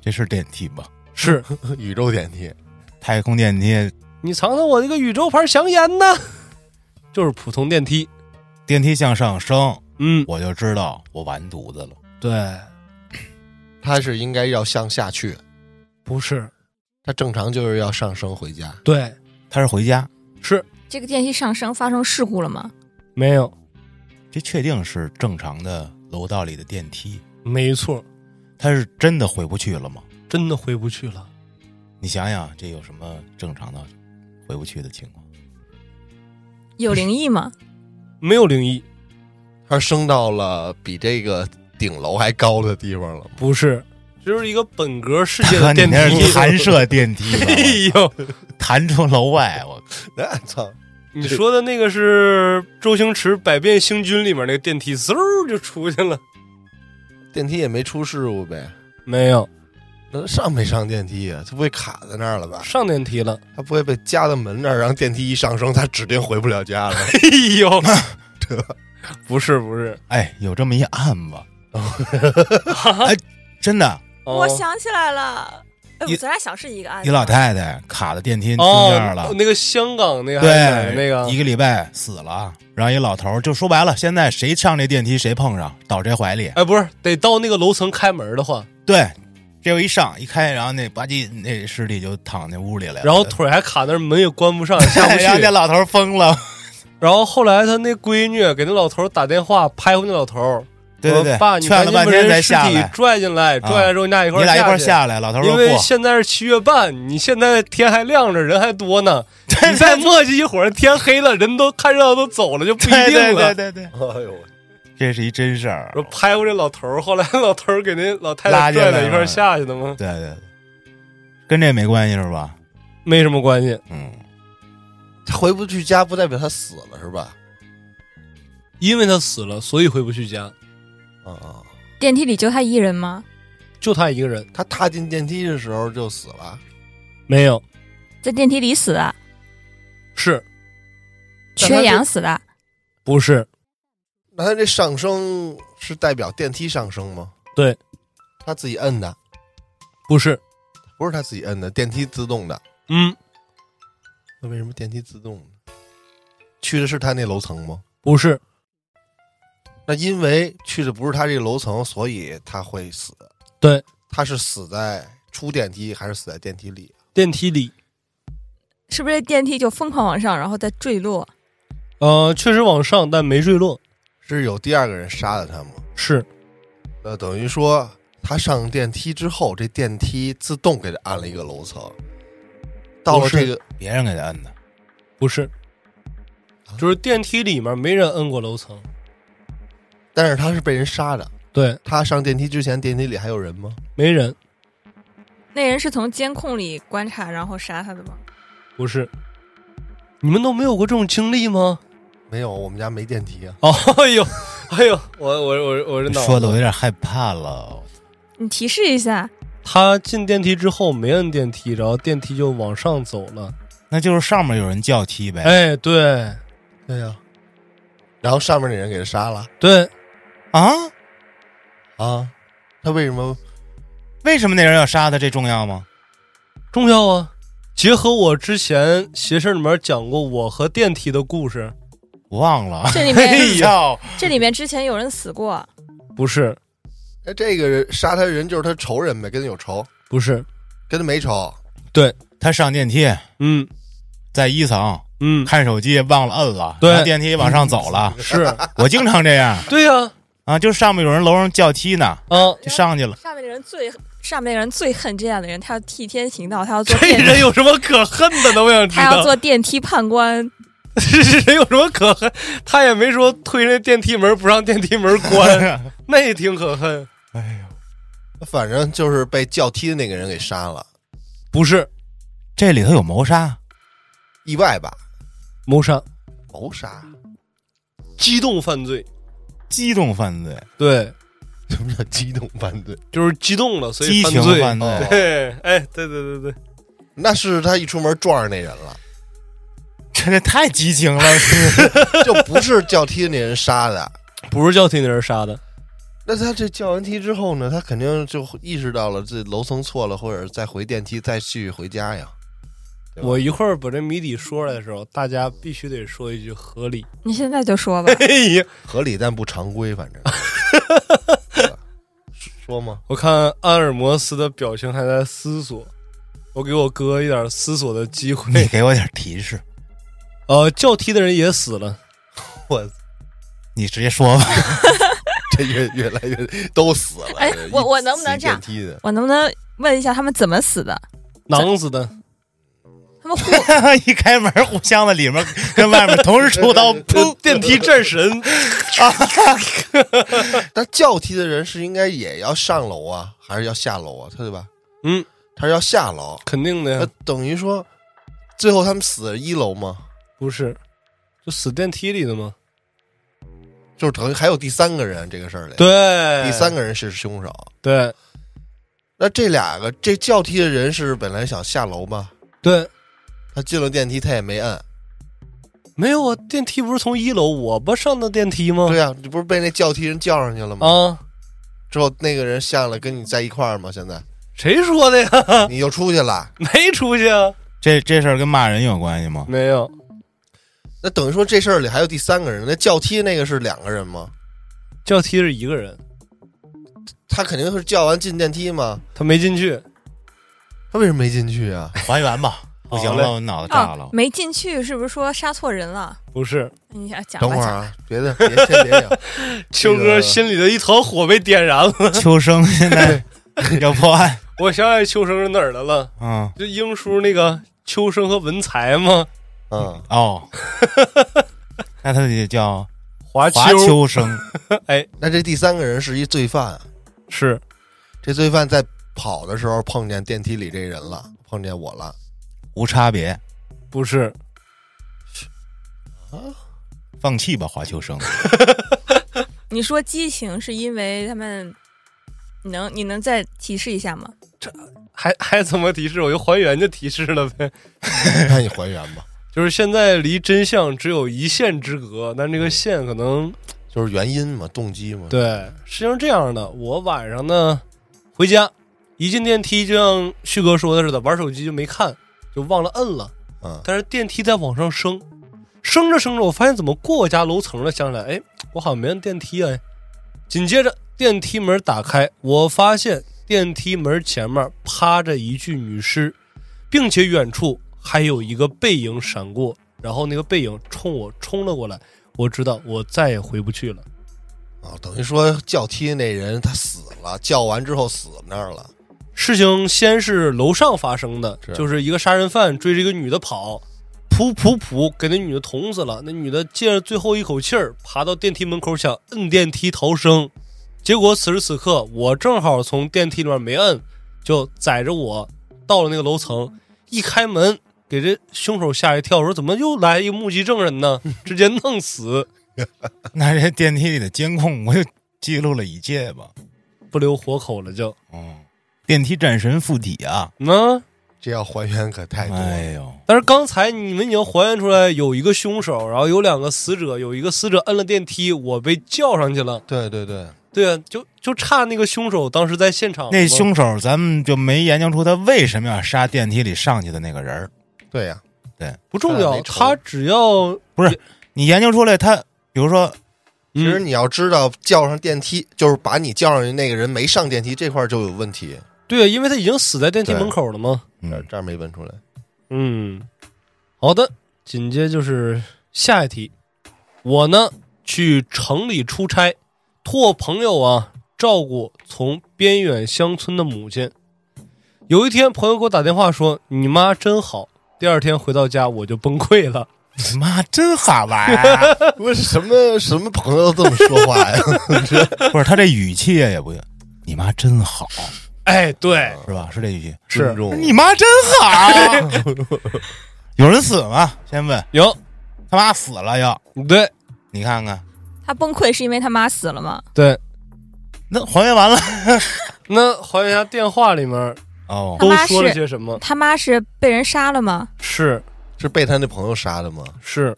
[SPEAKER 5] 这是电梯吧？
[SPEAKER 3] 是
[SPEAKER 2] 宇宙电梯
[SPEAKER 5] 太空电梯，
[SPEAKER 3] 你尝尝我这个宇宙牌香烟呢， 就是普通电梯。
[SPEAKER 5] 电梯向上升，
[SPEAKER 3] 嗯，
[SPEAKER 5] 我就知道我完犊子了。
[SPEAKER 3] 对，
[SPEAKER 2] 他是应该要向下去，
[SPEAKER 3] 不是，
[SPEAKER 2] 他正常就是要上升回家。
[SPEAKER 3] 对，
[SPEAKER 5] 他是回家，
[SPEAKER 3] 是
[SPEAKER 4] 这个电梯上升发生事故了吗？
[SPEAKER 3] 没有，
[SPEAKER 5] 这确定是正常的楼道里的电梯。
[SPEAKER 3] 没错，
[SPEAKER 5] 他是真的回不去了吗？
[SPEAKER 3] 真的回不去了。
[SPEAKER 5] 你想想，这有什么正常的回不去的情况？
[SPEAKER 4] 有灵异吗？
[SPEAKER 3] 没有灵异，
[SPEAKER 2] 他升到了比这个顶楼还高的地方了。
[SPEAKER 3] 不是，就是一个本格世界
[SPEAKER 5] 哥
[SPEAKER 3] 的
[SPEAKER 5] 你
[SPEAKER 3] 电
[SPEAKER 5] 那
[SPEAKER 3] 梯
[SPEAKER 5] 是弹。 射电梯吧，
[SPEAKER 3] 哎 呦，
[SPEAKER 5] 弹出楼外，我
[SPEAKER 2] 那操，
[SPEAKER 3] 你说的那个是周星驰《百变星君》里面那个电梯，嗖儿就出去了。
[SPEAKER 2] 电梯也没出事故呗？
[SPEAKER 3] 没有
[SPEAKER 2] 那他上没上电梯啊？他不会卡在那儿了吧？
[SPEAKER 3] 上电 梯了，
[SPEAKER 2] 他不会被夹到门那儿，让电梯一上升，他指定回不了 家了。
[SPEAKER 3] 哎 呦，不是不是，
[SPEAKER 5] 哎，有这么一案子，哎，真的，
[SPEAKER 3] 哦
[SPEAKER 4] 我想起来了，哎，
[SPEAKER 5] 一
[SPEAKER 4] 我咱俩想是一个案
[SPEAKER 5] 一
[SPEAKER 4] 子，
[SPEAKER 5] 老太太卡在电梯中间了
[SPEAKER 3] 哦，，那个香港那个还
[SPEAKER 5] 对
[SPEAKER 3] 是，哪个那
[SPEAKER 5] 一个
[SPEAKER 3] 个
[SPEAKER 5] 礼拜死了，然后一老头儿就说白了，现在谁上这电梯谁碰上倒谁怀里。
[SPEAKER 3] 哎，不是得到那个楼层开门的话，
[SPEAKER 5] 对，这又一上一开，然后那吧唧那尸体就躺那屋里了，
[SPEAKER 3] 然后腿还卡那儿，门也关不上，也下不
[SPEAKER 5] 然哎后那
[SPEAKER 3] 去。
[SPEAKER 5] 老头儿疯了，
[SPEAKER 3] 然后后来他那闺女给那老头儿打电话拍回那老头儿，
[SPEAKER 5] 对对
[SPEAKER 3] 说
[SPEAKER 5] 对，
[SPEAKER 3] 爸，你
[SPEAKER 5] 劝
[SPEAKER 3] 赶
[SPEAKER 5] 了
[SPEAKER 3] 紧
[SPEAKER 5] 半
[SPEAKER 3] 把
[SPEAKER 5] 天才
[SPEAKER 3] 人尸
[SPEAKER 5] 下
[SPEAKER 3] 体
[SPEAKER 5] 来，
[SPEAKER 3] 拽进来，
[SPEAKER 5] 啊
[SPEAKER 3] 拽来之后你俩一
[SPEAKER 5] 你
[SPEAKER 3] 块儿
[SPEAKER 5] 俩一块儿
[SPEAKER 3] 去
[SPEAKER 5] 下来，老头儿
[SPEAKER 3] 因
[SPEAKER 5] 说
[SPEAKER 3] 为
[SPEAKER 5] 不，
[SPEAKER 3] 现在是七月半，你现在天还亮着，人还 多呢。你再磨叽一会儿，天黑了，人都看热闹都走了，就不一
[SPEAKER 5] 对
[SPEAKER 3] 定
[SPEAKER 5] 对对
[SPEAKER 3] 了。
[SPEAKER 5] 对对，
[SPEAKER 2] 哎呦，
[SPEAKER 5] 这是一真事儿，
[SPEAKER 3] 说拍过这老头儿，后来老头儿给那老太
[SPEAKER 5] 拉
[SPEAKER 3] 太
[SPEAKER 5] 进
[SPEAKER 3] 拽
[SPEAKER 5] 来
[SPEAKER 3] 到一块
[SPEAKER 5] 了
[SPEAKER 3] 儿下去的吗？
[SPEAKER 5] 对对，对跟这没关系是吧？
[SPEAKER 3] 没什么关系，
[SPEAKER 5] 嗯，
[SPEAKER 2] 他回不去家不代表他死了是吧？
[SPEAKER 3] 因为他死了，所以回不去家，
[SPEAKER 2] 啊啊！
[SPEAKER 4] 电梯里就他一人吗？
[SPEAKER 3] 就他一个人，
[SPEAKER 2] 他踏进电梯的时候就死了，
[SPEAKER 3] 没有，
[SPEAKER 4] 在电梯里死的，
[SPEAKER 3] 是但他
[SPEAKER 4] 缺
[SPEAKER 3] 这
[SPEAKER 4] 氧死的，
[SPEAKER 3] 不是？
[SPEAKER 2] 那他这上升是代表电梯上升吗？
[SPEAKER 3] 对，
[SPEAKER 2] 他自己摁的，
[SPEAKER 3] 不是，
[SPEAKER 2] 不是他自己摁的，电梯自动的。
[SPEAKER 3] 嗯，
[SPEAKER 2] 那为什么电梯自动呢？去的是他那楼层吗？
[SPEAKER 3] 不是，
[SPEAKER 2] 那因为去的不是他这个楼层，所以他会死。
[SPEAKER 3] 对，
[SPEAKER 2] 他是死在出电梯还是死在电梯里？
[SPEAKER 3] 电梯里，
[SPEAKER 4] 是不是这电梯就疯狂往上，然后再坠落？
[SPEAKER 3] 呃，确实往上，但没坠落，
[SPEAKER 2] 是有第二个人杀了他吗？
[SPEAKER 3] 是
[SPEAKER 2] 那等于说他上电梯之后，这电梯自动给他按了一个楼层，到了这个
[SPEAKER 5] 别人给他摁的，
[SPEAKER 3] 不是？就是电梯里面没人摁过楼层，
[SPEAKER 2] 但是他是被人杀的。
[SPEAKER 3] 对，
[SPEAKER 2] 他上电梯之前，电梯里还有人吗？
[SPEAKER 3] 没人，
[SPEAKER 4] 那人是从监控里观察然后杀他的吗？
[SPEAKER 3] 不是。你们都没有过这种经历吗？
[SPEAKER 2] 没有，我们家没电梯啊。
[SPEAKER 3] 哦， 哎呦，哎呦，我我我我这脑子
[SPEAKER 5] 说的我有点害怕了。
[SPEAKER 4] 你提示一下，
[SPEAKER 3] 他进电梯之后没摁电梯，然后电梯就往上走了。
[SPEAKER 5] 那就是上面有人叫梯呗。
[SPEAKER 3] 哎，对
[SPEAKER 2] 对呀、然后上面那人给他杀了
[SPEAKER 3] 对，
[SPEAKER 5] 啊，
[SPEAKER 2] 啊。他为什么？
[SPEAKER 5] 为什么那人要杀他？这重要吗？
[SPEAKER 3] 重要啊！结合我之前邪事儿里面讲过我和电梯的故事，
[SPEAKER 5] 我忘 了。
[SPEAKER 4] 这里
[SPEAKER 5] 哎
[SPEAKER 4] 面
[SPEAKER 5] 呦，
[SPEAKER 4] 这里面之前有人死过，
[SPEAKER 3] 不是
[SPEAKER 2] 那哎这个人杀他的人就是他仇人呗，跟他有仇，
[SPEAKER 3] 不是，
[SPEAKER 2] 跟他没仇。
[SPEAKER 5] 他上电梯，
[SPEAKER 3] 嗯
[SPEAKER 5] 在一层
[SPEAKER 3] 嗯，
[SPEAKER 5] 看手机，忘了摁了，
[SPEAKER 3] 对
[SPEAKER 5] 然后电梯往上走 了。
[SPEAKER 3] 是
[SPEAKER 5] 我经常这样
[SPEAKER 3] 对呀啊
[SPEAKER 5] 啊，就上面有人楼上叫梯呢，就上去了。
[SPEAKER 4] 上面的人最上面的人最恨这样的人，他要替天行道，他要做
[SPEAKER 3] 这
[SPEAKER 4] 电
[SPEAKER 3] 人有什么可恨的呢？我想知
[SPEAKER 4] 他要
[SPEAKER 3] 道，
[SPEAKER 4] 做电梯判官。
[SPEAKER 3] 这人有什么可恨？他也没说推人电梯门不让电梯门 关，那也挺可恨。
[SPEAKER 2] 反正就是被叫梯的那个人给杀了，
[SPEAKER 3] 不是
[SPEAKER 5] 这里头有谋杀，
[SPEAKER 2] 意外吧？
[SPEAKER 3] 谋杀，
[SPEAKER 2] 谋 杀？
[SPEAKER 3] 机动犯罪，
[SPEAKER 5] 机动犯罪，
[SPEAKER 3] 对，
[SPEAKER 2] 什么叫机动犯罪？
[SPEAKER 3] 就是激动了，所以
[SPEAKER 5] 激
[SPEAKER 3] 犯
[SPEAKER 5] 情
[SPEAKER 3] 罪。
[SPEAKER 5] 犯罪。
[SPEAKER 2] 哦
[SPEAKER 3] 对， 哎，对对对对，
[SPEAKER 2] 那是他一出门撞上那人 了，
[SPEAKER 5] 这这太激情了，
[SPEAKER 2] 就不是叫梯的那人杀的。
[SPEAKER 3] 不是叫替那人杀的，
[SPEAKER 2] 那他这叫完梯之后呢，他肯定就意识到了这楼层错了，或者再回电梯再继续回家 呀。对吧
[SPEAKER 3] 我一会儿把这谜底说出来的时候，大家必须得说一句合理。
[SPEAKER 4] 你现在就说吧，
[SPEAKER 3] 哎呀，
[SPEAKER 2] 合理但不常规，反 正。是说吗？
[SPEAKER 3] 我看安尔摩斯的表情还在思索，我给我哥一点思索的机 会。
[SPEAKER 5] 你给我点提示，
[SPEAKER 3] 呃，叫梯的人也死了，
[SPEAKER 5] 你直接说吧。
[SPEAKER 2] 这越越来越都死了。
[SPEAKER 4] 哎
[SPEAKER 2] 这 一
[SPEAKER 4] 我我能不能
[SPEAKER 2] 一
[SPEAKER 4] 这样
[SPEAKER 2] 电梯的
[SPEAKER 4] 我能不能问一下他们怎么死的？
[SPEAKER 3] 囊死的。
[SPEAKER 4] 他们互啊
[SPEAKER 5] 一开门，互相的里面跟外面同时出 刀，
[SPEAKER 3] 就
[SPEAKER 5] 噗！
[SPEAKER 3] 电梯战神，
[SPEAKER 2] 那叫梯的人是应该也要上楼啊，还是要下楼啊？对吧？
[SPEAKER 3] 嗯，
[SPEAKER 2] 他是要下楼，
[SPEAKER 3] 肯定的
[SPEAKER 2] 那
[SPEAKER 3] 呀，
[SPEAKER 2] 等于说最后他们死一楼吗？
[SPEAKER 3] 不是，就死电梯里的吗？
[SPEAKER 2] 就是等于还有第三个人啊这个事儿里，
[SPEAKER 3] 对，
[SPEAKER 2] 第三个人是凶手。
[SPEAKER 3] 对
[SPEAKER 2] 那这俩个这叫梯的人是本来想下楼吧？
[SPEAKER 3] 对，
[SPEAKER 2] 他进了电梯，他也没摁。
[SPEAKER 3] 没有啊，电梯不是从一楼，我不上的电梯吗
[SPEAKER 2] 对？呀、你不是被那叫梯人叫上去了吗？
[SPEAKER 3] 啊，
[SPEAKER 2] 之后那个人下来跟你在一块儿吗？现在
[SPEAKER 3] 谁说的呀？
[SPEAKER 2] 你又出去了，
[SPEAKER 3] 没出去啊？
[SPEAKER 5] 这这事儿跟骂人有关系吗？
[SPEAKER 3] 没有，
[SPEAKER 2] 那等于说这事儿里还有第三个人。那叫梯那个是两个人吗？
[SPEAKER 3] 叫梯是一个人，
[SPEAKER 2] 他肯定是叫完进电梯吗？
[SPEAKER 3] 他没进去，
[SPEAKER 2] 他为什么没进去啊？
[SPEAKER 5] 还原吧，不行
[SPEAKER 3] 好嘞
[SPEAKER 5] 了，我脑子炸了
[SPEAKER 4] 哦。没进去，是不是说杀错人了？
[SPEAKER 3] 不是
[SPEAKER 4] 你想讲吧
[SPEAKER 2] 等会儿
[SPEAKER 4] 讲吧
[SPEAKER 2] 啊，别的别先别讲，
[SPEAKER 3] 秋哥心里的一团火被点燃了。
[SPEAKER 5] 秋生现在要破 案，
[SPEAKER 3] 我想想秋生是哪儿的了？
[SPEAKER 5] 嗯，
[SPEAKER 3] 就英叔那个秋生和文才吗？
[SPEAKER 2] 嗯，
[SPEAKER 5] 哦，那他得叫
[SPEAKER 3] 华
[SPEAKER 5] 华秋生，
[SPEAKER 2] 那这第三个人是一罪犯，啊
[SPEAKER 3] 是
[SPEAKER 2] 这罪犯在跑的时候碰见电梯里这人了，碰见我了。
[SPEAKER 5] 无差别。
[SPEAKER 3] 不是？
[SPEAKER 5] 放弃吧，华秋 生。
[SPEAKER 4] 你说激情是因为他们，你能你能再提示一下吗？
[SPEAKER 3] 还还怎么提示？我就还原就提示了呗。
[SPEAKER 2] 那你还原吧，
[SPEAKER 3] 就是现在离真相只有一线之隔，但这个线可能
[SPEAKER 2] 就是原因嘛，动机嘛。
[SPEAKER 3] 对，事情是这样的，我晚上呢回家，一进电梯就像旭哥说的似的，玩手机就没看，就忘了摁了。
[SPEAKER 2] 嗯，
[SPEAKER 3] 但是电梯在往上升，升着升着，我发现怎么过我家楼层了，想起来，哎，我好像没按电梯哎。紧接着电梯门打开，我发现电梯门前面趴着一具女尸，并且远处还有一个背影闪过，然后那个背影冲我冲了过来，我知道我再也回不去了。
[SPEAKER 2] 啊，等于说叫梯那人他死了，叫完之后死那儿了。
[SPEAKER 3] 事情先是楼上发生的，
[SPEAKER 2] 是
[SPEAKER 3] 就是一个杀人犯追着一个女的跑，噗噗噗，给那女的捅死了。那女的借着最后一口气儿爬到电梯门口，想摁电梯逃生，结果此时此刻我正好从电梯里面没摁，就载着我到了那个楼层，一开门给这凶手吓一跳，说怎么又来一个目击证人呢？直接弄死，
[SPEAKER 5] 那这电梯里的监控，我就记录了一切吧。
[SPEAKER 3] 不留活口了就。
[SPEAKER 5] 嗯，电梯战神附体啊！
[SPEAKER 3] 嗯，
[SPEAKER 2] 这要还原可太多了。
[SPEAKER 5] 哎呦，
[SPEAKER 3] 但是刚才你们已经还原出来有一个凶手，然后有两个死者，有一个死者摁了电梯，我被叫上去了。
[SPEAKER 2] 对对对，
[SPEAKER 3] 对啊，就就差那个凶手当时在现场了吗。
[SPEAKER 5] 那凶手咱们就没研究出他为什么要杀电梯里上去的那个人儿。
[SPEAKER 2] 对呀、
[SPEAKER 3] 不重
[SPEAKER 2] 他
[SPEAKER 3] 要，
[SPEAKER 2] 没仇
[SPEAKER 3] 他只要嗯
[SPEAKER 5] 你研究出来他，比如说
[SPEAKER 2] 其实
[SPEAKER 3] 嗯
[SPEAKER 2] 你要知道，叫上电梯就是把你叫上去那个人没上电梯这块儿就有问题，
[SPEAKER 3] 对啊，因为他已经死在电梯
[SPEAKER 2] 对
[SPEAKER 3] 门口了嘛。
[SPEAKER 2] 这
[SPEAKER 5] 嗯，
[SPEAKER 2] 这儿没问出 来。
[SPEAKER 3] 嗯，好的，紧接就是下一题。我呢去城里出差，托朋友啊照顾从边远乡村的母亲。有一天，朋友给我打电话说：“你妈真好。”第二天回到家，我就崩溃了。
[SPEAKER 5] 你妈真好玩、啊。
[SPEAKER 2] 为什么什么朋友这么说话 呀？
[SPEAKER 5] 不是他这语气啊也不行，你妈真好，
[SPEAKER 3] 哎，对，
[SPEAKER 5] 是吧？是这语气。
[SPEAKER 2] 尊重
[SPEAKER 5] 你妈真好。 有人死吗？先问
[SPEAKER 3] 有
[SPEAKER 5] 他妈死了要，
[SPEAKER 3] 对
[SPEAKER 5] 你看看，
[SPEAKER 4] 他崩溃是因为他妈死了吗？
[SPEAKER 3] 对。
[SPEAKER 5] 那还原完了
[SPEAKER 3] 那还原一下电话里面
[SPEAKER 5] 哦，
[SPEAKER 3] 都
[SPEAKER 4] 他妈
[SPEAKER 3] 说了
[SPEAKER 4] 是
[SPEAKER 3] 些什么？
[SPEAKER 4] 他妈是被人杀了吗？
[SPEAKER 3] 是
[SPEAKER 2] 是被他那朋友杀的吗？
[SPEAKER 3] 是。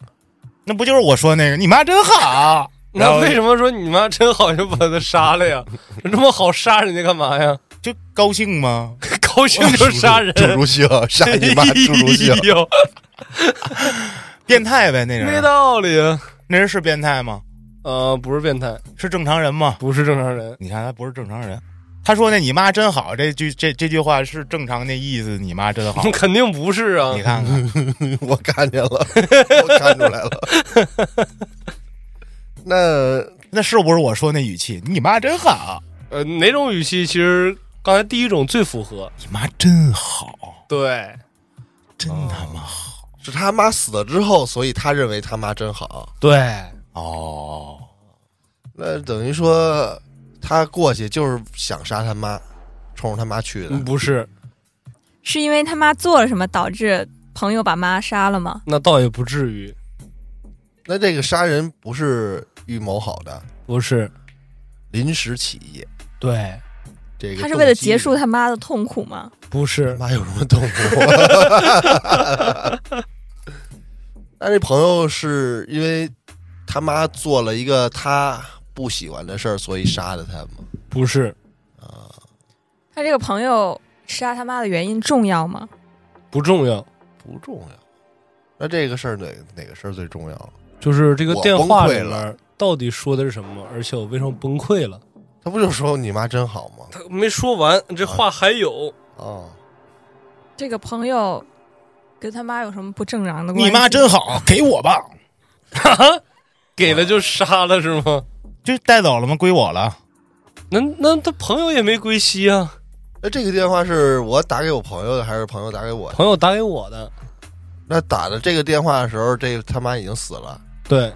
[SPEAKER 5] 那不就是我说那个你妈真好？然
[SPEAKER 3] 那
[SPEAKER 5] 后
[SPEAKER 3] 为什么说你妈真好就把他杀了 呀？这么好杀人家干嘛呀？
[SPEAKER 5] 就高兴吗？
[SPEAKER 3] 高兴 就杀人，，
[SPEAKER 2] 朱如秀杀你妈朱如秀
[SPEAKER 3] 有
[SPEAKER 5] 变态呗，那
[SPEAKER 3] 没
[SPEAKER 5] 人，
[SPEAKER 3] 道理。啊
[SPEAKER 5] 那人是变态吗？
[SPEAKER 3] 呃，不是变态，
[SPEAKER 5] 是正常人吗？
[SPEAKER 3] 不是正常人。。
[SPEAKER 5] 你看他不是正常人。他说那你妈真好这句这这句话是正常的意思，你妈真好
[SPEAKER 3] 肯定不是啊
[SPEAKER 5] 你！看看，
[SPEAKER 2] 我看见了，我看出来了。 那
[SPEAKER 5] 那是不是我说那语气？你妈真好，
[SPEAKER 3] 呃，哪种语气其实刚才第一种最符合。
[SPEAKER 5] 你妈真好，
[SPEAKER 3] 对，
[SPEAKER 5] 真他妈好
[SPEAKER 2] 是他妈死了之后，所以他认为他妈真好。
[SPEAKER 3] 对，
[SPEAKER 5] 哦！
[SPEAKER 2] 那等于说他过去就是想杀他妈，冲着他妈去的。
[SPEAKER 3] 不是，
[SPEAKER 4] 是因为他妈做了什么导致朋友把妈杀了吗？
[SPEAKER 3] 那倒也不至于，
[SPEAKER 2] 那这个杀人不是预谋好的，
[SPEAKER 3] 不是。
[SPEAKER 2] 临时起意。
[SPEAKER 3] 对，
[SPEAKER 2] 这个
[SPEAKER 4] 他是为了
[SPEAKER 2] 动机
[SPEAKER 4] 结束他妈的痛苦吗？
[SPEAKER 3] 不
[SPEAKER 2] 他
[SPEAKER 3] 是，
[SPEAKER 2] 妈有什么痛苦？ 那这朋友是因为他妈做了一个他不喜欢的事儿，所以杀的他吗？
[SPEAKER 3] 不是，
[SPEAKER 2] 啊
[SPEAKER 4] 他这个朋友杀他妈的原因重要吗？
[SPEAKER 3] 不重要。
[SPEAKER 2] 不重要。那这个事儿哪哪个事儿最重要？
[SPEAKER 3] 就是这个
[SPEAKER 2] 我
[SPEAKER 3] 电话里
[SPEAKER 2] 崩溃
[SPEAKER 3] 面
[SPEAKER 2] 了
[SPEAKER 3] 到底说的是什么？而且我为什么崩溃了？
[SPEAKER 2] 他不就说你妈真好吗？
[SPEAKER 3] 他呃没说完，这话还有。
[SPEAKER 2] 哦，
[SPEAKER 4] 这个朋友跟他妈有什么不正常的关系？
[SPEAKER 5] 你妈真好，给我吧，
[SPEAKER 3] 给了就杀了是吗？
[SPEAKER 5] 就带走了吗？归我了。
[SPEAKER 3] 那那他朋友也没归西啊，
[SPEAKER 2] 那这个电话是我打给我朋友的，还是朋友打给我的？
[SPEAKER 3] 朋友打给我的。
[SPEAKER 2] 那打的这个电话的时候，这他妈已经死了，
[SPEAKER 3] 对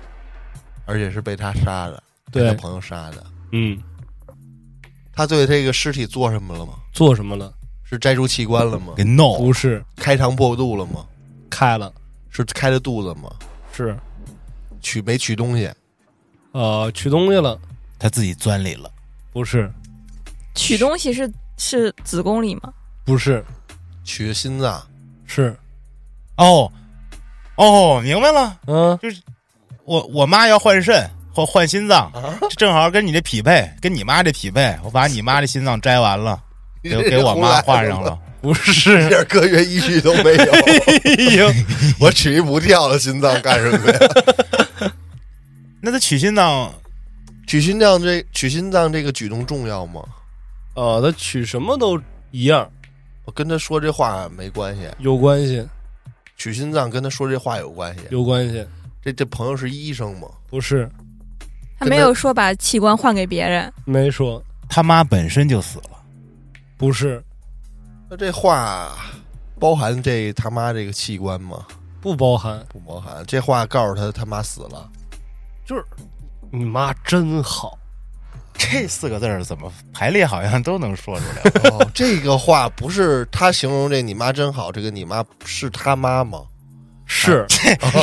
[SPEAKER 2] 而且是被他杀的，被他
[SPEAKER 3] 对，
[SPEAKER 2] 朋友杀的。
[SPEAKER 3] 嗯，
[SPEAKER 2] 他对这个尸体做什么了吗？
[SPEAKER 3] 做什么了？
[SPEAKER 2] 是摘除器官了吗
[SPEAKER 5] 给？弄
[SPEAKER 3] 不是
[SPEAKER 2] 开肠破肚了吗？
[SPEAKER 3] 开了，
[SPEAKER 2] 是开了肚子吗？
[SPEAKER 3] 是
[SPEAKER 2] 取没取东西？
[SPEAKER 3] 呃，取东西了，
[SPEAKER 5] 他自己钻里了。
[SPEAKER 3] 不是，
[SPEAKER 4] 取东西是是子宫里吗？
[SPEAKER 3] 不是，
[SPEAKER 2] 取心脏？
[SPEAKER 3] 是，
[SPEAKER 5] 哦，哦，明白了，
[SPEAKER 3] 嗯，
[SPEAKER 5] 我我妈要换肾或换心脏，
[SPEAKER 2] 啊
[SPEAKER 5] 这正好跟你这匹配，跟你妈这匹配。我把你妈这心脏摘完 了，给给我妈换上，了。
[SPEAKER 3] 不
[SPEAKER 2] 一
[SPEAKER 3] 是，
[SPEAKER 2] 点科学依据都没有。 我取一不跳的心脏干什么呀？
[SPEAKER 5] 那他取心脏
[SPEAKER 2] 取心脏这取心脏这个举动重要吗？
[SPEAKER 3] 啊，他取什么都一样，
[SPEAKER 2] 我跟他说这话没关系，
[SPEAKER 3] 有关系，
[SPEAKER 2] 取心脏跟他说这话有关系。
[SPEAKER 3] 有关系，
[SPEAKER 2] 这这朋友是医生吗？
[SPEAKER 3] 不是，
[SPEAKER 4] 他没有说把器官换给别人，
[SPEAKER 3] 没说，
[SPEAKER 5] 他妈本身就死了，
[SPEAKER 3] 不是，
[SPEAKER 2] 那这话包含这他妈这个器官吗？
[SPEAKER 3] 不包含。
[SPEAKER 2] 不包含。这话告诉他他妈死了，
[SPEAKER 3] 你妈真好，
[SPEAKER 5] 这四个字儿怎么排列好像都能说出 来？
[SPEAKER 2] 哦、这个话不是他形容这你妈真好，这个你妈是他妈吗？
[SPEAKER 3] 是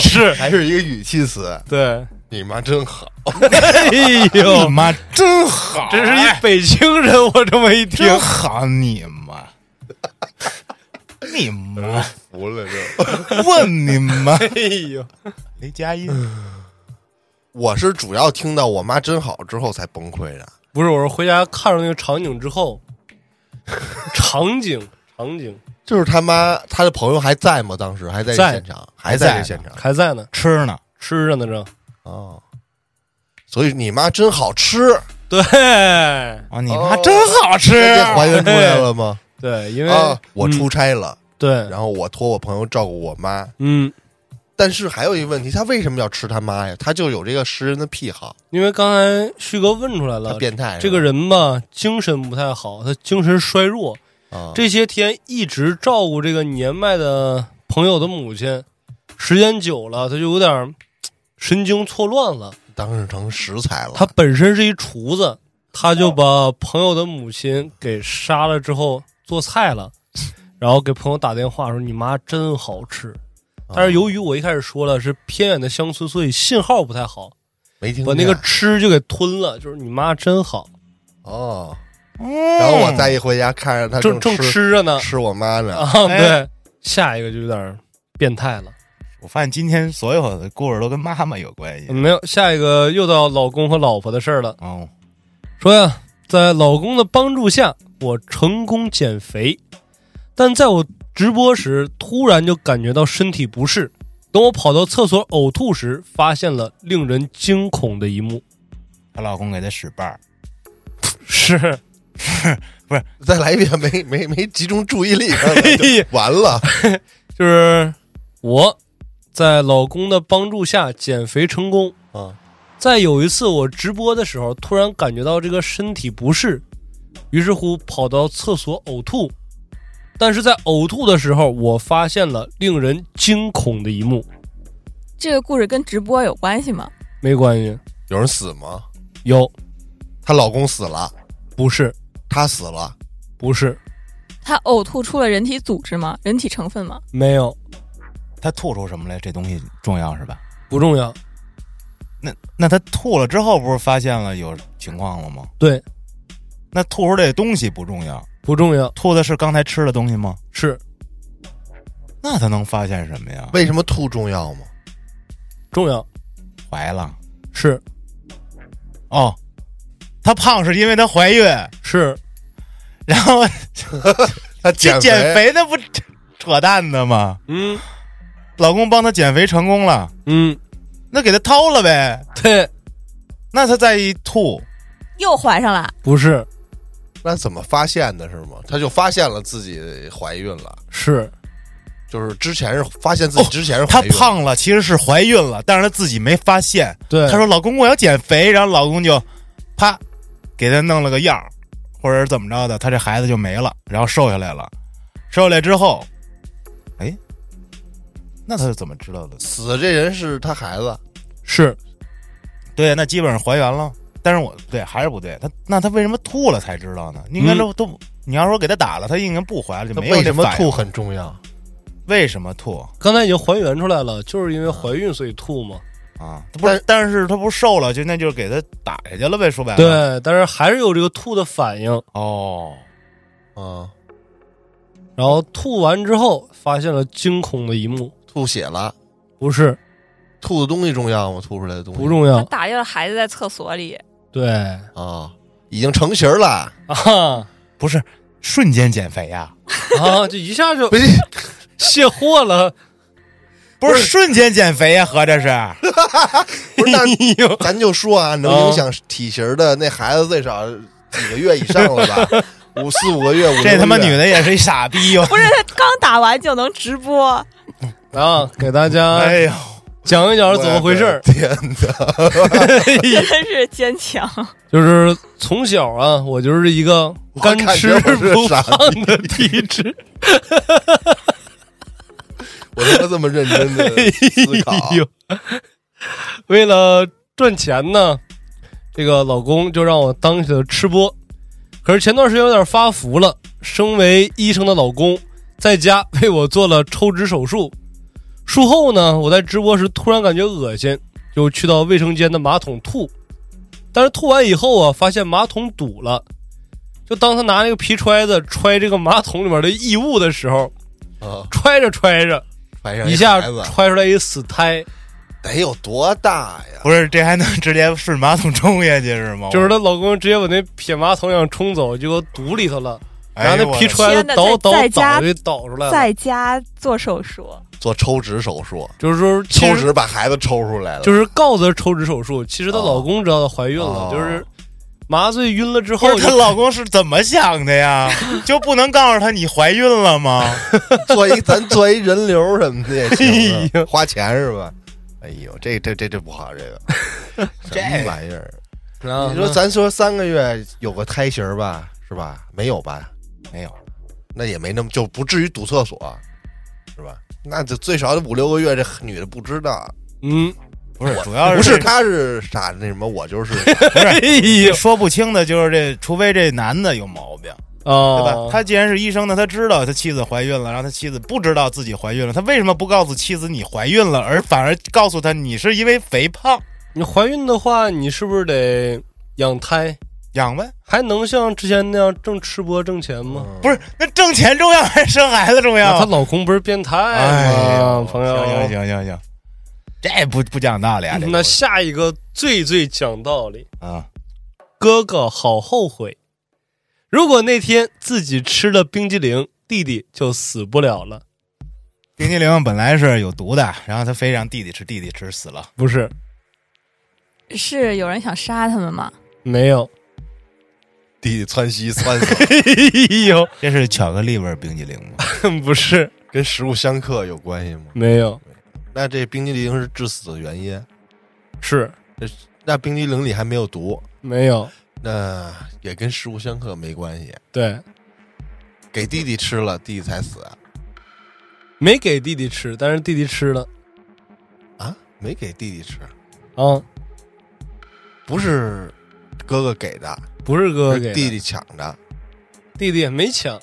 [SPEAKER 2] 是，还是一个语气词？
[SPEAKER 3] 对，
[SPEAKER 2] 你妈真好，
[SPEAKER 3] 哎
[SPEAKER 5] 你
[SPEAKER 3] 呦，
[SPEAKER 5] 妈真好，
[SPEAKER 3] 这是
[SPEAKER 5] 哎
[SPEAKER 3] 一北京人，我这么一听，
[SPEAKER 5] 真好，你妈， 你妈，
[SPEAKER 2] 服了就。
[SPEAKER 5] 问你妈，
[SPEAKER 3] 哎呦，
[SPEAKER 5] 雷佳音，
[SPEAKER 2] 我是主要听到我妈真好之后才崩溃的。
[SPEAKER 3] 不是，我是回家看着那个场景之 后，场景场景
[SPEAKER 2] 就是他妈，他的朋友还在吗？当时还在
[SPEAKER 3] 嗯
[SPEAKER 2] 这
[SPEAKER 3] 在
[SPEAKER 2] 现场，还
[SPEAKER 5] 在
[SPEAKER 2] 这
[SPEAKER 5] 呢
[SPEAKER 2] 现场
[SPEAKER 3] 还在呢，
[SPEAKER 5] 吃呢？
[SPEAKER 3] 吃着呢正。
[SPEAKER 2] 哦。所以你妈真好吃，
[SPEAKER 3] 对
[SPEAKER 5] 啊，你妈真好吃，啊
[SPEAKER 2] 这这还原出来了吗？
[SPEAKER 3] 对，啊 因为、嗯
[SPEAKER 2] 啊，我出差了，
[SPEAKER 3] 对，
[SPEAKER 2] 然后我托我朋友照顾我妈。
[SPEAKER 3] 嗯，
[SPEAKER 2] 但是还有一个问题，他为什么要吃他妈呀？他就有这个食人的癖好，
[SPEAKER 3] 因为刚才旭哥问出来
[SPEAKER 2] 他
[SPEAKER 3] 了，
[SPEAKER 2] 变态是吧。
[SPEAKER 3] 呃这个人吧，精神不太好，他精神衰弱，
[SPEAKER 2] 啊，
[SPEAKER 3] 这些天一直照顾这个年迈的朋友的母亲，时间久了，他就有点儿神经错乱了。
[SPEAKER 2] 当时成食材了。
[SPEAKER 3] 他本身是一厨子，他就
[SPEAKER 2] 哦
[SPEAKER 3] 把朋友的母亲给杀了之后做菜了，然后给朋友打电话说：“你妈真好吃。”
[SPEAKER 2] 哦啊
[SPEAKER 3] 但是由于我一开始说了是偏远的乡村，所以信号不太好，
[SPEAKER 2] 没听
[SPEAKER 3] 把那个
[SPEAKER 2] 见
[SPEAKER 3] 吃就给吞了，就是你妈真好。
[SPEAKER 2] 哦，
[SPEAKER 5] 嗯
[SPEAKER 2] 然后我再一回家，看着他
[SPEAKER 3] 正正
[SPEAKER 2] 吃
[SPEAKER 3] 吃着呢，
[SPEAKER 2] 吃我妈呢，
[SPEAKER 3] 啊，
[SPEAKER 5] 哎
[SPEAKER 3] 对，下一个就有点变态了。
[SPEAKER 5] 我发现今天所有的故事都跟妈妈有关系。
[SPEAKER 3] 没有，下一个又到老公和老婆的事儿了。
[SPEAKER 5] 哦，
[SPEAKER 3] 说呀，在老公的帮助下，我成功减肥，但在我直播时，突然就感觉到身体不适。等我跑到厕所呕吐时，发现了令人惊恐的一幕。
[SPEAKER 5] 她老公给她使绊儿，
[SPEAKER 3] 是，
[SPEAKER 2] 再来一遍，没 没没集中注意力，完了，
[SPEAKER 3] 就是我在老公的帮助下减肥成功。
[SPEAKER 2] 啊，
[SPEAKER 3] 在有一次我直播的时候，突然感觉到这个身体不适，于是乎跑到厕所呕吐。但是在呕吐的时候，我发现了令人惊恐的一幕。
[SPEAKER 4] 这个故事跟直播有关系吗？
[SPEAKER 3] 没关系，
[SPEAKER 2] 有人死吗？
[SPEAKER 3] 有
[SPEAKER 2] 她老公死了，
[SPEAKER 3] 不是
[SPEAKER 2] 她死了，
[SPEAKER 3] 不是
[SPEAKER 4] 他呕吐出了人体组织吗？人体成分吗？
[SPEAKER 3] 没有
[SPEAKER 5] 她吐出什么来？这东西重要是吧？
[SPEAKER 3] 不重要。
[SPEAKER 5] 那那她吐了之后，不是发现了有情况了吗？
[SPEAKER 3] 对，
[SPEAKER 5] 那吐出这东西不重要，
[SPEAKER 3] 不重要
[SPEAKER 5] 吐的是刚才吃的东西吗？
[SPEAKER 3] 是
[SPEAKER 5] 那她能发现什么呀？
[SPEAKER 2] 为什么吐重要吗？
[SPEAKER 3] 重要
[SPEAKER 5] 怀了
[SPEAKER 3] 是
[SPEAKER 5] 哦，她胖是因为她怀孕，
[SPEAKER 3] 是
[SPEAKER 5] 然后
[SPEAKER 2] 她
[SPEAKER 5] 这
[SPEAKER 2] 减
[SPEAKER 5] 减肥那不扯淡的吗？
[SPEAKER 3] 嗯
[SPEAKER 5] 老公帮她减肥成功了，
[SPEAKER 3] 嗯
[SPEAKER 5] 那给她掏了呗，
[SPEAKER 3] 对
[SPEAKER 5] 那她再一吐，
[SPEAKER 4] 又怀上了，
[SPEAKER 3] 不是
[SPEAKER 2] 那怎么发现的是吗？她就发现了自己怀孕了，
[SPEAKER 3] 是
[SPEAKER 2] 就是之前是发现自己
[SPEAKER 5] 哦
[SPEAKER 2] 之前是
[SPEAKER 5] 她
[SPEAKER 2] 怀孕，
[SPEAKER 5] 胖了，其实是怀孕了，但是她自己没发现。
[SPEAKER 3] 对
[SPEAKER 5] 她说：“老公，我要减肥。”然后老公就啪给她弄了个样儿，或者是怎么着的，她这孩子就没了，然后瘦下来了。瘦下来之后，哎，那她是怎么知道的？
[SPEAKER 2] 死的这人是她孩子，
[SPEAKER 3] 是
[SPEAKER 5] 对，那基本上还原了。但是我不对，还是不对。她那她为什么吐了才知道呢？应该都、都，你要说给她打了，她应该不怀了，就
[SPEAKER 2] 那
[SPEAKER 5] 没有
[SPEAKER 2] 为
[SPEAKER 5] 这
[SPEAKER 2] 什么
[SPEAKER 5] 反应
[SPEAKER 2] 吐？很重要？
[SPEAKER 5] 为什么吐？
[SPEAKER 3] 嗯刚才已经还原出来了，就是因为怀孕所以吐嘛。
[SPEAKER 1] 啊，不是，但是他不是瘦了，就那就是给他打下去了呗，说白了。，
[SPEAKER 3] 对，但是还是有这个吐的反应。
[SPEAKER 1] 哦，
[SPEAKER 2] 啊，
[SPEAKER 3] 然后吐完之后，发现了惊恐的一幕，
[SPEAKER 2] 吐血了，
[SPEAKER 3] 不是
[SPEAKER 2] 吐的东西重要吗？吐出来的东西
[SPEAKER 3] 不重
[SPEAKER 4] 他
[SPEAKER 3] 要，
[SPEAKER 4] 打掉了孩子在厕所里，
[SPEAKER 3] 对
[SPEAKER 2] 啊，已经成型了，
[SPEAKER 3] 啊
[SPEAKER 5] 不是瞬间减肥呀、
[SPEAKER 3] 啊，就一下就
[SPEAKER 2] 不是
[SPEAKER 3] 卸货了。
[SPEAKER 5] 不是瞬间减肥呀、合着是
[SPEAKER 2] 不是，那
[SPEAKER 3] 哎呦，
[SPEAKER 2] 咱就说啊，能影响体型的那孩子最少几个月以上 了吧？五四五个月，五六个月
[SPEAKER 5] 这他妈女的也是一傻逼哟、
[SPEAKER 4] 不是他刚打完就能直播，
[SPEAKER 3] 啊，给大家
[SPEAKER 5] 哎呦，
[SPEAKER 3] 讲一讲是怎么回事儿。
[SPEAKER 2] 我的天哪！
[SPEAKER 4] 真是坚强。
[SPEAKER 3] 就是从小啊，我就是一个干吃不胖的体质。
[SPEAKER 2] 我他妈这么认真的思 考，
[SPEAKER 3] 哎呦，为了赚钱呢，这个老公就让我当起了吃播。可是前段时间有点发福了，身为医生的老公在家为我做了抽脂手术。术后呢，我在直播时突然感觉恶心，就去到卫生间的马桶吐。但是吐完以后啊，发现马桶堵了。就当他拿那个皮揣子揣这个马桶里面的异物的时候，
[SPEAKER 2] 啊，
[SPEAKER 3] 揣着揣着，
[SPEAKER 2] 怀上
[SPEAKER 3] 一下
[SPEAKER 2] 孩子
[SPEAKER 3] 揣出来一死胎。
[SPEAKER 2] 得有多大呀？
[SPEAKER 5] 不是这还能直接顺马桶冲 下去是吗？
[SPEAKER 3] 就是她老公直接把那撇马桶想冲走，结果堵里头了，
[SPEAKER 5] 哎呦
[SPEAKER 3] 然后那皮揣
[SPEAKER 4] 天
[SPEAKER 3] 子
[SPEAKER 4] 哪
[SPEAKER 3] 倒
[SPEAKER 4] 在
[SPEAKER 3] 倒
[SPEAKER 4] 在家
[SPEAKER 3] 倒就倒出来了。
[SPEAKER 4] 在家做手术，
[SPEAKER 2] 做抽脂手术，
[SPEAKER 3] 就是说，其
[SPEAKER 2] 抽
[SPEAKER 3] 实
[SPEAKER 2] 脂把孩子抽出来了，
[SPEAKER 3] 就是告诉她抽脂手术，其实她
[SPEAKER 2] 哦
[SPEAKER 3] 老公知道她怀孕了，
[SPEAKER 2] 哦
[SPEAKER 3] 就是麻醉晕了之
[SPEAKER 5] 不
[SPEAKER 3] 后
[SPEAKER 5] 是她
[SPEAKER 3] 就
[SPEAKER 5] 老公是怎么想的呀？ 就不能告诉她你怀孕了吗？
[SPEAKER 2] 做一咱做一人流什么的也 行
[SPEAKER 3] 哎
[SPEAKER 2] 啊，花钱是吧？哎呦，这这这这不好，这个 什么玩意儿？
[SPEAKER 3] 然后
[SPEAKER 2] 你说咱说三个月有个胎型儿吧，是吧？没有吧？
[SPEAKER 5] 没有，
[SPEAKER 2] 那也没那么就不至于堵厕所，是吧？那就最少得五六个月，这女的不知道，
[SPEAKER 3] 嗯，
[SPEAKER 5] 不是，主要
[SPEAKER 2] 不
[SPEAKER 5] 是
[SPEAKER 2] 是她是傻那什么，我 就是
[SPEAKER 5] 不
[SPEAKER 3] 哎
[SPEAKER 5] 是
[SPEAKER 3] 呦
[SPEAKER 5] 说不清的，就是这，除非这男的有毛病，对吧？
[SPEAKER 3] 啊，
[SPEAKER 5] 他既然是医生呢，他知道他妻子怀孕了，然后他妻子不知道自己怀孕了，他为什么不告诉妻子你怀孕了，而反而告诉他你是因为肥胖
[SPEAKER 3] 你怀孕的话，你是不是得养胎？
[SPEAKER 5] 养呗？
[SPEAKER 3] 还能像之前那样正吃播挣钱
[SPEAKER 2] 哦
[SPEAKER 3] 吗？
[SPEAKER 2] 嗯
[SPEAKER 5] 不是，那挣钱重要还是生孩子重
[SPEAKER 3] 那她
[SPEAKER 5] 要？
[SPEAKER 3] 老公不是变态
[SPEAKER 5] 哎
[SPEAKER 3] 吗，朋
[SPEAKER 5] 行行
[SPEAKER 3] 友？
[SPEAKER 5] 行行行，这不不讲道理啊！这
[SPEAKER 3] 那
[SPEAKER 5] 不是
[SPEAKER 3] 下一个最最讲道理，
[SPEAKER 5] 啊，
[SPEAKER 3] 哥哥好后悔，如果那天自己吃了冰激凌，弟弟就死不了了。
[SPEAKER 5] 冰激凌本来是有毒的，然后他非让弟弟吃，弟弟吃死了。
[SPEAKER 3] 不是，
[SPEAKER 4] 是有人想杀他们吗？
[SPEAKER 3] 没有。
[SPEAKER 2] 弟弟窜稀窜死，
[SPEAKER 3] 哎呦，
[SPEAKER 5] 这是巧克力味儿冰激凌吗？
[SPEAKER 3] 不是，
[SPEAKER 2] 跟食物相克有关系吗？
[SPEAKER 3] 没有，
[SPEAKER 2] 那这冰激凌是致死的原因，
[SPEAKER 3] 是
[SPEAKER 2] 那冰激凌里还没有毒，
[SPEAKER 3] 没有。
[SPEAKER 2] 那也跟食物相克没关系。
[SPEAKER 3] 对，
[SPEAKER 2] 给弟弟吃了，弟弟才死啊
[SPEAKER 3] 没给弟弟吃，但是弟弟吃了
[SPEAKER 2] 啊？没给弟弟吃，
[SPEAKER 3] 啊，
[SPEAKER 2] 不是哥哥给的，
[SPEAKER 3] 不是哥哥给
[SPEAKER 2] 是
[SPEAKER 3] 的
[SPEAKER 2] 弟弟抢的，
[SPEAKER 3] 弟弟也没抢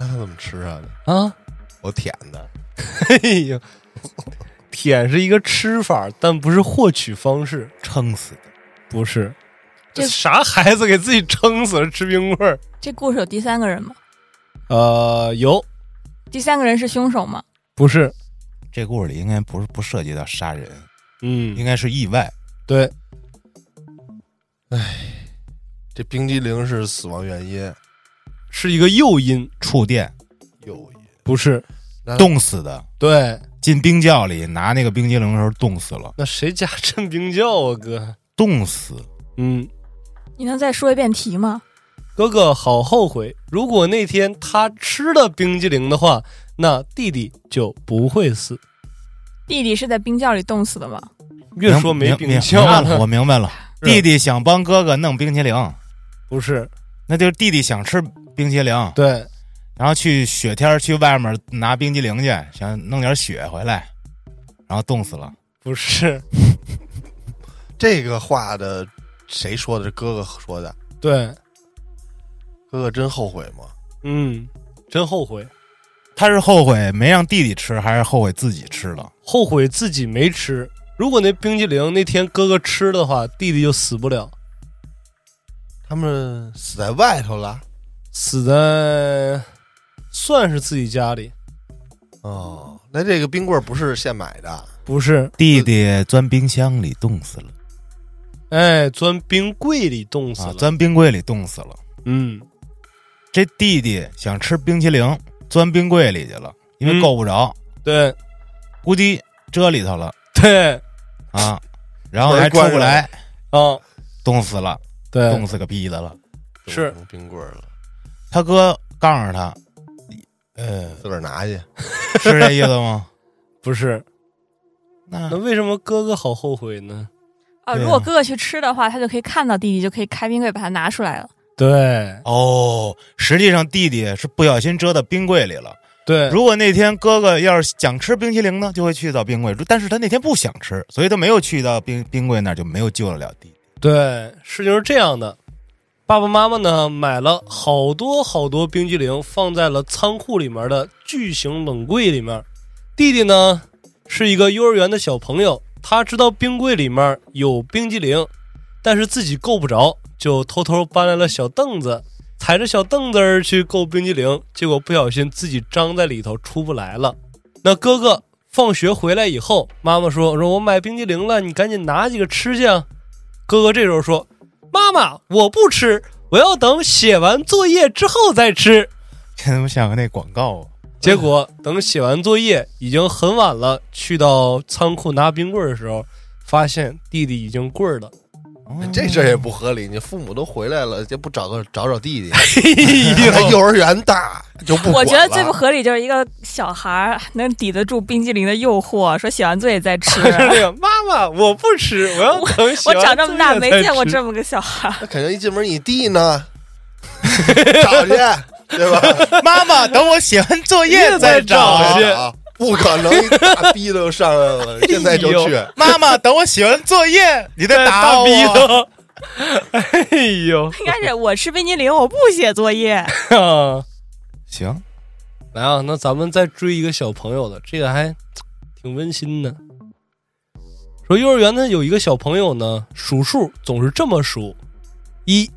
[SPEAKER 2] 那他怎么吃啊？
[SPEAKER 3] 啊。
[SPEAKER 2] 我舔的，
[SPEAKER 3] 哎呦，舔是一个吃法，但不是获取方式，
[SPEAKER 5] 撑死的。
[SPEAKER 3] 不是。
[SPEAKER 4] 这
[SPEAKER 3] 啥孩子给自己撑死了吃冰棍儿？
[SPEAKER 4] 这故事有第三个人吗？
[SPEAKER 3] 呃，有，
[SPEAKER 4] 第三个人是凶手吗？
[SPEAKER 3] 不是，
[SPEAKER 5] 这故事里应该不是不涉及到杀人，应
[SPEAKER 3] 嗯，
[SPEAKER 5] 该是意外。
[SPEAKER 3] 对，
[SPEAKER 2] 这冰激凌是死亡原因，
[SPEAKER 3] 是一个诱因，
[SPEAKER 5] 触电
[SPEAKER 2] 诱因。
[SPEAKER 3] 不是？
[SPEAKER 5] 冻死的，
[SPEAKER 3] 对，
[SPEAKER 5] 进冰窖里拿那个冰激凌的时候冻死了，
[SPEAKER 3] 那谁家镇冰窖啊，哥？
[SPEAKER 5] 冻死。
[SPEAKER 3] 嗯，
[SPEAKER 4] 你能再说一遍题吗？
[SPEAKER 3] 哥哥好后悔，如果那天他吃了冰激凌的话，那弟弟就不会死。
[SPEAKER 4] 弟弟是在冰窖里冻死的吗？
[SPEAKER 3] 越说没
[SPEAKER 5] 明明
[SPEAKER 3] 冰窖
[SPEAKER 5] 明白了，我
[SPEAKER 3] 了，
[SPEAKER 5] 明白了。
[SPEAKER 3] 是
[SPEAKER 5] 弟弟想帮哥哥弄冰淇淋，
[SPEAKER 3] 不是？
[SPEAKER 5] 那就是弟弟想吃冰淇淋，
[SPEAKER 3] 对，
[SPEAKER 5] 然后去雪天儿去外面拿冰激凌去，想弄点雪回来，然后冻死了。
[SPEAKER 3] 不是，
[SPEAKER 2] 这个话的谁说的？是哥哥说的。
[SPEAKER 3] 对，
[SPEAKER 2] 哥哥真后悔吗？
[SPEAKER 3] 嗯，真后悔，
[SPEAKER 5] 他是后悔没让弟弟吃，还是后悔自己吃了？
[SPEAKER 3] 后悔自己没吃。如果那冰激凌那天哥哥吃的话，弟弟就死不了，
[SPEAKER 2] 他们死在外头了。
[SPEAKER 3] 死在算是自己家里，
[SPEAKER 2] 哦，那这个冰棍儿不是现买的，
[SPEAKER 3] 不是？
[SPEAKER 5] 弟弟钻冰箱里冻死了
[SPEAKER 3] 哎，钻冰柜里冻死
[SPEAKER 5] 啊，
[SPEAKER 3] 了。
[SPEAKER 5] 钻冰柜里冻死了。
[SPEAKER 3] 嗯，
[SPEAKER 5] 这弟弟想吃冰淇淋，钻冰柜里去了，因为
[SPEAKER 3] 嗯
[SPEAKER 5] 够不着，
[SPEAKER 3] 对
[SPEAKER 5] 估计遮里头了
[SPEAKER 3] 对
[SPEAKER 5] 啊，然后还出不来，
[SPEAKER 3] 啊，
[SPEAKER 5] 冻死了，冻
[SPEAKER 3] 对，
[SPEAKER 5] 死个逼的了。
[SPEAKER 3] 是
[SPEAKER 2] 冻成冰棍儿了，
[SPEAKER 5] 他哥告诉他，呃，
[SPEAKER 2] 自个儿拿去。
[SPEAKER 5] 是这意思 吗？
[SPEAKER 3] 不是？
[SPEAKER 5] 那
[SPEAKER 3] 那为什么哥哥好后悔呢？
[SPEAKER 4] 啊，
[SPEAKER 5] 对啊
[SPEAKER 4] 如果哥哥去吃的话，他就可以看到弟弟，就可以开冰柜把它拿出来了。
[SPEAKER 3] 对
[SPEAKER 5] 哦，实际上弟弟是不小心遮到冰柜里了。
[SPEAKER 3] 对，
[SPEAKER 5] 如果那天哥哥要是想吃冰淇淋呢，就会去到冰柜，但是他那天不想吃，所以他没有去到冰冰柜那儿，就没有救得了弟 弟。
[SPEAKER 3] 对，事情是这样的，爸爸妈妈呢买了好多好多冰激凌，放在了仓库里面的巨型冷柜里面。弟弟呢是一个幼儿园的小朋友，他知道冰柜里面有冰激凌，但是自己够不着，就偷偷搬来了小凳子，踩着小凳子儿去够冰激凌，结果不小心自己张在里头出不来了。那哥哥放学回来以后，妈妈说：“说我买冰激凌了，你赶紧拿几个吃去啊。”哥哥这时候说：“妈妈，我不吃，我要等写完作业之后再吃。
[SPEAKER 5] 这怎么像个那广告啊？”
[SPEAKER 3] 结果等写完作业已经很晚了，去到仓库拿冰棍儿的时候，发现弟弟已经棍儿了。
[SPEAKER 2] 这事儿也不合理，你父母都回来了，就不找个找找弟弟？
[SPEAKER 3] 哎
[SPEAKER 2] 他幼儿园大就不管了
[SPEAKER 4] 我觉得最不合理就是一个小孩儿能抵得住冰激凌的诱惑，说写完作业再吃。
[SPEAKER 3] 这个哎妈妈，我不吃，我要等写
[SPEAKER 4] 我
[SPEAKER 3] 完
[SPEAKER 4] 长这么大
[SPEAKER 3] 作业
[SPEAKER 4] 没
[SPEAKER 3] 再
[SPEAKER 4] 见过
[SPEAKER 3] 吃
[SPEAKER 4] 这么个小孩儿，
[SPEAKER 2] 那肯定一进门你弟呢， 找去对吧？
[SPEAKER 5] 妈妈，等我写完作业再
[SPEAKER 3] 找
[SPEAKER 5] 找
[SPEAKER 3] 去
[SPEAKER 5] 去。
[SPEAKER 2] 啊不可能，一大逼都上来了，现在就去。
[SPEAKER 5] 妈妈，等我写完作业，你再打
[SPEAKER 3] 大
[SPEAKER 5] 我。
[SPEAKER 3] 逼
[SPEAKER 4] 啊
[SPEAKER 3] 的。哎呦，
[SPEAKER 4] 应该是我吃冰激凌，我不写作业。
[SPEAKER 5] 行，
[SPEAKER 3] 来啊，那咱们再追一个小朋友的，这个还挺温馨的。说幼儿园呢有一个小朋友呢，数数总是这么数：一、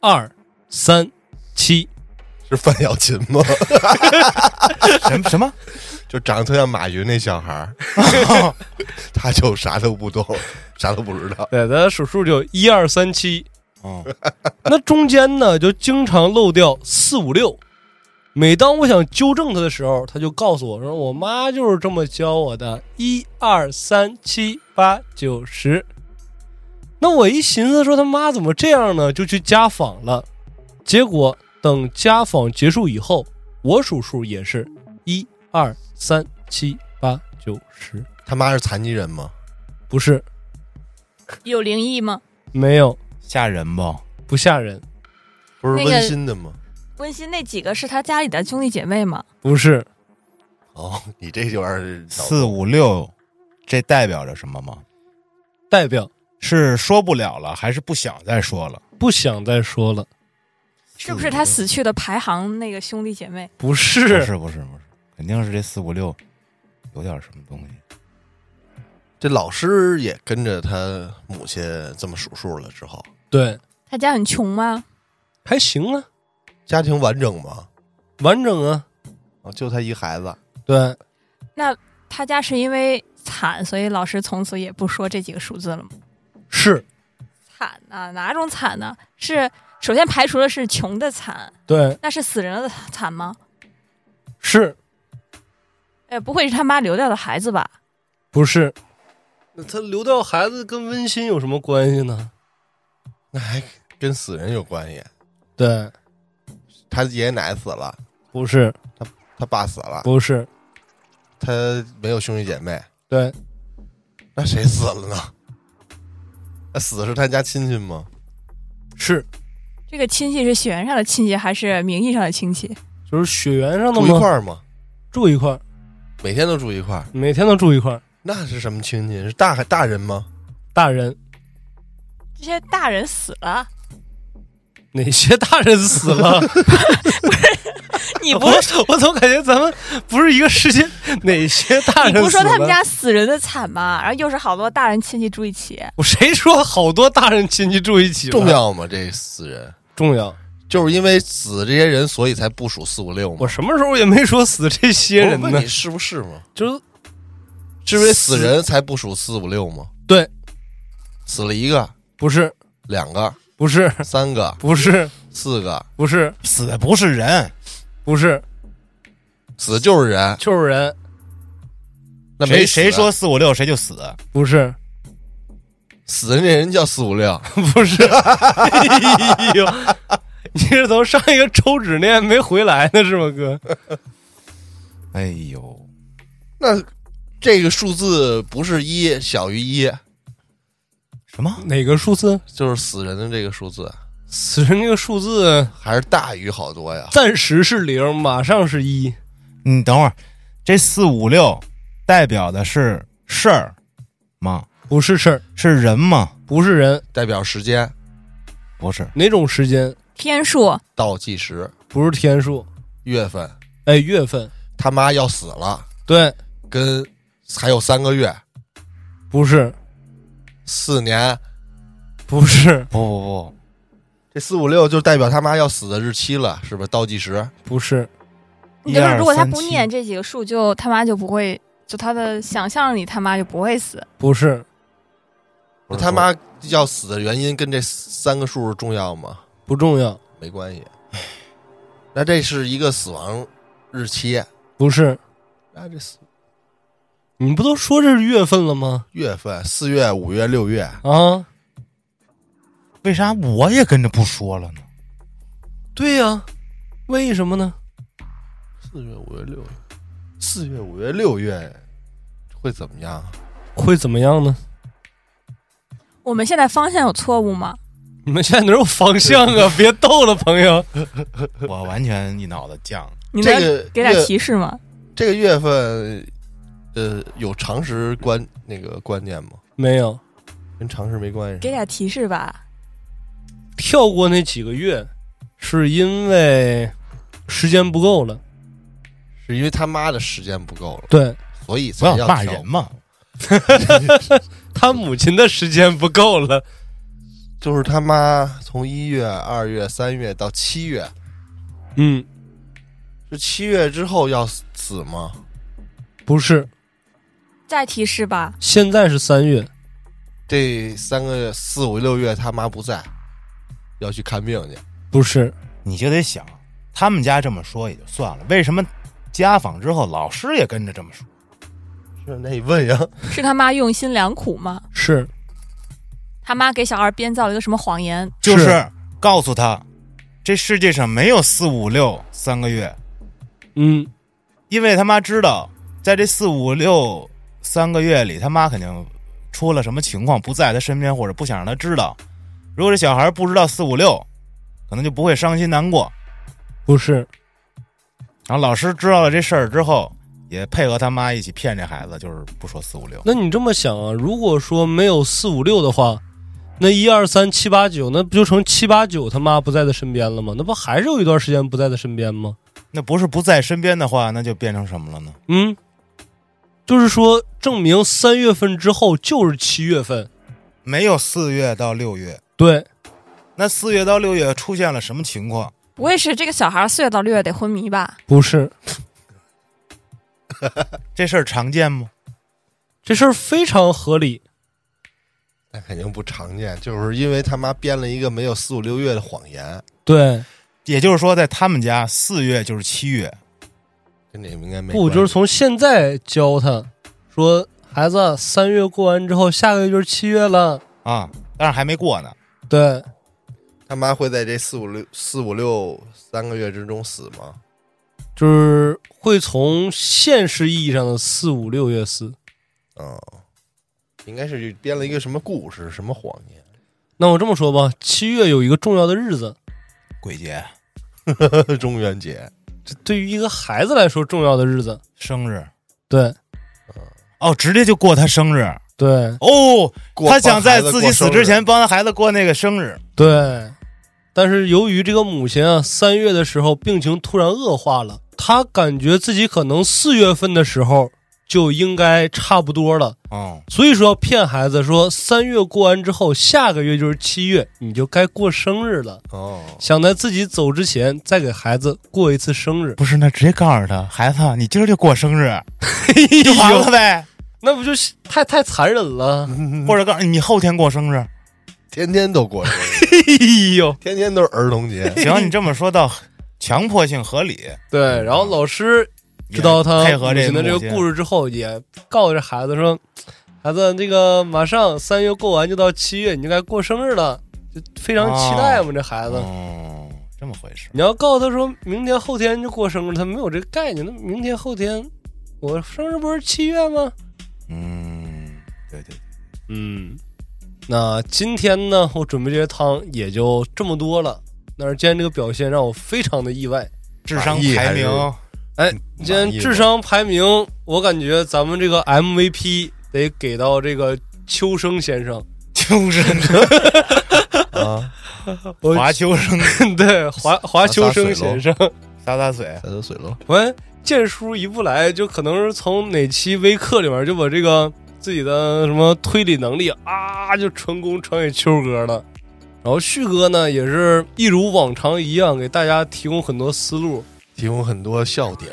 [SPEAKER 3] 二、三、七。
[SPEAKER 2] 是范小琴吗？
[SPEAKER 5] 什么什么？
[SPEAKER 2] 就长得特像马云那小孩儿，他就啥都不懂，啥都不知道。
[SPEAKER 3] 对，咱数数就一二三七。
[SPEAKER 5] 哦，
[SPEAKER 3] 那中间呢就经常漏掉四五六。每当我想纠正他的时候，他就告诉我说：“我妈就是这么教我的，一二三七八九十。”那我一寻思说他妈怎么这样呢，就去家访了。结果等家访结束以后，我数数也是一二三七八九十，
[SPEAKER 2] 他妈是残疾人吗？
[SPEAKER 3] 不是
[SPEAKER 4] 有灵异吗？
[SPEAKER 3] 没有
[SPEAKER 5] 吓人 不？
[SPEAKER 3] 不吓人，
[SPEAKER 2] 不是
[SPEAKER 4] 那个
[SPEAKER 2] 温馨的吗？
[SPEAKER 4] 温馨那几个是他家里的兄弟姐妹吗？
[SPEAKER 3] 不是
[SPEAKER 2] 哦，你这就玩
[SPEAKER 5] 四五六，这代表着什么吗？
[SPEAKER 3] 代表
[SPEAKER 5] 是说不了了，还是不想再说了？
[SPEAKER 3] 不想再说了，
[SPEAKER 4] 是不是他死去的排行那个兄弟姐妹？
[SPEAKER 3] 不
[SPEAKER 5] 不
[SPEAKER 3] 是
[SPEAKER 5] 是不是不是，肯定是这四五六有点什么东西。
[SPEAKER 2] 这老师也跟着他母亲这么数数了之后，
[SPEAKER 3] 对，
[SPEAKER 4] 他家很穷吗？
[SPEAKER 3] 还行啊，
[SPEAKER 2] 家庭完整吗？
[SPEAKER 3] 完整啊。
[SPEAKER 2] 啊，就他一孩子，
[SPEAKER 3] 对，
[SPEAKER 4] 他家是因为惨，所以老师从此也不说这几个数字了吗？
[SPEAKER 3] 是，
[SPEAKER 4] 惨啊，哪种惨呢、是首先排除的是穷的惨，
[SPEAKER 3] 对，
[SPEAKER 4] 那是死人的惨吗？
[SPEAKER 3] 是
[SPEAKER 4] 哎，不会是他妈留掉的孩子吧？
[SPEAKER 3] 不是？那他留掉孩子跟温馨有什么关系呢？
[SPEAKER 2] 那还跟死人有关系。
[SPEAKER 3] 对，
[SPEAKER 2] 他爷爷奶奶死了，
[SPEAKER 3] 不是，
[SPEAKER 2] 他爸死了，
[SPEAKER 3] 不是，
[SPEAKER 2] 他没有兄弟姐妹，
[SPEAKER 3] 对，
[SPEAKER 2] 那谁死了呢？那死的是他家亲戚吗？
[SPEAKER 3] 是，
[SPEAKER 4] 这个亲戚是血缘上的亲戚还是名义上的亲戚？
[SPEAKER 3] 就是血缘上的
[SPEAKER 2] 住一块
[SPEAKER 3] 吗？
[SPEAKER 2] 儿吗？
[SPEAKER 3] 住一块儿，
[SPEAKER 2] 每天都住一块儿，
[SPEAKER 3] 每天都住一块儿，
[SPEAKER 2] 那是什么亲戚？是大大人吗？
[SPEAKER 3] 大人
[SPEAKER 4] 这些大人死了，
[SPEAKER 3] 哪些大人死 了？
[SPEAKER 4] 你不
[SPEAKER 3] 我我总感觉咱们不是一个世界，哪些大
[SPEAKER 4] 你
[SPEAKER 3] 人死了？
[SPEAKER 4] 不说他们家死人的惨吗？然后又是好多大人亲戚住一起，
[SPEAKER 3] 我谁说好多大人亲戚住一起了
[SPEAKER 2] 重要吗？这死人
[SPEAKER 3] 重要，
[SPEAKER 2] 就是因为死这些人，所以才部署四五六嘛。
[SPEAKER 3] 我什么时候也没说死这些人
[SPEAKER 2] 我
[SPEAKER 3] 呢
[SPEAKER 2] 问你？是不是吗？
[SPEAKER 3] 就是
[SPEAKER 2] 是因为死人才部署四五六吗？
[SPEAKER 3] 对，
[SPEAKER 2] 死了一个、
[SPEAKER 3] 不是
[SPEAKER 2] 两个、
[SPEAKER 3] 不是
[SPEAKER 2] 三个、
[SPEAKER 3] 不是
[SPEAKER 2] 四个，
[SPEAKER 3] 不是
[SPEAKER 5] 死的不是人，
[SPEAKER 3] 不是，
[SPEAKER 2] 死就是人。
[SPEAKER 3] 就是人，
[SPEAKER 2] 那
[SPEAKER 5] 谁
[SPEAKER 2] 没死啊
[SPEAKER 5] 谁说四五六谁就死。啊
[SPEAKER 3] 不是
[SPEAKER 2] 死的那人叫四五六？
[SPEAKER 3] 不是。哎呦，你是从上一个抽纸那没回来呢是吗，哥？
[SPEAKER 1] 哎呦，
[SPEAKER 2] 那这个数字不是一小于一，
[SPEAKER 5] 什么？
[SPEAKER 3] 哪个数字？
[SPEAKER 2] 就是死人的这个数字，
[SPEAKER 3] 死人这个数字
[SPEAKER 2] 还是大于好多呀？
[SPEAKER 3] 暂时是零，马上是一。
[SPEAKER 5] 你嗯等会儿，这四五六代表的是事儿吗？
[SPEAKER 3] 不是事儿，
[SPEAKER 5] 是人吗？
[SPEAKER 3] 不是人，
[SPEAKER 2] 代表时间
[SPEAKER 5] 不是，
[SPEAKER 3] 哪种时间？
[SPEAKER 4] 天数
[SPEAKER 2] 倒计时，
[SPEAKER 3] 不是天数，
[SPEAKER 2] 月份
[SPEAKER 3] 哎，月份，
[SPEAKER 2] 他妈要死了，
[SPEAKER 3] 对，
[SPEAKER 2] 跟还有三个月，
[SPEAKER 3] 不是，
[SPEAKER 2] 四年，
[SPEAKER 3] 不是，
[SPEAKER 5] 不不不，
[SPEAKER 2] 这四五六就代表他妈要死的日期了，是吧？倒计时，
[SPEAKER 3] 不是，
[SPEAKER 4] 你就是如果他不
[SPEAKER 5] 1237
[SPEAKER 4] 念这几个数，就他妈就不会，就他的想象里他妈就不会死。
[SPEAKER 3] 不是，
[SPEAKER 5] 不是
[SPEAKER 2] 他妈要死的原因跟这三个数重要吗？
[SPEAKER 3] 不重要，
[SPEAKER 2] 没关系。那这是一个死亡日期，
[SPEAKER 3] 不是。
[SPEAKER 2] 那这四
[SPEAKER 3] 你不都说这是月份了吗？
[SPEAKER 2] 月份，四月、五月、六月，
[SPEAKER 3] 啊，
[SPEAKER 5] 为啥我也跟着不说了呢？
[SPEAKER 3] 对呀、为什么呢？
[SPEAKER 2] 四月、五月、六月，四月、五月、六月会怎么样？
[SPEAKER 3] 会怎么样呢？
[SPEAKER 4] 我们现在方向有错误吗？
[SPEAKER 3] 你们现在哪有方向啊？别逗了，朋友。
[SPEAKER 5] 我完全一脑子犟。
[SPEAKER 4] 你
[SPEAKER 2] 这
[SPEAKER 4] 能
[SPEAKER 2] 个
[SPEAKER 4] 给点
[SPEAKER 2] 月
[SPEAKER 4] 提示吗？
[SPEAKER 2] 这个月份，呃，有常识观那个观念吗？
[SPEAKER 3] 没有
[SPEAKER 2] 跟常识没关
[SPEAKER 4] 给
[SPEAKER 2] 系。
[SPEAKER 4] 点提示吧。
[SPEAKER 3] 跳过那几个月，是因为时间不够了。
[SPEAKER 2] 是因为他妈的时间不够了，
[SPEAKER 3] 对
[SPEAKER 2] 所以
[SPEAKER 5] 不
[SPEAKER 2] 才
[SPEAKER 5] 要
[SPEAKER 2] 要
[SPEAKER 5] 骂
[SPEAKER 2] 调
[SPEAKER 5] 人，嘛，
[SPEAKER 3] 他母亲的时间不够了，
[SPEAKER 2] 就是他妈从一月、二月、三月到七月，
[SPEAKER 3] 嗯，
[SPEAKER 2] 是七月之后要死吗？
[SPEAKER 3] 不是，
[SPEAKER 4] 再提示吧。
[SPEAKER 3] 现在是三月，
[SPEAKER 2] 这三个月四五六月他妈不在，要去看病去。
[SPEAKER 3] 不是，
[SPEAKER 5] 你就得想，他们家这么说也就算了，为什么家访之后老师也跟着这么说？
[SPEAKER 2] 是，那你问呀，
[SPEAKER 4] 是他妈用心良苦吗？
[SPEAKER 3] 是
[SPEAKER 4] 他妈给小孩编造了一个什么谎言？
[SPEAKER 5] 就是是告诉他，这世界上没有四五六三个月，
[SPEAKER 3] 嗯，
[SPEAKER 5] 因为他妈知道，在这四五六三个月里，他妈肯定出了什么情况，不在他身边或者不想让他知道。如果这小孩不知道四五六，可能就不会伤心难过。
[SPEAKER 3] 不是，
[SPEAKER 5] 然后老师知道了这事儿之后，也配合他妈一起骗这孩子，就是不说四五六。
[SPEAKER 3] 那你这么想啊？如果说没有四五六的话，那一二三七八九，那不就成七八九他妈不在他身边了吗？那不还是有一段时间不在他身边吗？
[SPEAKER 5] 那不是不在身边的话，那就变成什么了呢？
[SPEAKER 3] 嗯，就是说证明三月份之后就是七月份，
[SPEAKER 5] 没有四月到六月，
[SPEAKER 3] 对，
[SPEAKER 5] 那四月到六月出现了什么情况？
[SPEAKER 4] 不会是这个小孩四月到六月得昏迷吧？
[SPEAKER 3] 不是
[SPEAKER 5] 这事儿常见吗？
[SPEAKER 3] 这事儿非常合理，
[SPEAKER 2] 那肯定不常见，就是因为他妈编了一个没有四五六月的谎言，
[SPEAKER 3] 对，
[SPEAKER 5] 也就是说，在他们家，四月就是七月，
[SPEAKER 2] 跟这应该没
[SPEAKER 3] 不
[SPEAKER 2] 关系
[SPEAKER 3] 就是从现在教他，说孩子三月过完之后，下个月就是七月了，
[SPEAKER 5] 啊，但是还没过呢。
[SPEAKER 3] 对，
[SPEAKER 2] 他妈会在这四五六四五六三个月之中死吗？
[SPEAKER 3] 就是会从现实意义上的四五六月四。
[SPEAKER 2] 嗯，应该是编了一个什么故事，什么谎言？
[SPEAKER 3] 那我这么说吧，七月有一个重要的日子，
[SPEAKER 5] 鬼节、
[SPEAKER 2] 中元节，
[SPEAKER 3] 这对于一个孩子来说重要的日子，
[SPEAKER 5] 生日，
[SPEAKER 3] 对
[SPEAKER 5] 哦，直接就过他生日
[SPEAKER 3] 对
[SPEAKER 5] 哦。
[SPEAKER 2] 过
[SPEAKER 5] 他想在自
[SPEAKER 2] 帮孩
[SPEAKER 5] 己
[SPEAKER 2] 子过生
[SPEAKER 5] 死
[SPEAKER 2] 日
[SPEAKER 5] 之前帮他孩子过那个生日，
[SPEAKER 3] 对，但是由于这个母亲啊，三月的时候病情突然恶化了，她感觉自己可能四月份的时候就应该差不多了，
[SPEAKER 5] 哦，
[SPEAKER 3] 所以说要骗孩子说三月过完之后，下个月就是七月，你就该过生日了。
[SPEAKER 2] 哦，
[SPEAKER 3] 想在自己走之前再给孩子过一次生 日，
[SPEAKER 5] 不是，那直接告诉他，孩子，你今儿就过生日，就
[SPEAKER 3] 哎
[SPEAKER 5] 完了呗，
[SPEAKER 3] 那不就是太太残忍了？
[SPEAKER 5] 或者告诉你你后天过生日。。
[SPEAKER 2] 天天都过生日，
[SPEAKER 3] 哎呦，
[SPEAKER 2] 天天都是儿童节
[SPEAKER 5] 行，你这么说到强迫性合理，
[SPEAKER 3] 对，然后老师知道他
[SPEAKER 5] 配合
[SPEAKER 3] 母
[SPEAKER 5] 这
[SPEAKER 3] 亲的这个故事之后，也告诉这孩子说：“孩子，这个马上三月过完就到七月，你就该过生日了，就非常期待嘛。这孩子，
[SPEAKER 5] 哦，这么回事。
[SPEAKER 3] 你要告诉他说明天后天就过生日，他没有这个概念。那明天后天，我生日不是七月吗？
[SPEAKER 5] 嗯，对对，
[SPEAKER 3] 嗯，那今天呢，我准备这些汤也就这么多了。但是今天这个表现让我非常的意外。
[SPEAKER 5] 智商
[SPEAKER 2] 满意
[SPEAKER 5] 排
[SPEAKER 2] 还是
[SPEAKER 5] 名
[SPEAKER 3] 哎，今天智商排名，我感觉咱们这个 MVP 得给到这个秋生先生。
[SPEAKER 5] 就是
[SPEAKER 2] 啊，
[SPEAKER 3] 我
[SPEAKER 5] 华秋生
[SPEAKER 3] 对华华秋生先生，
[SPEAKER 5] 洒洒 水，
[SPEAKER 2] 咱都水了，
[SPEAKER 3] 喂，建叔一不来，就可能是从哪期微课里面就把这个自己的什么推理能力啊，就成功传给秋哥了。然后旭哥呢，也是一如往常一样，给大家提供很多思路。
[SPEAKER 2] 提供很多笑点。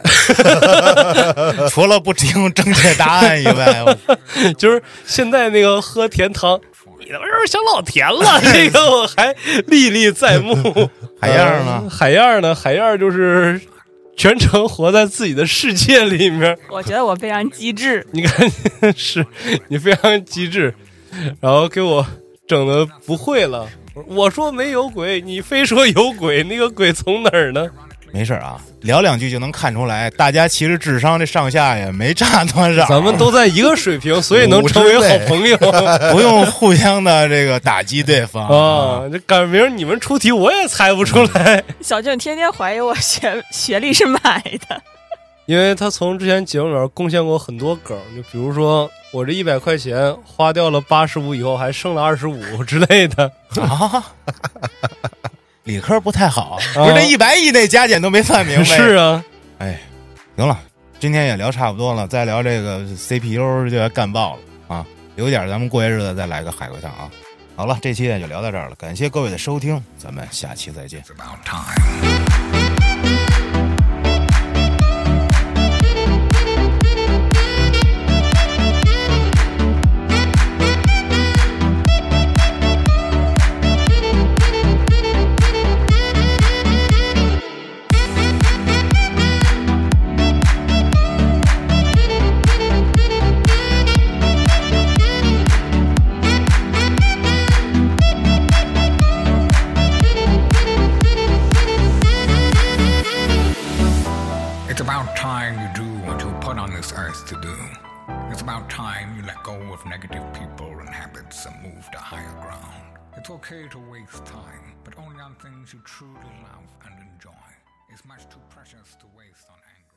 [SPEAKER 5] 除了不提供正确答案以外，我
[SPEAKER 3] 就是现在那个喝甜汤，你他妈是不是想老甜了？ 这个我还历历在目。
[SPEAKER 5] 海燕儿呢
[SPEAKER 3] 呃海燕儿呢？海燕儿就是全程活在自己的世界里面。
[SPEAKER 4] 我觉得我非常机智，
[SPEAKER 3] 你看，是你非常机智，然后给我整的不会了。我说没有鬼，你非说有鬼，那个鬼从哪儿呢？
[SPEAKER 5] 没事儿啊，聊两句就能看出来，大家其实智商这上下也没差多少，
[SPEAKER 3] 咱们都在一个水平，所以能成为好朋友
[SPEAKER 5] 不用互相的这个打击对方
[SPEAKER 3] 啊！这赶明儿你们出题我也猜不出来，
[SPEAKER 4] 小静天天怀疑我学学历是买的。
[SPEAKER 3] 因为他从之前节目里面贡献过很多梗，就比如说我这一百块钱花掉了八十五以后还剩了二十五之类的。
[SPEAKER 5] 啊。理科不太好，不是这一百以内加减都没算明白。
[SPEAKER 3] 哦 是啊，
[SPEAKER 5] 行了，今天也聊差不多了，再聊这个 CPU 就要干爆了啊！留点咱们过些日子再来个海龟汤啊！好了，这期也就聊到这儿了，感谢各位的收听，咱们下期再见。
[SPEAKER 6] It's about time you do what you were put on this earth to do. It's about time you let go of negative people and habits and move to higher ground. It's okay to waste time, but only on things you truly love and enjoy. It's much too precious to waste on anger.